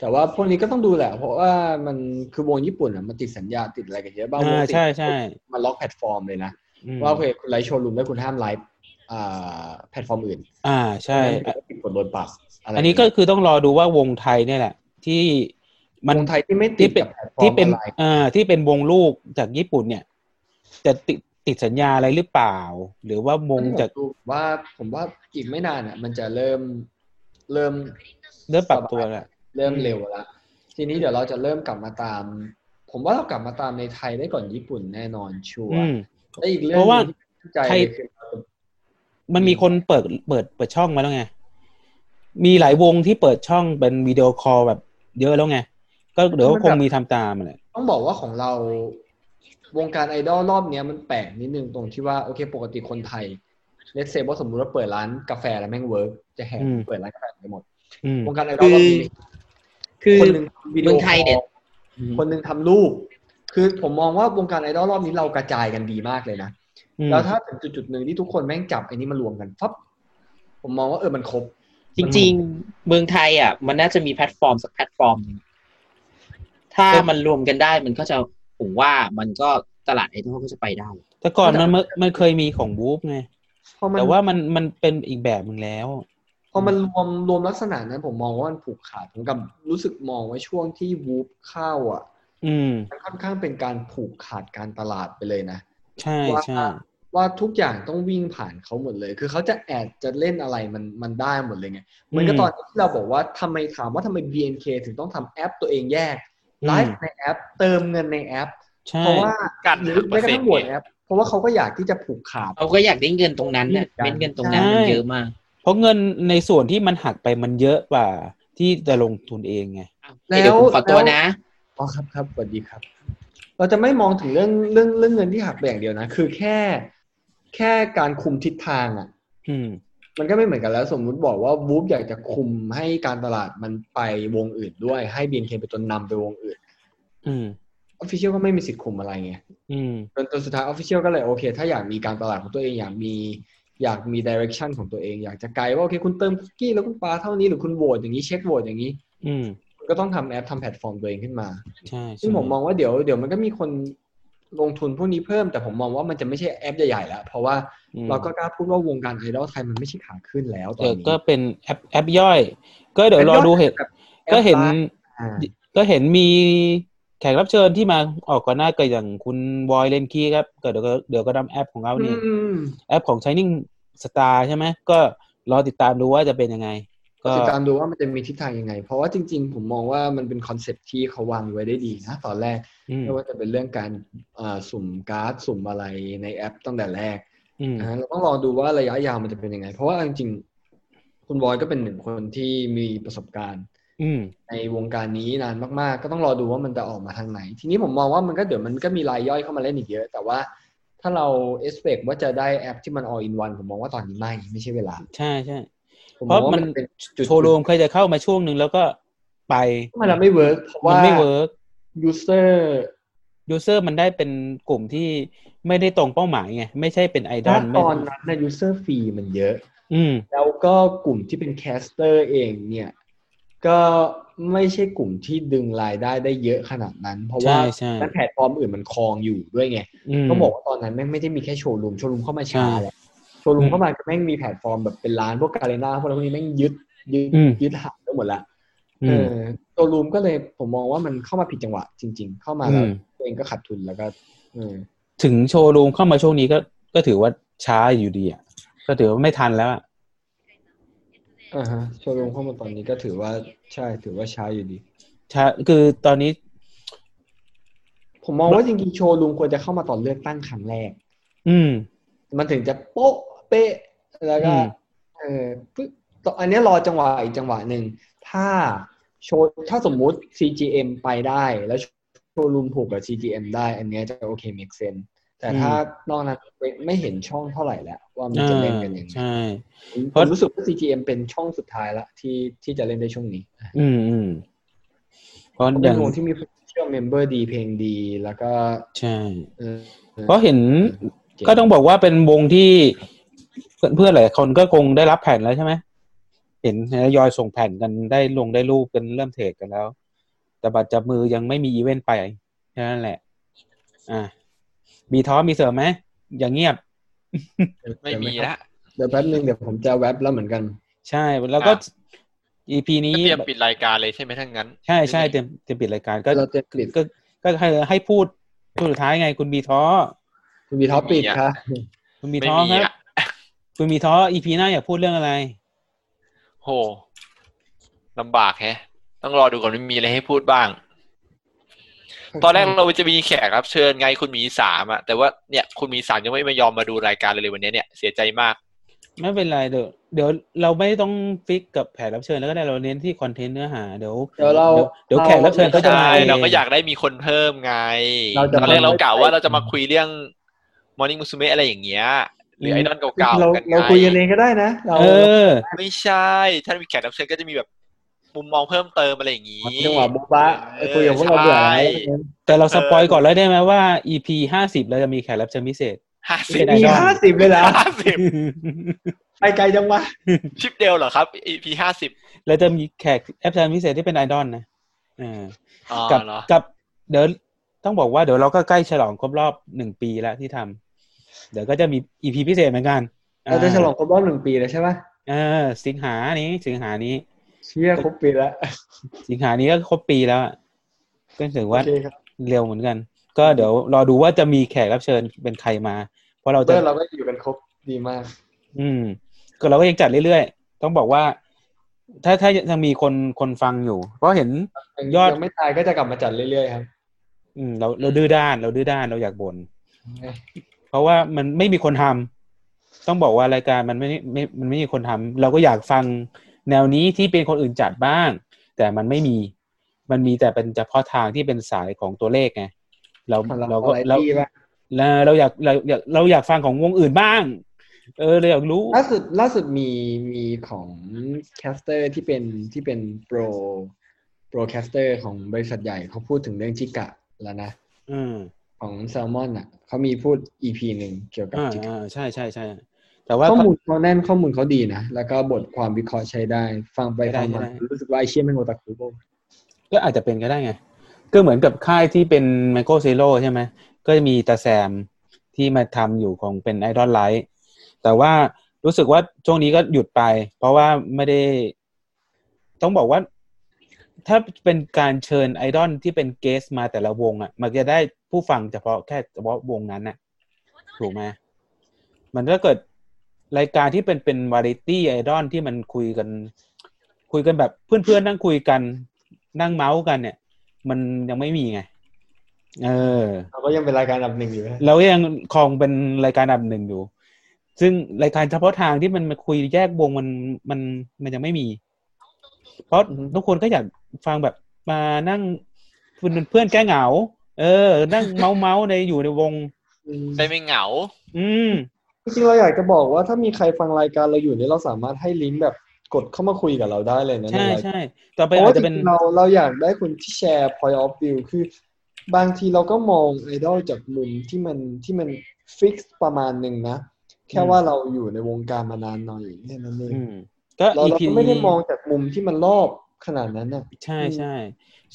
S1: แต่ว่าพวกนี้ก็ต้องดูแหละ เพราะว่ามันคือวงญี่ปุ่นอ่ะมันติดสัญญาติดอะไรกันเยอะบ้างวง
S4: อ่า
S1: ติด
S4: ใช่ใช่
S1: มันล็อกแพลตฟอร์มเลยนะ
S4: อืม
S1: ว่าโอเคคุณไลฟ์โชว์รูมแล้วคุณห้ามไลฟ์อ่าแพลตฟอร์มอื่น
S4: อ่าใช่
S1: ไม่งั้นก็ติดกฎโดนปรับอะไร
S4: อันนี้ก็คือต้องรอดูว่าวงไทยเนี่ยแหละ ที่มัน
S1: วงไทยที่ไม่ติดกับแพลตฟอร์
S4: ที่
S1: ม
S4: เป็น
S1: อะไร
S4: อ่าที่เป็นวงลูกจากญี่ปุ่นเนี่ย จะติดติดสัญญาอะไรหรือเปล่า หรือว่าวงจาก
S1: ผมว่าผมว่าอีกไม่นานอ่ะมันจะเริ่มเริ่ม
S4: เริ่มปรับตัวแหละ
S1: เริ่มเร็วละทีนี้เดี๋ยวเราจะเริ่มกลับมาตาม ผมว่าเรากลับมาตามในไทยได้ก่อนญี่ปุ่นแน่นอนชัวร์
S4: อืม
S1: และอีกเรื่อง
S4: เพราะว่า
S1: หนึ่งที่ใจ
S4: ไทย
S1: คือ
S4: มันมีคนเปิดเปิดเปิดช่องมาแล้วไง มีหลายวงที่เปิดช่องเป็นวิดีโอคอลแบบเยอะแล้วไง ก็เดี๋ยวก็คงมีทำตามแหละ
S1: ต้องบอกว่าของเราวงการไอดอลรอบเนี้ยมันแปลกนิดนึงตรงที่ว่าโอเค ปกติคนไทยเลสเซว่าสมมุติว่าเปิดร้านกาแฟแล้วแม่งเวิร์กจะแหก
S4: อืม
S1: เปิดร้านกาแฟไปหมด
S4: อืม
S1: วงการไอดอลรอบนี้
S5: คือ
S1: คนหนึ่งทำวิดี
S5: เมื
S1: โอ
S5: องไทยเนี่ย
S1: คอลคนหนึ่งทำรูป คือผมมองว่าวงการไอดอลรอบนี้เรากระจายกันดีมากเลยนะ
S4: อืม
S1: แล้วถ้าถึงจุดจุดๆหนึ่งที่ทุกคนแม่งจับไอ้นี่มารวมกันฟับผมมองว่าเออมันครบ
S5: จริง ๆ เมืองไทยอ่ะ มันน่าจะมีแพลตฟอร์มสักแพลตฟอร์มหนึ่งถ้ามันรวมกันได้มันก็จะผมว่ามันก็ตลาดไอดอลก็จะไปได้
S4: แต่ก่อนมันมันมันเคยมีของบู๊ปไง
S1: เพราะมัน
S4: แต่ว่ามันมันเป็นอีกแบบหนึ่งแล้ว
S1: พ อมันรวมรวมลักษณะนั้นผมมองว่ามันผูกขาดผมกับรู้สึกมองว่าช่วงที่วูฟเข้าอ่ะ
S4: อืม
S1: มันค่อนข้างเป็นการผูกขาดการตลาดไปเลยนะ
S4: ใช่
S1: ว่า
S4: ใช่
S1: ว่าทุกอย่างต้องวิ่งผ่านเขาหมดเลย คือเขาจะแอดจะเล่นอะไรมันมันได้หมดเลยไงเหมือนกับตอนที่เราบอกว่าทำไมถามว่าทำไม BNK ถึงต้องทำแอปตัวเองแยกไลฟ์ในแอป เติมเงินในแอป
S4: ใช่
S1: เพราะว่า
S2: กัน
S1: หรือไม่กระทั่งบวช
S2: เปอร์เซ็นต์ไง
S1: แอป เพราะว่าเขาก็อยากที่จะผูกขาด
S5: เขาก็อยากได้เงินตรงนั้นเนี่ย
S1: ใช่
S5: เป็นเงินตรงนั้นมันเยอะมาก
S4: เพราะเงินในส่วนที่มันหักไปมันเยอะกว่า ที่จะลงทุนเองไง
S1: แล้ว
S5: เดี๋ยวผมขอตัวนะ
S1: อ๋อครับครับสวัสดีครับ เราจะไม่มองถึงเรื่องเรื่องเรื่องเงินที่หักไปอย่างเดียวนะ คือแค่ แค่การคุมทิศทางอ่ะ
S4: อืม
S1: มันก็ไม่เหมือนกันแล้ว สมมุติบอกว่าวูฟอยากจะคุมให้การตลาดมันไปวงอื่นด้วยให้ BNK เป็นตัวนำไปวงอื่น
S4: อืม
S1: Official ก็ไม่มีสิทธิ์คุมอะไรไง
S4: อืม
S1: จนจนสุดท้าย Official ก็เลยโอเค ถ้าอยากมีการตลาดของตัวเองอยากมีอยากมี direction ของตัวเอง อยากจะไกลว่าโอเคคุณเติมคุกกี้แล้วคุณปาเท่านี้หรือคุณโหวตอย่างนี้เช็คโหวตอย่างนี้
S4: อืม
S1: คุณก็ต้องทำแอปทำแพลตฟอร์มตัวเองขึ้นมา
S4: ใช่ใช่
S1: ซึ่งผมมองว่าเดี๋ยวเดี๋ยวมันก็มีคนลงทุนพวกนี้เพิ่ม แต่ผมมองว่ามันจะไม่ใช่แอปใหญ่ๆแล้ว เพราะว่า
S4: อืม
S1: เราก็กล้าพูดว่าวงการไอดอลไทยมันไม่ใช่ขาขึ้นแล้วตอน
S4: เดี๋ยว
S1: นี้
S4: ก็เป็นแอปแอปย่อย ก็เดี๋ยวรอดูเห็น
S1: แบบแอป
S4: ก็เห็น
S1: ร้าน อ่า
S4: ก็เห็นมีแขกรับเชิญที่มาออกก่อนหน้าก็อย่างคุณบอยเลนคีครับก็เดี๋ยวก็เดี๋ยวก็นำแอปของเขานี่
S1: อืม
S4: แอปของ Shining Star ใช่ไหมก็รอติดตามดูว่าจะเป็นยังไง ก็
S1: ติดตามดูว่ามันจะมีทิศทางยังไง เพราะว่าจริงๆ ผมมองว่ามันเป็นคอนเซ็ปต์ที่เขาวางไว้ได้ดีนะตอนแรก
S4: อืม
S1: ไม่ว่าจะเป็นเรื่องการอ่าสุ่มการ์ดสุ่มอะไรในแอปตั้งแต่แรก
S4: อืม
S1: นะฮะเราต้องรอดูว่าระยะยาวมันจะเป็นยังไง เพราะว่าจริงๆ คุณบอยก็เป็นหนึ่งคนที่มีประสบการณ์
S4: อืม
S1: ในวงการนี้นานมากๆ ก็ต้องรอดูว่ามันจะออกมาทางไหน ทีนี้ผมมองว่ามันก็เดี๋ยวมันก็มีรายย่อยเข้ามาเล่นอีกเยอะ แต่ว่าถ้าเราเอสเ c t ว่าจะได้แอปที่มัน all in one ผมมองว่าตอนนี้ไม่ไม่ใช่เวลา
S4: ใช่ใช่
S1: ผม
S4: เพ
S1: มอ
S4: ราะ
S1: งว่า
S4: มั
S1: มัน นเป็นจุด
S4: โชว์รูมเคยจะเข้ามาช่วงหนึ่งแล้วก็ไป
S1: มันไม่เวิร์กเพราะ
S4: มั
S1: ว่าน ม
S4: ไม่เวิร์ก
S1: ยูเซอร์
S4: ยูเซอร์มันได้เป็นกลุ่มที่ไม่ได้ตรงเป้าหมายไง ไม่ใช่เป็นไอดอล
S1: ต
S4: ไม่
S1: อนนั้นนะยูเซอร์ฟรีมันเยอะ
S4: อืม
S1: แล้วก็กลุ่มที่เป็นแคสเตอร์เองเนี่ย ก็ไม่ใช่กลุ่มที่ดึงรายได้ได้เยอะขนาดนั้น เพราะว่า
S4: ใช่ใช่
S1: แล้วแพลตฟอร์มอื่นมันคลองอยู่ด้วยไง
S4: อืม
S1: ต้องบอกว่าตอนนั้นแม่งไม่ได้มีแค่โชว์รูม โชว์รูมเข้ามาช้า
S4: ใช่
S1: แหละโชว์รู
S4: อื
S1: ม
S4: ม
S1: เข้ามาก็แม่งมีแพลตฟอร์มแบบเป็นร้านพวกกาเรน่าพวกอะไรพวกนี้แม่งยึดยึด
S4: อืม
S1: ยึดหางไปหมดละ
S4: อื
S1: เอ
S4: ม
S1: อโชว์รูมก็เลยผมมองว่ามันเข้ามาผิดจังหวะจริง ๆ เข้ามาแล้ว
S4: อืม
S1: ตัวเองก็ขาดทุนแล้วก็เออ
S4: ถึงโชว์รูมเข้ามาช่วงนี้ก็ก็ถือว่าช้าอยู่ดีอ่ะก็ถือว่าไม่ทันแล้วอ่ะ
S1: อ่าฮะโชว์รูมเข้ามาตอนนี้ก็ถือว่าใช่ถือว่าช้าอยู่ดี
S4: ช้าคือตอนนี้
S1: ผมมองว่าจริงๆโชว์รูมควรจะเข้ามาตอนเลือกตั้งครั้งแรก
S4: อืม
S1: มันถึงจะโป๊ะเป๊ะแล้วก็
S4: อืม
S1: เออปึ๊บต่ออันนี้รอจังหวะอีกจังหวะหนึ่ง ถ้าโชว์ถ้าสมมุติ CGM ไปได้แล้วโชว์รูมผูกกับ CGM ได้ อันเนี้ยจะโอเค make sense แต่ถ้านอกนั้นไม่ไม่เห็นช่องเท่าไหร่แล้ว ว่ามันจะเล่นกันยังไง
S4: ใช่
S1: ผม
S4: เพราะ
S1: ผมรู้สึกว่า CGM เป็นช่องสุดท้ายละที่ที่จะเล่นได้ช่วงนี้
S4: อืมอืมเพราะ
S1: ผม
S4: อ
S1: เป็
S4: ย่าง
S1: นวงที่มีเชื่อมเมมเบอร์ดีเพลงดี แล้วก็
S4: ใช่
S1: เออ
S4: เพราะเห็นก็ต้องบอกว่าเป็นวงที่เพื่อนๆหลายคนก็คงได้รับแผ่นแล้วใช่ไหมเห็นเห็นทยอยส่งแผ่นกันได้ลงได้รูปกันเริ่มเทรดกันแล้ว แต่บัตรจับมือยังไม่มีอีเวนต์ไปแค่นั้นแหละ อ่ะมีท้อมีเสริมไหมอย่างเงียบ
S2: ไม่มีละ
S1: เดี๋ยวแป๊บนึงเดี๋ยวผมจะแว็บแล้วเหมือนกัน
S4: ใช่ แล้วก็
S2: อ่ะ
S4: EP นี้
S2: ก็เตรียมปิดรายการเลยใช่ไหมทั้างนั้น
S4: ใช่ใช่เตรียมเตรียมปิดรายการก็
S1: เราจะกริด
S4: ก็ก็ให้ให้พูดพูดสุดท้ายไง คุณมีท้อ
S1: คุณมีท็อปปิกครับ
S4: คุณมี
S2: ไม่
S4: ท้อ
S2: มี
S4: ครับ
S2: อะ
S4: คุณมีท้อ EP หน้าอยากพูดเรื่องอะไร
S2: โหลำบากแฮะ ต้องรอดูก่อนว่ามีอะไรให้พูดบ้าง ตอนแรกเราจะมีแขกรับเชิญไงคุณหมีสามอะแต่ว่าเนี่ยคุณหมีสามยังไม่มายอมมาดูรายการเลยเลยวันนี้เนี่ยเสียใจมาก
S4: ไม่เป็นไรเดี๋ยวเดี๋ยวเราไม่ต้องฟิกกับแขกรับเชิญแล้วก็ได้เราเน้นที่คอนเทนต์เนื้อหาเดี๋ยว
S1: เดี๋ยวเรา
S4: เดี๋ยวแขกรับเชิญก็จะ
S2: ใช่
S4: มา
S2: เราก็อยากได้มีคนเพิ่มไง
S1: เราจะ
S2: ตอนแรกเรากล่าว
S1: เพิ่ม
S2: ว่าเราจะมาคุยเรื่อง Morning Musume อะไรอย่างเงี้ย หรือไอดอลเก่า
S1: เรา
S2: ๆกันไง
S1: เราคุยกันเองก็ได้นะเรา
S4: เออ
S2: ไม่ใช่ ถ้ามีแขกรับเชิญก็จะมีแบบมุมมองเพิ่มเติมอะไรอย่างงี้
S1: จังหวะบุบบะคุยกับพวกเราเบื่อแล้ว
S4: แต่เราสปอย
S2: เออ
S4: ก่อนเลยได้ไหมว่า EP ห้าสิบเราจะมีแขกรับเชิญพิเศษ [laughs]
S2: ห้าสิ
S4: เป็
S2: บ
S4: นไอ
S1: มี
S4: ดอล
S1: ห้าสิบเลยเหรอ
S2: ห้าสิบ
S1: ไปไกลจังวะ
S2: ชิปเดียวเหรอครับ EP ห้าสิบ
S4: เราจะมีแขกรับเชิญพิเศษที่เป็นไอดอลนะอ่า
S2: อ๋อ
S4: กับ
S2: เหรอ
S4: กับเดี๋ยวต้องบอกว่าเดี๋ยวเราก็ใกล้ฉลองครบรอบหนึ่งปีแล้วที่ทำเดี๋ยวก็จะมีอีพีพิเศษเหมือนกัน
S1: เราจะฉลองครบรอบหนึ่งปีแล้วใช่ปะ
S4: เออ สิงหานี้ สิงหานี้
S1: เชี่ยครบปีแล้ว
S4: สิงหานี้ก็ครบปีแล้วอะก็ถือ
S1: โอ
S4: ว่า
S1: เคครับ
S4: เร็วเหมือนกัน ก็เดี๋ยวรอดูว่าจะมีแขกรับเชิญเป็นใครมา เพราะเรา
S1: เต
S4: จะ
S1: อร์เราก็อยู่กันครบดีมาก
S4: อืม ก็เราก็ยังจัดเรื่อยๆ ต้องบอกว่า ถ้าถ้ายังมีคนคนฟังอยู่ เพราะเห็น ยอด
S1: ยังไม่ตายก็จะกลับมาจัดเรื่อยๆครับ
S4: อืมเราเราดื้อด้านเราดื้อด้านเราอยากบ่นเพราะว่ามันไม่มีคนทำต้องบอกว่ารายการมันไม่ไม่มันไม่มีคนทำเราก็อยากฟังแนวนี้ที่เป็นคนอื่นจัดบ้าง แต่มันไม่มีมันมีแต่เป็นเฉพาะทางที่เป็นสายของตัวเลขไงเราเราก็
S1: เรา
S4: เรา
S1: ดีป่ะ
S4: เราเราอยากเราอยากเราอยากฟังของวงอื่นบ้าง เออเราอยากรู้
S1: ล่าสุดล่าสุดมีมีของแคสเตอร์ที่เป็นที่เป็นโปรโปรแคสเตอร์ของบริษัทใหญ่เขาพูดถึงเรื่องจิกะแล้วนะ
S4: อืม
S1: ของแซลมอนอ่ะเขามีพูด EP หนึ่งเกี่ยวกับ
S4: อ่า
S1: จิกะ
S4: อ่าใช่ใช่ใช่แต่ว่า
S1: ข้อมูลเขาแน่นข้อมูลเขาดีนะ แล้วก็บทความวิเคราะห์ใช้ได้ ฟังไป
S4: ใช้ได้
S1: ฟังมา
S4: ใช้ได้
S1: รู้สึกว่าไอเชี่ยแม่งโอตาคุโบะ
S4: ก็อาจจะเป็นก็ได้ไง ก็เหมือนกับค่ายที่เป็นไมโครเซโ o ใช่ไหม ก็จะมีตาแซมที่มาทำอยู่ของเป็นไอดอลไลท์แต่ว่ารู้สึกว่าช่วงนี้ก็หยุดไป เพราะว่าไม่ได้ ต้องบอกว่า ถ้าเป็นการเชิญไอดอลที่เป็นเกสมาแต่ละวงอะ่ะ มันจะได้ผู้ฟังเฉพาะแค่เฉพาะวงนั้นน่ะ ถูกไหมมันถ้าเกิดรายการที่เป็นเป็นวาไรตี้ไอดอลที่มันคุยกัน คุยกันแบบเพื่อนๆนั่งคุยกัน นั่งเมาส์กันเนี่ย มันยังไม่มีไง เออ
S1: เราก็ยังเป็นรายการอันดับหนึ่งอยู่นะ
S4: เรายังครองเป็นรายการอันดับหนึ่งอยู่ ซึ่งรายการเฉพาะทางที่มันมาคุยแยกวงมันมันมันยังไม่มี เพราะทุกคนก็อยากฟังแบบมานั่งเพื่อนเพื่อนแก้เหงา เออ นั่งเมาส์เมาส์ในอยู่ในวง
S2: ได้ไม่เหงา
S4: อืม
S1: จริงๆเราอยากจะบอกว่าถ้ามีใครฟังรายการเราอยู่เนี่ยเราสามารถให้ลิงก์แบบกดเข้ามาคุยกับเราได้เลยนะน
S4: ใช่
S1: รายการ
S4: ใช่ต่อไป
S1: เพราะ
S4: อา
S1: ว่า
S4: จจะเป็น
S1: จริงๆเราเราอยากได้คนที่แชร์ point of view คือบางทีเราก็มองไอดอลจากมุมที่มันที่มันฟิกประมาณหนึ่งนะ แค่
S4: อืม
S1: ว่าเราอยู่ในวงการมานานหน่อยแค่นั้นเอง
S4: อืม ก็
S1: เรา
S4: อี
S1: เรา
S4: พี
S1: ก็ไม่ได้มองจากมุมที่มันรอบขนาดนั้นนะ
S4: ใช่ใช่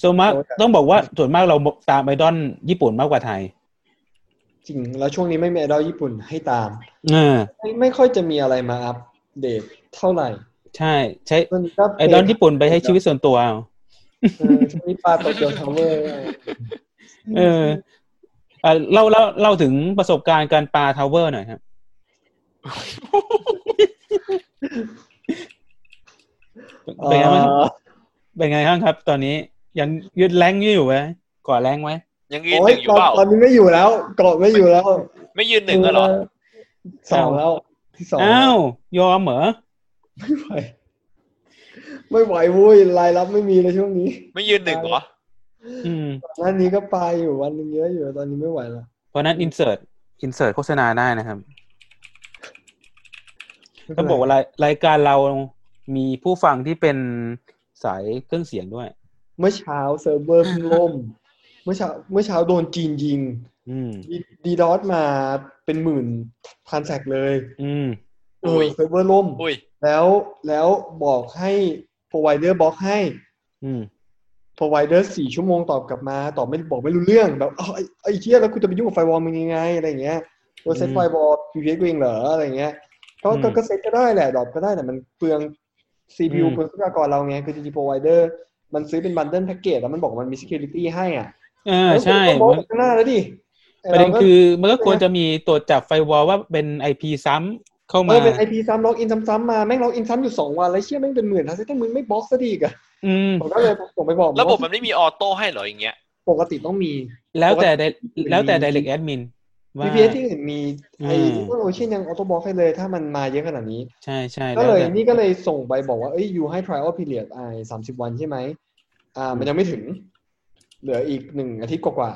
S4: ส่วนมาก
S1: เราจะ
S4: ต้องบอกว่าส่วนมากเราตามไอดอลญี่ปุ่นมากกว่าไทย
S1: จริง แล้วช่วงนี้ไม่มีไอดอลญี่ปุ่นให้ตาม
S4: เออ
S1: ไม่ไม่ค่อยจะมีอะไรมาอัปเดตเท่าไหร่
S4: ใช่ ใช้
S1: มันก็
S4: ไอดอลญี่ปุ่นไปให้ชีวิตส่วนตัวเอา
S1: เออช่วงนี้ปลาโตเกียวทาวเวอร์
S4: เอออ่ะเล่าเล่าเล่าถึงประสบการณ์การปาทาวเวอร์หน่อยครับ เป็นไงบ้างครับเป็นไงบ้างครับ ตอนนี้ยังยึดแรงอยู่ไหมก่อแรงไว้
S2: ยังยืน
S1: โอ้
S2: ห
S1: ย
S2: นึ่งอยู่
S1: ตอน
S2: เปล่า
S1: ตอนนี้ไม่อยู่แล้วเกาะไม่อยู่แล้ว
S2: ไม่ยืนหนึ่งก็หรอ
S1: สองแล้วที่สอง
S4: อ้าว ยอมเหรอ
S1: ไม่ไหวไม่ไหวเว้ยรายรับไม่มีแล้วช่วงนี้
S2: ไม่ยืนหนึ่งเหรอ
S4: อืม
S1: ก่อนหน้านี้ก็ไปอยู่วันหนึ่งเยอะอยู่ตอนนี้ไม่ไหวแล้ว
S4: เพราะฉะนั้น insert insert โฆษณาได้นะครับ ต้องบอกว่ารายรายการเรามีผู้ฟังที่เป็นสายเครื่องเสียงด้วย
S1: เมื่อเช้าเซิร์ฟเวอร์เพิ่งล่ม เมื่อเช้า เมื่อเช้าโดนจีนยิง
S4: อืม
S1: ดีดอสมาเป็นหมื่นพันแสกเลย
S4: อืม
S1: เอ
S2: อุ้
S1: อย เซิร์ฟเวอร์ล่ม
S2: อุ้ย
S1: แล้วแล้วบอกให้ provider บล็อกให้
S4: อืม
S1: provider สี่ชั่วโมงตอบกลับมาตอบไม่บอกไม่รู้เรื่องแบบเอ้าไอ้ไอ้เชี่ยแล้วกูจะไปยุ่งกับไฟวอลมึงยังไงอะไรอย่างเงี้ยเราเซต
S4: อืม
S1: ไฟวอลพีเกูเองเหรออะไรอย่างเงี้ยก็ก็
S4: อืม
S1: ก็เซตก็ได้แหละดรอปก็ได้แต่มันเปลือง CPU
S4: อืม
S1: เปลืองทรัพยากรเราไงคือจริงๆ provider มันซื้อเป็นบันเดิลแพ็กเกจแล้วมันบอกมันมี security ให้อ่ะ
S4: เออ
S1: แล้ว
S4: ใช่
S1: ก็บล็อก
S4: มัน
S1: ข้างหน้าแล้วดิ
S4: ประเด็น
S1: ราก็
S4: คือมันก็ควรจะมีตรวจจับไฟวอลว่าเป็น IP ซ้ำเข้า
S1: เอ
S4: มา
S1: อเป็น IP ซ้ำล็อกอินซ้ำๆมาแม่งล็อกอินซ้ำอยู่สองวันแล้วเชี่ยแม่งเป็นหมื่นทาร์เซ็ตมึงไม่บล็อกซะดีกอะ [laughs]
S4: อืม
S1: ผมก็เลยผมไปบอก
S2: ระบบ
S1: ว่า
S2: มันไม่มีออโต้ให้เหรออย่างเงี้ย
S1: ปกติต้องมี
S4: แล้วแต่
S1: ปก
S4: di-
S1: ติ
S4: แล้วแต่ direct admin ว่า
S1: VPS ที่อื่นมีไอ้
S4: อืม
S1: พวกโอเชียนยังออโต้บล็อกให้เลย ถ้ามันมาเยอะขนาดนี้
S4: ใช่ใช่
S1: ก็
S4: แล้ว
S1: เลย
S4: แต่
S1: นี่ก็เลยส่งไปบอกว่าเอ้ยอยู่ให้ trial period ไอ้สามสิบวันใช่ไหมอ่า มันยังไม่ถึง เหลืออีกหนึ่งอาทิตย์กว่า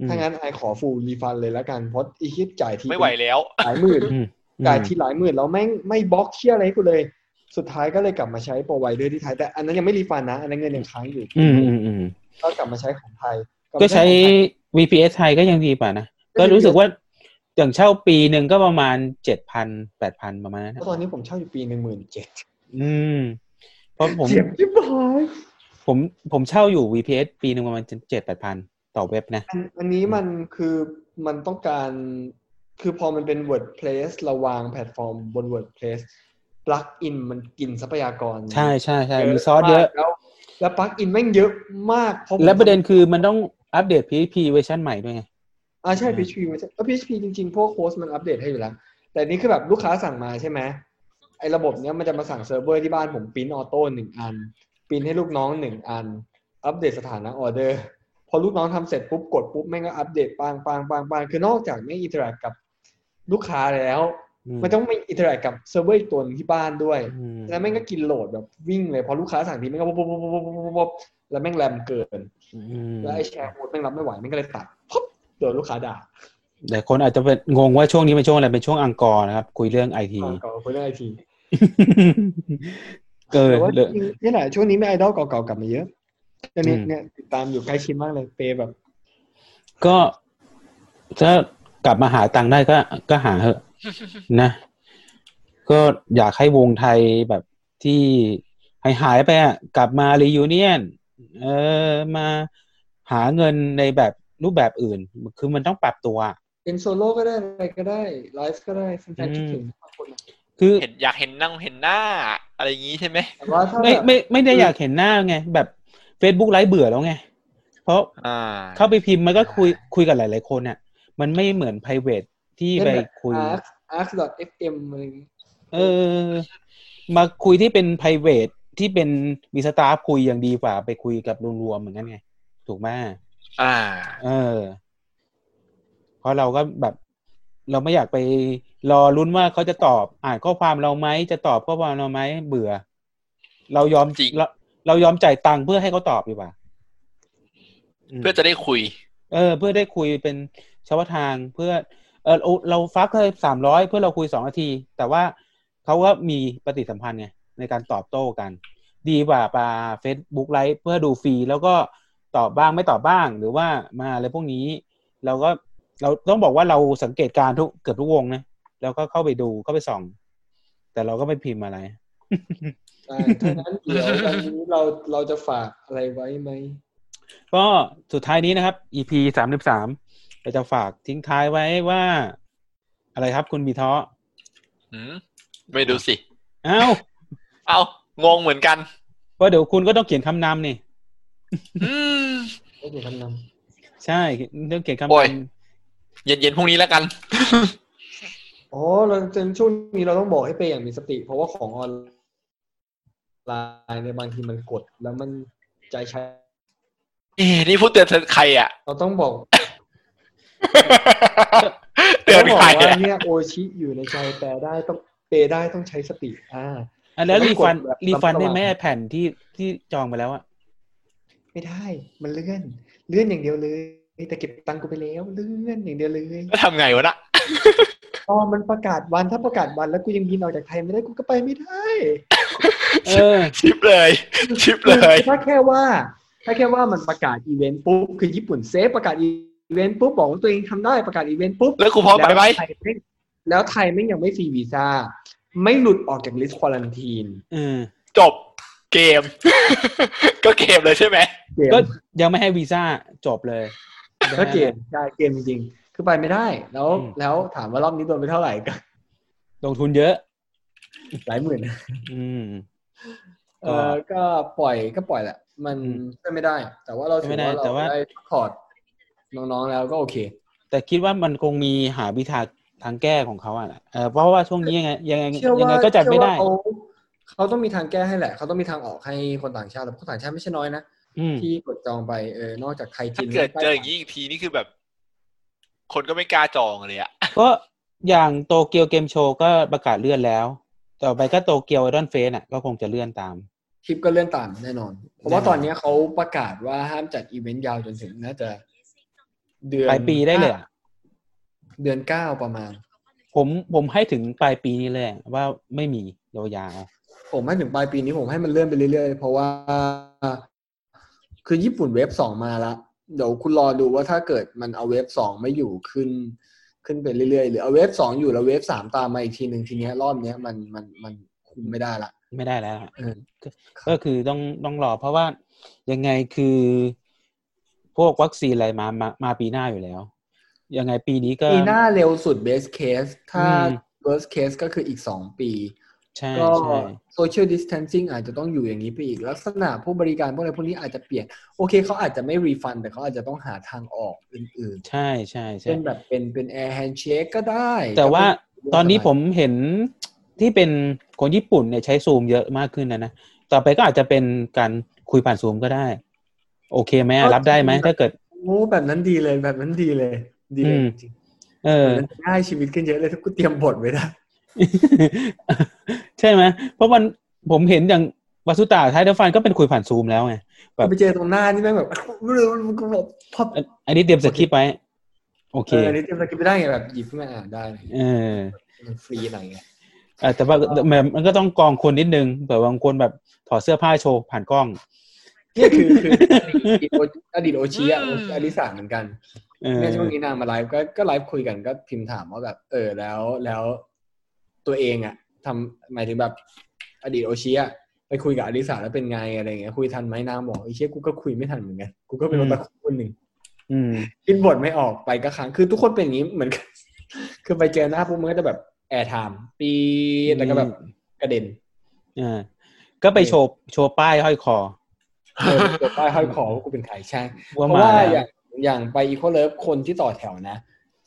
S4: อื
S1: ๆ
S4: ม
S1: ถ้างั้นไอขอฟูลรีฟันเลยละกัน เพราะอีคิดจ่ายที
S2: ไม่ไหวแล้ว
S1: หลายหมื่น
S4: อืม
S1: จ่ายทีหลายหมื่นแล้วแม่งไม่บล็อกเชี่ยอะไรให้กูเลย สุดท้ายก็เลยกลับมาใช้โปรไวเดอร์ที่ไทยแต่อันนั้นยังไม่รีฟันนะ อันนั้นเงินยังค้างอยู่
S4: อืมอืมอืม
S1: ก็กลับมาใช้ของไทย
S4: ก็ใช้ VPS ไทยก็ยังดีกว่านะ ก็รู้สึกว่าอย่างเช่าปีหนึ่งก็ประมาณเจ็ดพันแปดพันประมาณนั้น
S1: เพ
S4: นะ
S1: ราะตอนนี้ผมเช่าอยู่ปีหนึ่งหมื่นเจ็ด
S4: อืม เพราะผม
S1: เจ็บจิ๊บหาย
S4: ผมผมเช่าอยู่ VPS ปีหนึ่งประมาณเจ็ดแปดพันต่อเว็บนะ
S1: อันอันนี้มันคือมันต้องการคือพอมันเป็น WordPress เราวางแพลตฟอร์มบน WordPress ปลั๊กอินมันกินทรัพยากร
S4: ใช่ใช่ใช่มีซอสเยอะ
S1: มากแล้ว แล้วปลั๊กอินแม่งเยอะมากพา
S4: และประเด็นคือมันต้องอัปเดต PHP เวอร์ชันใหม่ด้วยไง
S1: อ่าใช่ PHP เวอร์ชันแล้ว PHP จริงๆ พวกโฮสต์มันอัปเดตให้อยู่แล้ว แต่นี่คือแบบลูกค้าสั่งมาใช่ไหมไอ้ระบบเนี้ยมันจะมาสั่งเซิร์ฟเวอร์ที่บ้านผมปริ้นออโต้หนึ่งอันปริ้นให้ลูกน้องหนึ่งอัน อัปเดตสถานะออเดอร์ พอลูกน้องทำเสร็จปุ๊บกดปุ๊บแม่งก็อัปเดตปังปังปังปังคือนอกจากไม่อินเทอร์แอคกับลูกค้าแล้ว
S4: อืม
S1: มันต้องไม่อินเทอร์แอคกับเซิร์ฟเวอร์อีกตัวหนึงที่บ้านด้วย
S4: อืม
S1: แล้วแม่งก็กินโหลดแบบวิ่งเลย พอลูกค้าสั่งทีแม่งก็ปุ๊บปุ๊บปุ๊บปุ๊บปุ๊บปุ๊บปุ๊บแล้วแม่งแรมเกิน
S4: อืม
S1: แล้วไอ้แชร์โค้ดแม่งรับไม่ไหวแม่งก็เลยตัดปุ๊บโดนลูกค้าด่า
S4: แต่คนอาจจะเป็นงงว่าช่วงนี้เป็นช่วงอะไรเป็นช่วงอังกอร์นะครับ คุยเรื่องไอที
S1: ก่อนก่อนคนเรื่องไอที
S4: เกิด
S1: แต่ว่า
S4: เลย
S1: จริงๆนี่แหละช่วงนี้ไม่ไอดอลเก่าๆกลับมาเยอะแต่เนี่ย
S4: อืม
S1: เนี่ยติดตามอยู่ใกล้ชิดมากเลยเปแบบ
S4: ก็ถ้ากลับมาหาตังค์ได้ก็ก็หา
S1: [laughs]
S4: เหอะ นะ ก็อยากให้วงไทยแบบที่หายหายๆไปอะกลับมา r ี u n เนียนเออมาหาเงินในแบบรูปแบบอื่น คือมันต้องปรับตัวอะ
S1: เป็นโซโล่ก็ได้อะไรก็ได้ไลฟ์ก็ได้แฟนๆคิดถึงทุกคนนะ
S4: คือ
S2: เห็นอยากเห็นนั่งเห็นหน้า อะไรอย่างนี้ใช่ไหม
S1: แต่ว่าถ้า
S4: ไม่
S1: แบบ
S4: ไม่ไม่ได้อยากเห็นหน้าไง แบบ Facebook ไลฟ์เบื่อแล้วไง เพราะ
S2: อ่า
S4: เข้าไปพิมพ์มันก็คุยคุยกับหลาย ๆ คนอ่ะ มันไม่เหมือน p r i v a t ที่ไป
S1: เช่นแบบ
S4: คุย
S1: ask ask.fm อะไรอย่างงี้
S4: เออ มาคุยที่เป็น p r i v a t ที่เป็นมีสตาฟคุยอย่างดีกว่า ไปคุยกับรวมๆเหมือนกันไง ถูกไหม
S2: อ่า
S4: เออ เพราะเราก็แบบ เราไม่อยากไปรอลุ้นว่าเขาจะตอบอ่านข้อความเราไหมจะตอบข้อความเราไหมเบื่อ เรายอม
S2: จริง
S4: เราเรายอมจ่ายตังค์เพื่อให้เขาตอบดีกว่า
S2: เพื่อจะได้คุย
S4: เออเพื่อได้คุยเป็นชาวทางเพื่อ เออเราเราฟักเคยสามร้อยเพื่อเราคุยสองนาที แต่ว่าเขาก็มีปฏิสัมพันธ์ไงในการตอบโต้กัน ดีกว่าปา Facebook ไลฟ์เพื่อดูฟรีแล้วก็ตอบบ้างไม่ตอบบ้างหรือว่ามาอะไรพวกนี้ เราก็เราต้องบอกว่าเราสังเกตการณ์ทุกเกือบทุกวงนะแล้วก็เข้าไปดูเข้าไปส่อง แต่เราก็ไม่พิมพ์อะไร
S1: ใช่ถ้างั้นเดี๋ยว
S4: [laughs]
S1: วันนี้เราเราจะฝากอะไรไว้ไหม
S4: ก็สุดท้ายนี้นะครับ EP สามสิบสามเราจะฝากทิ้งท้ายไว้ว่า อะไรครับคุณมีท้อ
S2: อืมไม่ดูสิ
S4: เอ้า
S2: เอางงเหมือนกัน
S4: ว่าะเดี๋ยวคุณก็ต้องเขียนคำนำนี่
S2: อืม
S1: ได้เดี๋ยวคำน
S4: ใช่ต้องเขียนคำน
S2: โอ้ย เย็นๆพรุ่งนี้แล้วกัน
S1: ำอ๋อเราจนช่วงนี้เราต้องบอกให้ไปอย่างมีสติ เพราะว่าของออนไลน์ในยบางทีมันกด แล้วมันใจใช้
S2: เอ๊ะนี่พูดเตือนใครอ่ะ
S1: เราต้องบอก
S2: เตือน
S1: ต้องบอ
S2: ใคร
S1: กว่า
S2: อะ
S1: เนี่ยโอชิอยู่ในใจแปลได้ต้องเปได้ต้องใช้สติ อ่า
S4: ำอันแล้ว
S1: ต้อง
S4: รีฟัน
S1: กดแบบ
S4: รีฟัน
S1: ระมัดระวั
S4: ได้
S1: ง
S4: ไหมแผ่นที่ที่จองไปแล้วอะ
S1: ไม่ได้ มันเลื่อน เลื่อนอย่างเดียวเลยแต่เก็บตังค์กูไปแล้วเลื่อนอย่างเดียวเลย
S2: แล้วทำไงวะน่ะ
S1: ตอนมันประกาศวันถ้าประกาศวันแล้วกูยังบินออกจากไทยไม่ได้กูก็ไปไม่ได้
S4: เออ
S2: ชิปเลย ชิปเลย
S1: ถ้าแค่ว่าถ้าแค่ว่ามันประกาศอีเวนต์ปุ๊บคือญี่ปุ่นเซฟประกาศอีเวนต์ปุ๊บบอกว่าตัวเองทำได้ประกาศอีเวนต์ปุ๊บ
S2: แล้วกูพร้อมไปไหม
S1: แล้วทยแงแล้วไทยไม่งยังไม่ฟรีวีซ่า ไม่หลุดออกจากลิสต์ควอลันทีน
S4: เออ
S2: จบเกม [laughs] ก็เกมเลยใช่ไหม
S4: ก็ยังไม่ให้วีซ่าจบเลย
S1: ก็เกมใช่เกมจริงๆ คือไปไม่ได้ แล้ว
S4: อืม
S1: แล้วถามว่ารอบนี้โดนไปเท่าไหร่ก็
S4: ลงทุนเยอะ
S1: หลายหมื่น
S4: อืม
S1: เออก็ปล่อยก็ปล่อยแหละ มัน
S4: อืม
S1: ช่วยไม่ได้ แต่ว่าเราถือว่า
S4: ไม่ได้แต่
S1: เรา
S4: ว่า
S1: ได้พอร์ตน้องๆแล้วก็โอเค
S4: แต่คิดว่ามันคงมีหาวิธีทางแก้ของเขาอ่ะนะเออเพราะว่าช่วงนี้ยังไงยังไง
S1: เชื่อ
S4: ยัง
S1: ว่า
S4: ไงก็จัดไม่ได้
S1: เชื่อว่าเขาเขาต้องมีทางแก้ให้แหละ เขาต้องมีทางออกให้คนต่างชาติแต่คนต่างชาติไม่ใช่น้อยนะ
S4: อืม
S1: ที่กดจองไป เออ นอกจากไทยจี
S2: ถ้าน เกิดเจออย่างนี้อีกทีนี่คือแบบ คนก็ไม่กล้าจองเลยอ่ะ
S4: ก็อย่างโตเกียวเกมโชว์ก็ประกาศเลื่อนแล้ว ต่อไปก็โตเกียวไอดอนเฟสอ่ะก็คงจะเลื่อนตาม
S1: คลิปก็เลื่อนตามแน่นอน เพราะว่า
S4: แน่นอน
S1: ตอนนี้เขาประกาศว่าห้ามจัดอีเวนต์ยาวจนถึงน่าจะ เดือน
S4: ปลายปีได้เลยอะ
S1: เดือนเก้าประมาณ
S4: ผมผมให้ถึงปลายปีนี้เลยอะว่าไม่มียาว
S1: ผมให้ถึงปลายปีนี้ผมให้มันเลื่อนไปเรื่อยๆ เพราะว่า คือญี่ปุ่นเวฟสองมาละเดี๋ยวคุณรอดูว่าถ้าเกิดมันเอาเวฟสองไม่อยู่ขึ้น ขึ้นไปเรื่อยๆ หรือเอาเวฟสองอยู่แล้วเวฟสามตามมาอีกทีหนึ่งทีเนี้ยรอบเนี้ยมันมันมันคุมไม่ได้ละ
S4: ๆไม่ได้แล้วอะ
S1: เออ
S4: ก็ก็คือต้องต้องรอเพราะว่ายังไงคือ พวกวัคซีนอะไรมามามาปีหน้าอยู่แล้ว ยังไงปีนี้ก็
S1: ปีหน้าเร็วสุด best case ถ้า
S4: อืม
S1: worst case ก็คืออีกสองปี
S4: ใช่
S1: ก็
S4: ใช่
S1: โซเชียลดิส a ทนซิ่งอาจจะต้องอยู่อย่างนี้ไปอีก ลักษณะผู้บริการพวกอะไรพวกนี้อาจจะเปลี่ยน โอเคเขาอาจจะไม่รีฟัน แต่เขาอาจจะต้องหาทางออกอื่น
S4: ใช่ใช่
S1: ๆ
S4: ใช่
S1: เช่นแบบเป็นเป็นแอร์แฮนด์เชคก็ได้
S4: แต่ว่าตอนนี้ผมเห็นที่เป็นคนญี่ปุ่นเนี่ยใช้ซูมเยอะมากขึ้นนะนะต่อไปก็อาจจะเป็นการคุยผ่านซูมก็ได้ โอเคไหมอะรับได้ไหมถ้าเกิด
S1: โอ้แบบนั้นดีเลยแบบนั้นดีเลย ดีเลย
S4: อืม
S1: จริง
S4: เอ
S1: ๆแบบ
S4: อ
S1: นั้นง่ายชีวิตขึ้นเยอะเลยถ้ากูเตรียมบทไว้ได้
S4: [laughs] ใช่ไหมเพราะมันผมเห็นอย่างวัสุตาไทเดอร์ฟันก็เป็นคุยผ่านซูมแล้วไง แบบ
S1: ไปเจอตรงหน้านี่แม่งแบบ [laughs] ไม่รู้มันก็แบบพอ
S4: อันอันนี้เตรียมสคริปต์ไว้โอเค
S1: เอออันนี้เตรียมสกิปไม่ได้ไงแบบหยิบขึ้นมาอ่านได้
S4: เออ
S1: มันฟรีหน่อยไง
S4: เออแต่ว่าแบบมันก็ต้องกรองคนนิดนึงเผื่อบางคนแบบถอดเสื้อผ้าโชว์ผ่านกล้อง
S1: นี่คือคืออดีตโออดีตโอชิอะโอชิอดิสานเหมือนกัน
S4: เออ
S1: เนี่ยช่วงนี้นางมาไลฟ์ก็ก็ไลฟ์คุยกันก็พิมพ์ถามว่าแบบ เออแล้วแล้วตัวเองอะทำหมายถึงแบบ อดีตโอชิอะไปคุยกับอดิสานแล้วเป็นไงอะไรเงี้ยคุยทันไหมนางบอกไอ้เชี่ยกูก็คุยไม่ทันเหมือนกันกูก็เป็นคนตะคุคนหนึ่ง
S4: อืม
S1: คิดบทไม่ออกไปก็ค้างคือทุกคนเป็นอย่างนี้เหมือน [laughs] กัน คือไปเจอหน้าปุ๊บมันก็จะแบบแอร์ไทม์ปีดแล้วก็แบบกระเด็น
S4: เออก็ไปโชว์โชว์ป้ายห้อยคอ
S1: เออเปิดป้ายห้อยคอว่ากูเป็นใครใช่
S4: ว่า
S1: เพราะว่า
S4: มา
S1: อ
S4: แล้ว
S1: ย่างอย่างไปอีโคเลิฟคนที่ต่อแถวนะ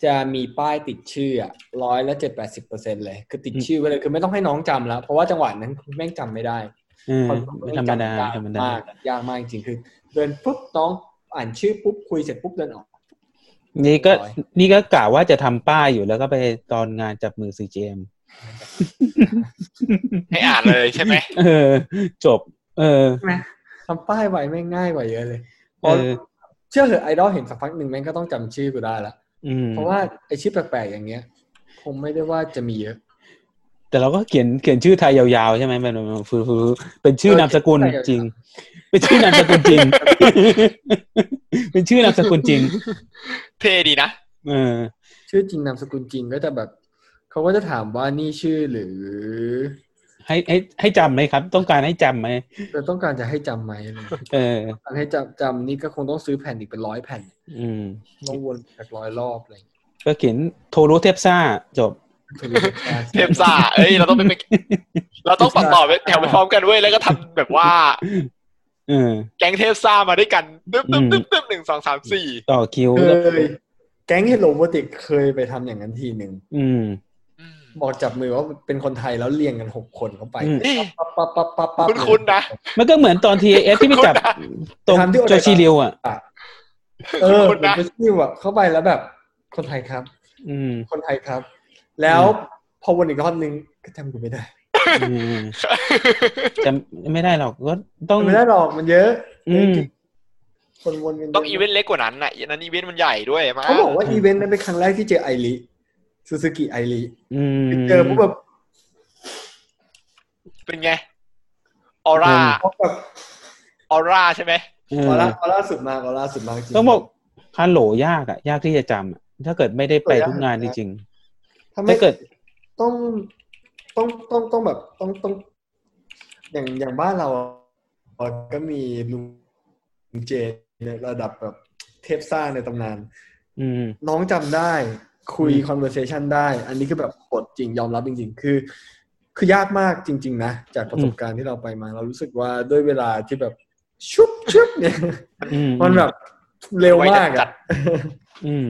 S1: จะมีป้ายติดชื่ออะร้อยละเจ็ดแปดสิบเปอร์เซ็นเลย คือติดชื่อไว้เลยคือไม่ต้องให้น้องจำแล้ว เพราะว่าจังหวะนั้นแม่งจำไม่ได้
S4: เออไม่ธรรมดา
S1: จำยก
S4: ธรรมดา
S1: กยากมากจริงๆคือ เดินปุ๊บน้องอ่านชื่อปุ๊บคุยเสร็จปุ๊บเดินออก
S4: นี่ก็
S1: ร้อย
S4: นี่ก็กล่าวว่าจะทำป้ายอยู่แล้วก็ไปตอนงานจับมือซีเจม
S2: ให้อ่านเลยใช่
S1: [laughs]
S2: ไหม
S4: เออ จบ เออ
S1: ทำป้ายไว้แม่งง่ายกว่าเยอะเลยพ
S4: เอ
S1: อ
S4: อ
S1: เชื่อเหอะไอดอลเห็นสักพักหนึ่งแม่งก็ต้องจำชื่อกูได้ละ
S4: อืม
S1: เพราะว่าไอชื่อแปลกๆอย่างเงี้ยคงไม่ได้ว่าจะมีเยอะ
S4: แต่เราก็เขียนเขียนชื่อไทยยาวๆใช่ไหมมันมันฟือเป็นชื่อนามสกุล
S1: เออเขียนชื่อไทยยาวๆ
S4: จริง เป็นชื่อนามสกุล [laughs] จริง เป็นชื่อนามสกุลจริง
S2: เท่ดีนะ
S4: เออ
S1: ชื่อจริงนามสกุลจริงก็จะแบบเขาก็จะถามว่านี่ชื่อหรือ
S4: ให้ให้ให้จำไหมครับ ต้องการให้จำไหม
S1: เราต้องการจะให้จำไหมอะไรอย่างเงี้ย
S4: เออ
S1: การให้จำจำนี่ก็คงต้องซื้อแผ่นอีกเป็นร้อยแผ่น
S4: อืม
S1: ต้องวนจากร้อยรอบอะไรอย่างเงี้ย
S4: ก็เขียนโทรุเทพซ่าจบ
S1: ถึงจะได้
S2: เทพซ่า เอ้ย เราต้องเป็นเราต้องประกอบแถวไปพร้อมกันเว้ย แล้วก็ทำแบบว่า
S4: เออ
S2: แก๊งเทพซ่ามาด้วยกันตึ๊บตึ๊บตึ๊บตึ๊บหนึ่งสองสามสี่
S4: ต่อคิว
S1: เค
S4: แล้ว
S1: ย แก๊งเฮโลโบติกเคยไปทำอย่างนั้นทีหนึ่ง
S4: อืม
S1: บอกจับมือว่าเป็นคนไทยแล้วเรียงกันหกคนเข้าไป
S4: อืม
S2: นี่
S1: ปั๊บปั๊บปั๊บปั๊บปั๊บ
S2: คุณคุณนะ
S4: มันก็เหมือนตอนทีเอสที่ไปจับตรง
S1: ถามที่โอ
S4: โจ
S1: ไดะ
S4: ชิริวอ่ะ
S1: เออผ
S2: คุณ
S1: ม
S2: นะ
S1: ไปชื่อว่ะเข้าไปแล้วแบบ คนไทยครับ
S4: อืม
S1: คนไทยครับ แล้วพอวนอีกรอบนึงก็จำกูไม่ได้
S4: อืมจำไม่ได้หรอกก็ต้อง
S1: ไม่ได้หรอกมันเยอะ
S4: อืม
S1: คนวนกันยะ
S2: ต้องอีเวนต์เล็กกว่านั้นน่ะอันนั้นอีเวนต์มันใหญ่ด้วยมา
S1: เขาบอกว่าอีเวนต์นั้นเป็นครั้งแรกที่เจอไอริซูซูกิไอริ
S4: อืม
S1: เจอปุ๊บแบบ
S2: เป็นไง ออร่า
S1: พบแบบ
S2: ออร่าใช่ไหม
S4: เอ
S1: ออ
S4: อ
S1: ร่าออร่าสุดมากออร่าสุดมากจริง
S4: ต้องบอกฮัลโหลยากอ่ะ ยากที่จะจำอะถ้าเกิดไม่ได้ไปทุกงานจริง
S1: ถ้า
S4: ๆ
S1: ไม่
S4: ถ้าเกิด
S1: ต้องต้องต้องต้องแบบต้องต้อง อย่างอย่างบ้านเราอะก็มีลุงเจนในระดับแบบเทพซ่าในตำนาน
S4: อืม
S1: น้องจำได้คุย
S4: อืม
S1: conversation ได้ อันนี้คือแบบกดจริงยอมรับจริง ๆ คือ คือยากมากจริง ๆ นะ จากประสบการณ์ที่เราไปมา เรารู้สึกว่าด้วยเวลาที่แบบชุบชุบเนี่ย
S4: อืม
S1: มันแบบเร็วมาก
S2: ไวจัด
S1: อะ
S4: อืม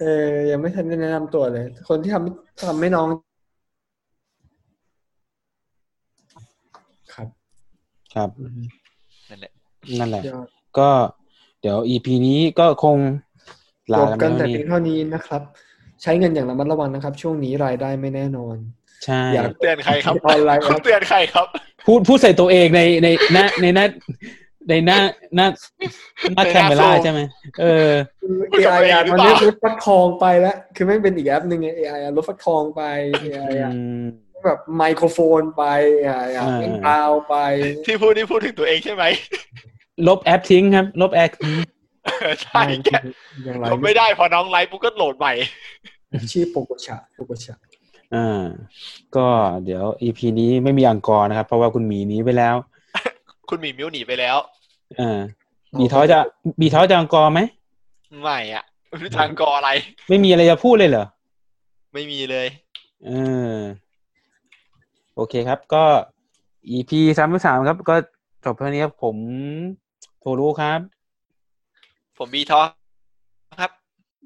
S1: เออ ยังไม่ทันได้แนะนำตัวเลย คนที่ทำทำให้น้อง ครับ
S4: ครับ
S2: นั่นแหละ
S4: นั่นแหละ
S1: ยอด
S4: ก็ เดี๋ยวอีพีนี้ก็คงลา
S1: จบ
S4: กั
S1: กัน น
S4: ไป
S1: แต่
S4: แล้ว
S1: เพีย
S4: นี่
S1: งเท่านี้นะครับ ใช้เงินอย่างระมัดระวังนะครับ ช่วงนี้รายได้ไม่แน่นอน
S4: ใช่
S1: อยาก
S2: เตือนใครครับ
S1: ออนไลน์ครับ
S2: เตือนใครครับ
S4: พูดพูดใส่ตัวเองในในหน้าในหน้าในหน้าหน้าหน้า
S2: ในหน้า
S4: แคมเมล่า
S2: โซม
S4: ใช่ไหมเออ
S1: คือ
S2: คุณจะ
S1: AI
S2: ไป
S1: อ่ะ
S2: หรือ
S1: มัน
S2: เปล่า
S1: เรียกรถฟักทองไปแล้ว คือไม่งเป็นอีกแอปหนึ่งไง AI อ่ะรถฟักทองไป AI อ่ะ
S4: อืม
S1: แบบไมโครโฟนไป AI อ่ะ
S4: อ่า
S1: เป็นดาวไป
S2: ที่พูดนี่พูดถึงตัวเองใช่ไหม [laughs]
S4: ลบแอปทิ้งครับ ลบแอปทิ้ง
S2: ใช่แก
S1: อย่างไร
S2: ผมไม่ได้พอน้องไลฟ์ปุ๊บก็โหลดใหม่
S1: ชื่อโปโกชะโปโกชะ
S4: อ่าก็เดี๋ยว EP นี้ไม่มีอังกอร์นะครับ เพราะว่าคุณหมีหนี้ไปแล้ว
S2: คุณหมีมิวหนีไปแล้ว
S4: อ่ามีท้อจะมีท้อจะอังกอร์ไหม
S2: ไม่อะไม่รู้ทางกออะไร
S4: ไม่มีอะไรจะพูดเลยเหรอ
S2: ไม่มีเลย
S4: เออ โอเคครับ ก็ EP สามสามครับ ก็จบเท่านี้ครับ ผมโทรู้ครับ
S2: ผมบีทอครับ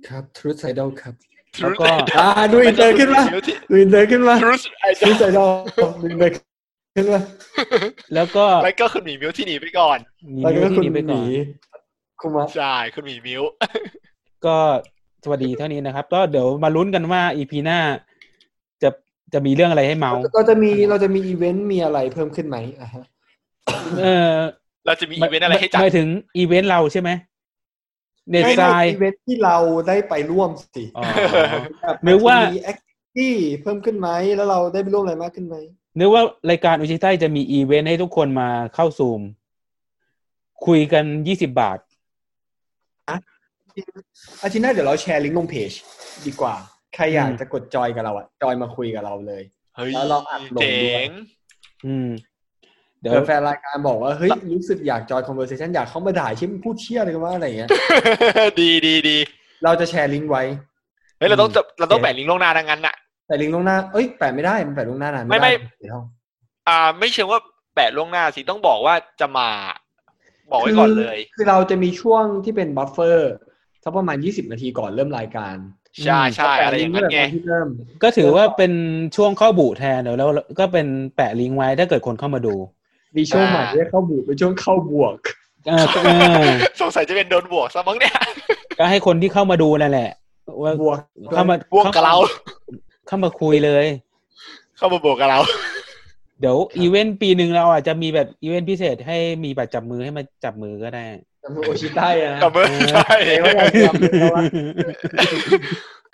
S1: ครับ Truth Idol ครับ
S4: แล้วก็
S1: อ่าดูอินเตอร์ขึ้นมาดูอินเตอร์ขึ้นมา
S2: ทรูสไอดอ
S1: Truth Idol ดูอินเตอร์ขึ้นมา
S4: แล้วก็
S2: แล้วก็คุณหมีมิวที่หนีไปก่อน
S4: มี
S1: แล้ว
S4: เรื่
S1: ก็
S4: อง
S1: คุณ
S4: ที่นี้ไป
S1: ห
S4: ก่อ
S1: มี
S4: น
S1: คุณมา
S2: ใช่คุณหมีมิว
S4: ก็สวัสดีเท่านี้นะครับ ก็เดี๋ยวมาลุ้นกันว่า EP หน้า จะจะมีเรื่องอะไรให้เมา
S1: เราจะมีเราจะมีอีเวนต์มีอะไรเพิ่มขึ้นไหมอ่ะฮะ
S4: เออ
S2: เราจะมีอีเวนต์อะไรให้จัด
S4: หมายถึงอีเวนต์เราใช่ไหมเน็ต
S1: ไม่
S4: ไซ
S1: ไม่
S4: ด์
S1: อีเวนต์ที่เราได้ไปร่วมสิ
S4: อ๋อ
S1: แบบ
S4: นึกว่า
S1: จะมีแอคที่เพิ่มขึ้นไหมแล้วเราได้ไปร่วมอะไรมากขึ้นไหม
S4: นึกว่ารายการอุชิไต้จะมีอีเวนต์ให้ทุกคนมาเข้าซูม คุยกันยี่สิบบาท
S1: อาทิตย์หน้าเดี๋ยวเราแชร์ลิงก์ลงเพจดีกว่า ใครอยาก
S4: อืม
S1: จะกดจอยกับเราอะจอยมาคุยกับเราเลย
S2: เฮ้ย
S1: แล้วเราอัดลงด้วย
S2: เจ๋ง [laughs]
S4: อืม เดี๋ยว
S1: เดี๋ยวแฟนรายการบอกว่าเฮ้ยรู้สึกอยากจอย conversation อยากเข้ามาด่าเช่นพูดเชี่ยอะไรกันว่าอะไรอย่าง
S2: [laughs]
S1: เงี้ย
S2: ดีดีดี
S1: เราจะแชร์ลิงก์ไว้
S2: เฮ้ยเราต้องจะเราต้องแปะลิงก์ล่วงหน้าดังนั้นน่ะ
S1: แต่ลิงก์ลวงหน้า เอ้ยแปะไม่ได้มันแปะลวงหน้านาน
S2: ไม่
S1: ไม่
S2: ไม่
S1: เดี๋ยว
S2: อ่า ไม่เชิงว่าแปะล่วงหน้าสิต้องบอกว่าจะมา บอกไว้ก่อนเลย
S1: คือเราจะมีช่วงที่เป็นบัฟเฟอร์สักประมาณ 20 นาทีก่อนเริ่มรายการ
S2: ใช่ใช่อะไรอย่างนั้นไง
S1: แปะลิก์ตั้แต่ตที่เริ่ม
S4: ก็ถือว่าเป็นช่วงเข้าบูแทนเดี๋ยวแล้ว ก็เป็นแปะลิงก์ไว้ถ้าเกิดคนเข้ามาดู
S1: มีช่วงใหม่ที่เข้าบวกเป็นช่วงเข้าบวก
S4: เอ [laughs] อเออ
S2: สงสัยจะเป็นโดนบวกซะมั้งเนี่ย
S4: ก็ให้คนที่เข้ามาดูนั่นแหละว่า
S1: บวก
S4: เข้ามา
S2: บวกกับ
S1: [laughs]
S2: เรา
S4: เข้ามาคุยเลย
S2: เข้ามาบวกกับเรา
S4: เดี๋ยวอีเวนต์ปีหนึ่งเราอาจจะมีแบบอีเวนต์พิเศษให้มีบัตรจับมือให้มาจับมือก็ได้
S1: จำมือโอชิไต้อะนะ
S2: จับมือใช่
S1: เดี๋ยวเราจะจับมือแล้วอะ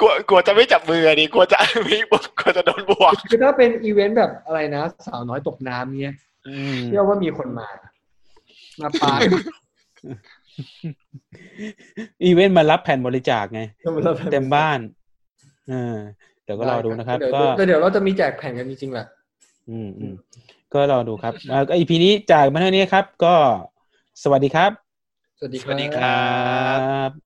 S2: กลัวกลัวจะไม่จับมืออะดิกลัวจะ [laughs] มีบวกกลัวจะโดนบวก
S1: คือถ้าเป็นอีเวนต์แบบอะไรนะ สาวน้อยตกน้ำเนี้ย
S4: อืม
S1: เชื่อว่ามีคนมา มาปาร์ตี้
S4: อีเวนต์มารับแผ่นบริจาคไง เต็มบ้านเออเดี๋ยวก็รอดูนะครับ
S1: เยว
S4: ก็
S1: เดี๋ยวเราจะมีแจกแผ่นกันจริงๆแหละ
S4: อืมอืมก็รอดูครับอ่าก็อีพีนี้จากมาเท่านี้ครับ ก็สวัสดีครับ
S1: สวัสดีค
S2: ส
S1: รับ
S2: วัสดีครับ
S4: บ